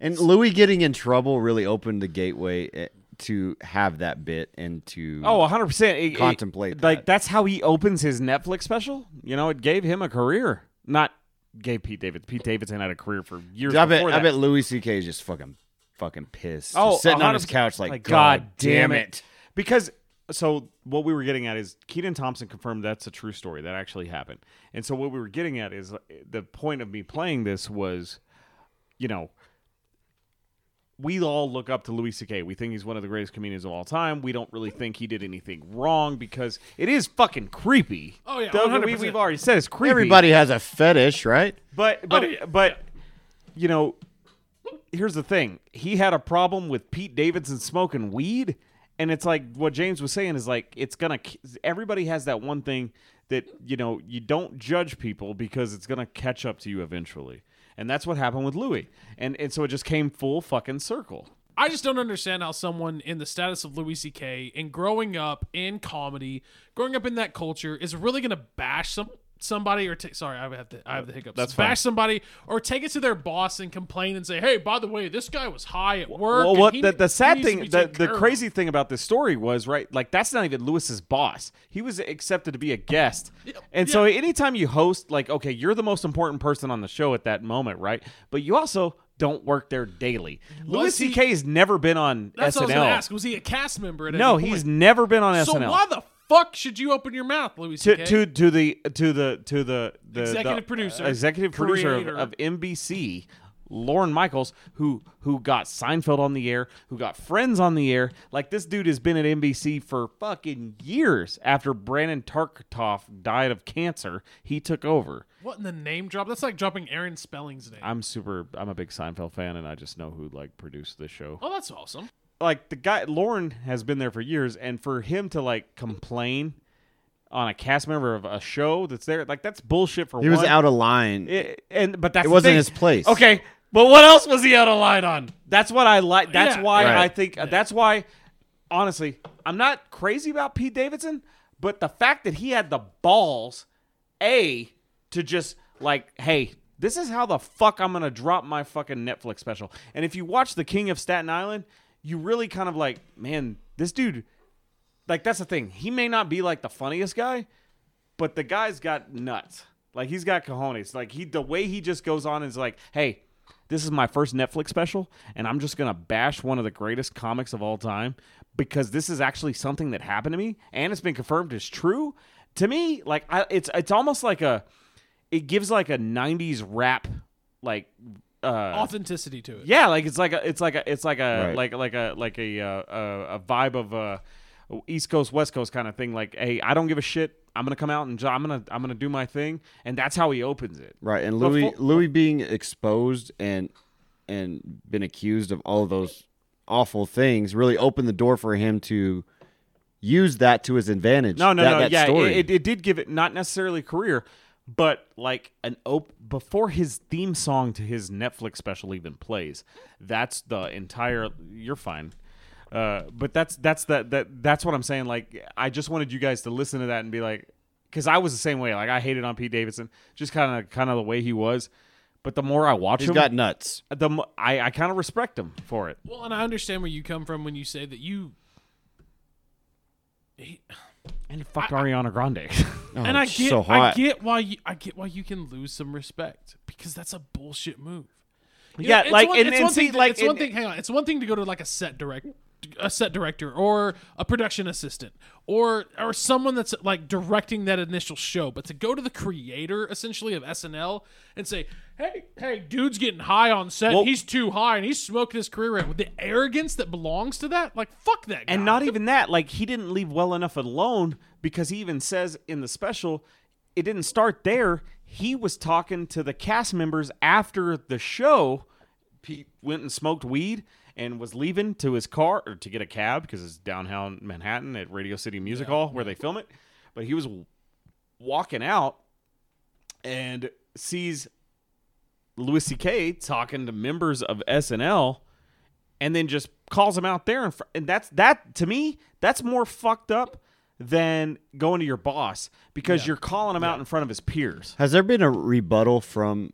And Louis getting in trouble really opened the gateway eh, to have that bit and to
Oh, 100 percent.
Contemplate
like
that.
that's how he opens his Netflix special. You know, it gave him a career. Not gave Pete Davidson. Pete Davidson had a career for years.
I bet
before
I
that.
bet Louis C.K. is just fucking fucking pissed. Just
Oh,
sitting on his
100%
couch like, God, damn it.
Because so what we were getting at is Keaton Thompson confirmed that's a true story that actually happened. And so what we were getting at is uh, the point of me playing this was, you know, we all look up to Louis C.K. We think he's one of the greatest comedians of all time. We don't really think he did anything wrong because it is fucking creepy.
Oh, yeah,
Doug, we,
100%.
we've already said it's creepy.
Everybody has a fetish, right?
But but
Oh, yeah.
but you know, here's the thing. He had a problem with Pete Davidson smoking weed, and it's like what James was saying is like it's gonna. Everybody has that one thing that you know you don't judge people because it's gonna catch up to you eventually, and that's what happened with Louis, and and so it just came full fucking circle.
I just don't understand how someone in the status of Louis C.K. and growing up in comedy, growing up in that culture, is really going to bash some somebody or ta- sorry, I have the I have the hiccups.
That's fine.
bash somebody or take it to their boss and complain and say, "Hey, by the way, this guy was high at work."
Well,
and
what
he
the,
ne-
the
he
sad
needs to
thing,
be
the,
taken
the
care of."
crazy thing about this story was right. Like that's not even Lewis's boss. He was accepted to be a guest, and so anytime you host, like okay, you're the most important person on the show at that moment, right? But you also don't work there daily. Louis
Was he-
C.K. has never been on
That's what I was going to ask.
SNL.
Was he a cast member? At
No,
any
he's
point?
never been on
So
SNL.
why the fuck should you open your mouth, Louis
to,
C.K.?
to to the to the to the, the
Executive
the,
producer,
uh, executive producer of,
creator.
of NBC Lauren Michaels, who who got Seinfeld on the air, who got Friends on the air. Like this dude has been at NBC for fucking years. After Brandon Tarkatoff died of cancer, he took over.
What in the name drop? That's like dropping Aaron Spelling's name.
I'm super. I'm a big Seinfeld fan, and I just know who like produced this show.
oh, that's awesome.
Like the guy Lauren has been there for years, and for him to like complain on a cast member of a show that's there, like that's bullshit. For
He was
one.
out of line.
It, and but that's
It
the
wasn't
thing.
his place.
Okay,
But what else was he out of line on?
that's what I like. That's
Yeah.
why
Right.
I think. uh, That's why, honestly, I'm not crazy about Pete Davidson, but the fact that he had the balls, a, to just like, hey, this is how the fuck I'm gonna drop my fucking Netflix special. And if you watch The King of Staten Island, you really kind of like, man, this dude. Like that's the thing. He may not be like the funniest guy, but the guy's got nuts. Like he's got cojones. Like he, the way he just goes on is like, hey, this is my first Netflix special, and I'm just gonna bash one of the greatest comics of all time because this is actually something that happened to me, and it's been confirmed as true. To me, like I, it's it's almost like a, it gives like a '90s rap, like, uh,
Authenticity to it.
yeah, like it's like a, it's like a, it's like a,
Right.
like like a, like a, uh, a, a vibe of uh, East Coast West Coast kind of thing. Like, hey, I don't give a shit. I'm gonna come out and jo- I'm gonna, I'm gonna do my thing, and that's how he opens it.
Right, and
But
Louis
full-
Louis being exposed and and been accused of all of those awful things really opened the door for him to use that to his advantage.
No, no,
that,
no.
that
yeah,
story.
It, it, it did give it not necessarily a career, but like an op before his theme song to his Netflix special even plays. That's the entire. You're fine. Uh, but that's that's that that that's what I'm saying. Like, I just wanted you guys to listen to that and be like, because I was the same way. Like, I hated on Pete Davidson, just kind of kind of the way he was. But the more I watch
He's
him,
got nuts.
the mo- I I kind of respect him for it.
Well, and I understand where you come from when you say that you. He,
And he fucked Ariana Grande. Oh,
and I
it's
get,
so
I
hot.
get why you, I get why you can lose some respect because that's a bullshit move. You
Yeah,
it's
like,
one,
and-
it's
and
one
see,
thing, to-
like,
it's one
and-
thing. Hang on, it's one thing to go to like a set direct, a set director or a production assistant or or someone that's like directing that initial show, but to go to the creator essentially of SNL and say, "Hey, hey, dude's getting high on set.
Well-
he's too high, and he's smoking his career out." With the arrogance that belongs to that, like fuck that. Guy.
And not even that, like he didn't leave well enough alone because he even says in the special, it didn't start there. He was talking to the cast members after the show. Pete went and smoked weed and was leaving to his car or to get a cab because it's downtown Manhattan at Radio City Music Hall where they film it. But he was walking out and sees Louis C.K. talking to members of SNL, and then just calls him out there. And, fr- and that's that to me. That's more fucked up than going to your boss because you're calling him out in front of his peers.
Has there been a rebuttal from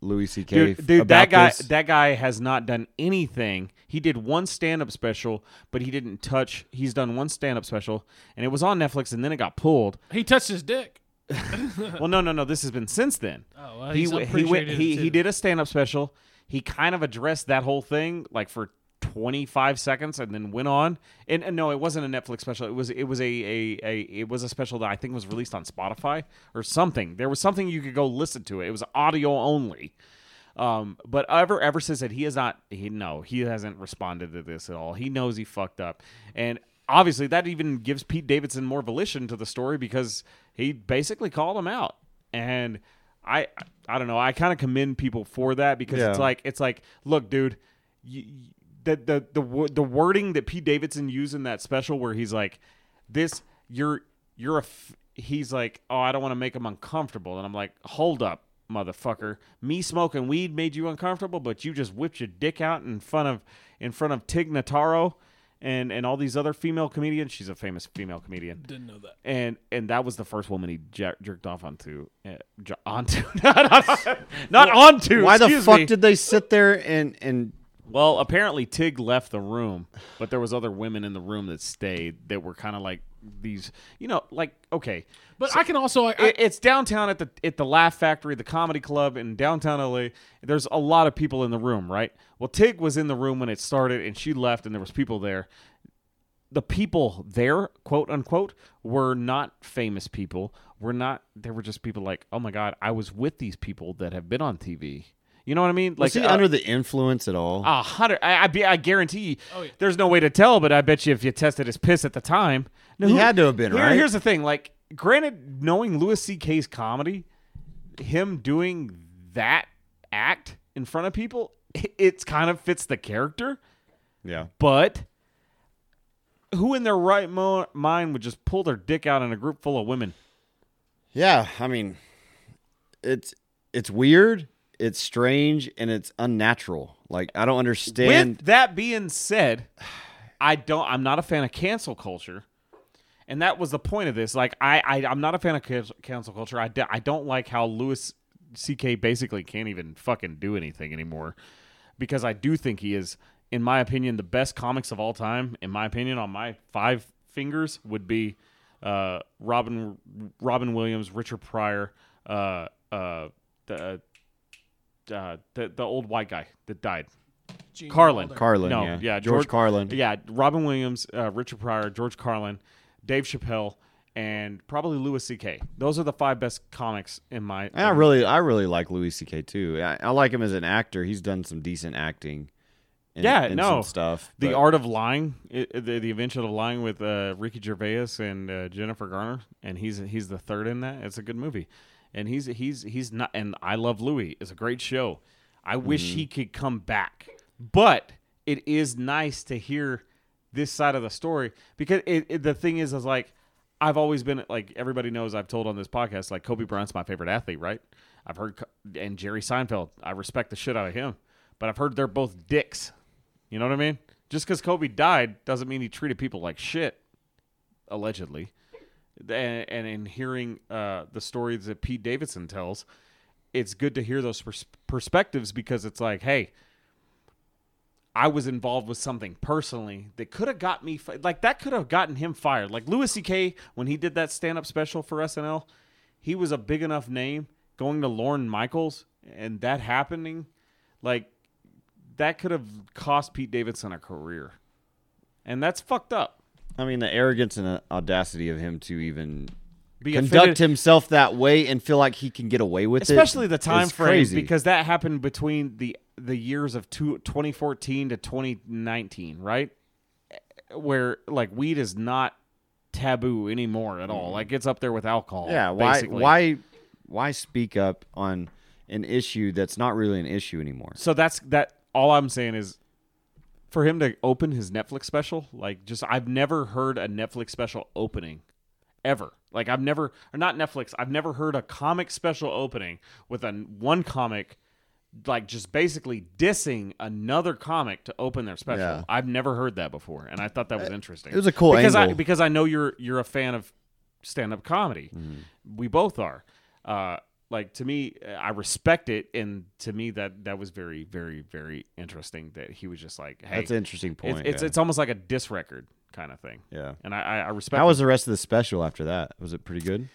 Louis C.K.
Dude, dude
about
that guy,
this?
that guy has not done anything. He did one stand-up special, but he didn't touch. He's done one stand-up special, and it was on Netflix, and then it got pulled.
he touched his dick.
well, no, no, no. This has been since then.
Oh, well,
he
he's
w- he went,
appreciated it,
he,
too.
he did a stand up special. He kind of addressed that whole thing like for 25 seconds and then went on. And, and no, it wasn't a Netflix special. It was it was a, a, a it was a special that I think was released on Spotify or something. There was something you could go listen to it. It was audio only. Um, but ever ever since that he has not he no he hasn't responded to this at all. He knows he fucked up, and obviously that even gives Pete Davidson more volition to the story because he basically called him out. And I I don't know. I kind of commend people for that because it's
Yeah.
like it's like look, dude, you, you- the the the wo- the wording that Pete Davidson used in that special where he's like this you're you're a f-, he's like oh i don't want to make him uncomfortable and i'm like hold up motherfucker me smoking weed made you uncomfortable but you just whipped your dick out in front of in front of tig notaro and and all these other female comedians she's a famous female comedian
Didn't know that.
and and that was the first woman he jer- jerked off onto uh, jer- onto not, on, not onto
Why the
excuse
fuck
me.
did they sit there and and
Well, apparently Tig left the room, but there was other women in the room that stayed that were kind of like these, you know, like okay,
But I can also. I, I-
it, it's downtown at the at the Laugh Factory, the comedy club in downtown LA. There's a lot of people in the room, right? Well, Tig was in the room when it started, and she left, and there was people there. The people there, quote unquote, were not famous people. Were not. They were just people like, oh my god, I was with these people that have been on TV. You know what I mean?
Like, he
uh,
under the influence at all?
a hundred. I, I, be, I guarantee.
Oh, yeah.
There's no way to tell, but I bet you if you tested his piss at the time, no,
He had to have been,
Here-
right?
Here's the thing. Like, granted, knowing Louis C.K.'s comedy, him doing that act in front of people, it, it's kind of fits the character.
yeah.
But who in their right mo- mind would just pull their dick out in a group full of women?
Yeah, I mean, it's it's weird, it's strange, and it's unnatural. Like I don't understand.
With that being said, I don't. I'm not a fan of cancel culture, and that was the point of this. Like, I, I I'm not a fan of cancel, cancel culture. I, d- I don't like how Lewis C.K. basically can't even fucking do anything anymore, because I do think he is, in my opinion, the best comics of all time. In my opinion, on my five fingers would be, uh, Robin Robin Williams, Richard Pryor, uh, uh, the. Uh, the the old white guy that died,
Gene
Carlin.
Wilder.
Carlin,
no,
yeah,
yeah,
George, Carlin.
yeah, Robin Williams, uh, Richard Pryor, George Carlin, Dave Chappelle, and probably Louis C.K. Those are the five best comics in my.
And I really, I really like Louis C.K. too. I, I like him as an actor. He's done some decent acting. And,
Yeah,
and
no.
some stuff.
the
but-
art of lying, i- i- the, the invention of lying with uh, Ricky Gervais and uh, Jennifer Garner, and he's he's the third in that. It's a good movie, and he's he's he's not. And I love Louis. It's a great show. I wish he could come back, but it is nice to hear this side of the story because it, it, the thing is is like I've always been like everybody knows I've told on this podcast like Kobe Bryant's my favorite athlete, right? I've heard Co- and Jerry Seinfeld. I respect the shit out of him, but I've heard they're both dicks. You know what I mean? Just because Kobe died doesn't mean he treated people like shit, allegedly. And, and in hearing uh, the stories that Pete Davidson tells, it's good to hear those pers- perspectives because it's like, hey, I was involved with something personally that could have got me fi- like that could have gotten him fired. Like Louis C.K. when he did that stand-up special for SNL, he was a big enough name going to Lauren Michaels and that happening, like that could have cost Pete Davidson a career, and that's fucked up.
I mean, the arrogance and uh, audacity of him to even
Be
conduct
offended-
himself that way and feel like he can get away with it.
especially the time
is
frame
crazy.
because that happened between the the years of two, 2014 to 2019 right where like weed is not taboo anymore at all like it's up there with alcohol
yeah, why,
basically.
why, why speak up on an issue that's not really an issue anymore?
so that's that all i'm saying is for him to open his netflix special like just i've never heard a netflix special opening ever like i've never or not netflix i've never heard a comic special opening with a one comic like just basically dissing another comic to open their special
Yeah.
i've never heard that before and i thought that was interesting
it was a cool
because i
angle.
because i know you're you're a fan of stand-up comedy
Mm-hmm.
we both are uh like to me i respect it and to me that that was very very very interesting that he was just like hey
That's an interesting point.
it's it's,
yeah.
it's almost like a diss record kind of thing
Yeah.
and i i I respect
How was the rest of the special after that? Was it pretty good?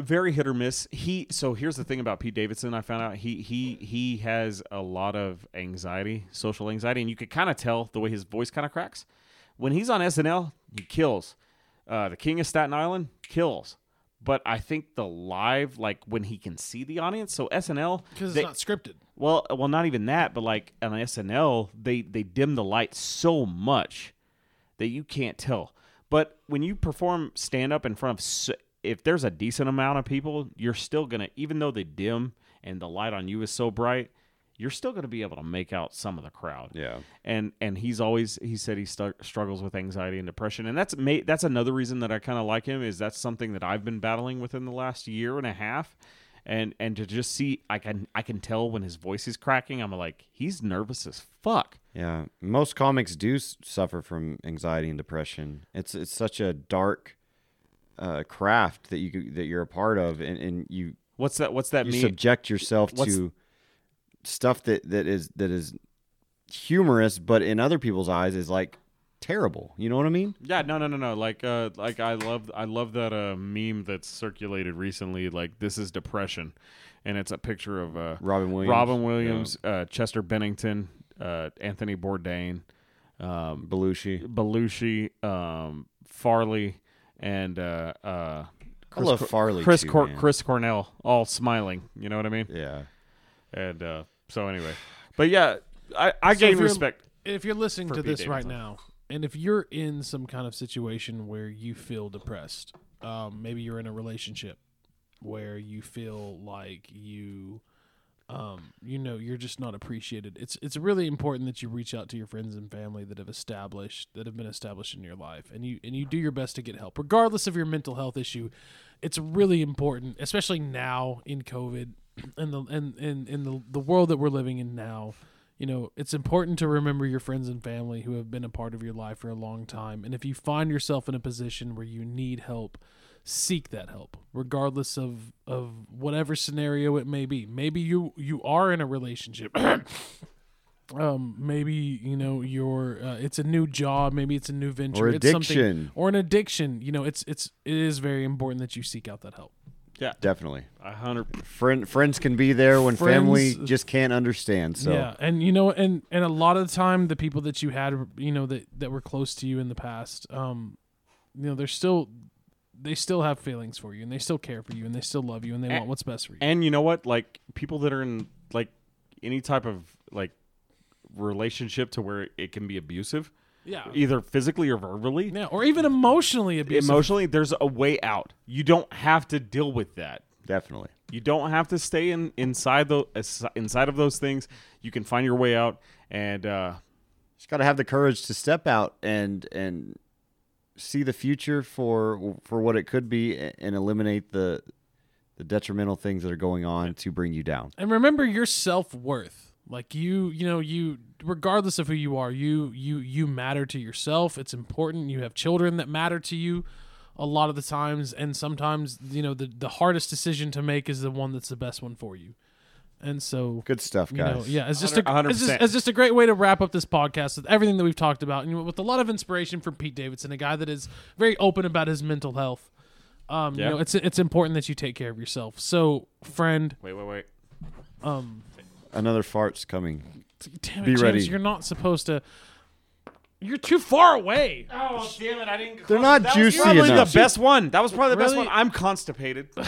very hit or miss. He so here's the thing about Pete Davidson. I found out he he he has a lot of anxiety, social anxiety, and you could kind of tell the way his voice kind of cracks. When he's on SNL, he kills. Uh, the King of Staten Island kills. But I think the live, like when he can see the audience, so SNL,
Because
they-
it's not scripted.
well, well, not even that, but like on SNL, they they dim the light so much that you can't tell. But when you perform stand up in front of, s if there's a decent amount of people, you're still gonna, even though they dim and the light on you is so bright, you're still gonna be able to make out some of the crowd
Yeah.
and and he's always he said he stu- struggles with anxiety and depression and that's ma- that's another reason that I kind of like him is that's something that I've been battling within the last year and a half and and to just see I can I can tell when his voice is cracking I'm like he's nervous as fuck
Yeah, most comics do s- suffer from anxiety and depression. It's it's such a dark uh, craft that you c- that you're a part of, and, and you
what's that what's that
you
mean
subject yourself
what's-
to stuff that that is that is humorous, but in other people's eyes is like terrible. You know what I mean?
Yeah, no, no, no, no. Like, uh, like I love, I love that uh, meme that's circulated recently. Like, this is depression, and it's a picture of uh,
Robin Williams.
Robin Williams, uh, Chester Bennington, uh, Anthony Bourdain, um,
Belushi.
Belushi, um, Farley, and uh, uh, Chris
love
Cor-
Farley
Chris
too, man.
Chris Cornell, all smiling. You know what I mean?
Yeah,
And uh, So anyway, but yeah, I I gain
if you're-
respect.
If you're listening to
Pete
this right
Davidson.
now, and if you're in some kind of situation where you feel depressed, um, maybe you're in a relationship where you feel like you, um, you know, you're just not appreciated. It's it's really important that you reach out to your friends and family that have established that have been established in your life, and you and you do your best to get help, regardless of your mental health issue. It's really important, especially now in COVID and the and and in the the world that we're living in now you know, it's important to remember your friends and family who have been a part of your life for a long time. And if you find yourself in a position where you need help, seek that help, regardless of of whatever scenario it may be. Maybe you you are in a relationship. um maybe you know your uh, it's a new job maybe it's a new venture
Or
it's something
addiction.
or an addiction you know it's it's it is very important that you seek out that help
Yeah,
Definitely.
a hundred.
Friend, friends can be there when family
Friends-
just can't understand. So
Yeah, and you know, and and a lot of the time, the people that you had, you know, that that were close to you in the past, um, you know, they're still, they still have feelings for you, and they still care for you, and they still love you, and they
And-
want what's best for you.
And you know what? Like people that are in like any type of like relationship to where it can be abusive,
yeah,
either physically or verbally,
yeah, or even emotionally abusive.
emotionally. There's a way out. You don't have to deal with that.
definitely.
You don't have to stay in inside the inside of those things. You can find your way out, and uh,
Just got to have the courage to step out and and see the future for for what it could be a- and eliminate the the detrimental things that are going on to bring you down.
and remember your self worth. Like you, you know, you regardless of who you are, you you you matter to yourself. It's important. You have children that matter to you a lot of the times and sometimes you know the the hardest decision to make is the one that's the best one for you and so
Good stuff,
you know,
guys.
yeah, it's just
Hundred-
a
hundred
it's just,
percent.
it's just a great way to wrap up this podcast with everything that we've talked about, and with a lot of inspiration from Pete Davidson, a guy that is very open about his mental health. Um,
Yeah.
you know, it's it's important that you take care of yourself. So, friend,
wait, wait, wait.
um,
Another fart's coming.
damn it,
Be
James,
ready.
you're not supposed to. You're too far away.
Oh damn it! I didn't.
They're not juicy
Probably
enough.
the best one. That was probably the best
Really? Um,
one. I'm constipated.
All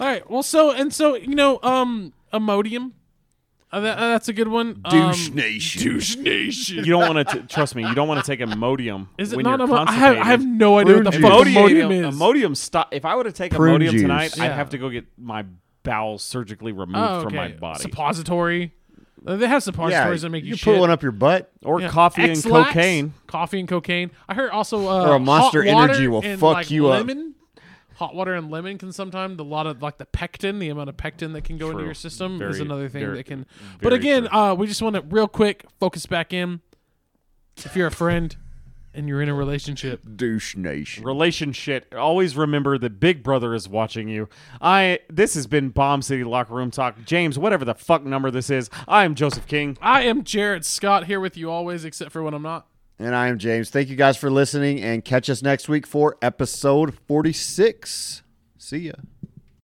right. Well, so and so, you know, um, Imodium. Uh, that, uh, that's a good one. Um, Douche Nation. Douche Nation.
you don't want to trust me. You don't want to take Imodium.
Is it
when
not
you're
Imodium? I have, I have
constipated.
no idea what the fuck
Imodium.
Imodium is.
Imodium stop. If I would have taken
Prune
Imodium
juice.
tonight, I'd
Yeah.
have to go get my bowels surgically removed
Oh,
from
okay.
my body,
Suppository. Uh, They have
Yeah,
suppositories that make you,
you
shit.
put one up your butt.
or
Yeah.
coffee and
X-Lax,
cocaine.
Coffee and cocaine. I heard also uh,
Or a Monster
hot water
Energy will
and,
fuck
like,
you up.
lemon. Hot water and lemon can sometimes a lot of like the pectin, the amount of pectin that can go into
True.
your system is
Very-
another thing
very-
that can. But
very
again,
true.
uh, we just want to real quick focus back in. If you're a friend and you're in a relationship,
Douche nation.
Relationship. Always remember that Big Brother is watching you. I. This has been Bomb City Locker Room Talk. James, whatever the fuck number this is, I am Joseph King.
I am Jared Scott here with you always, except for when I'm not.
And I am James. Thank you guys for listening and catch us next week for episode 46. See ya.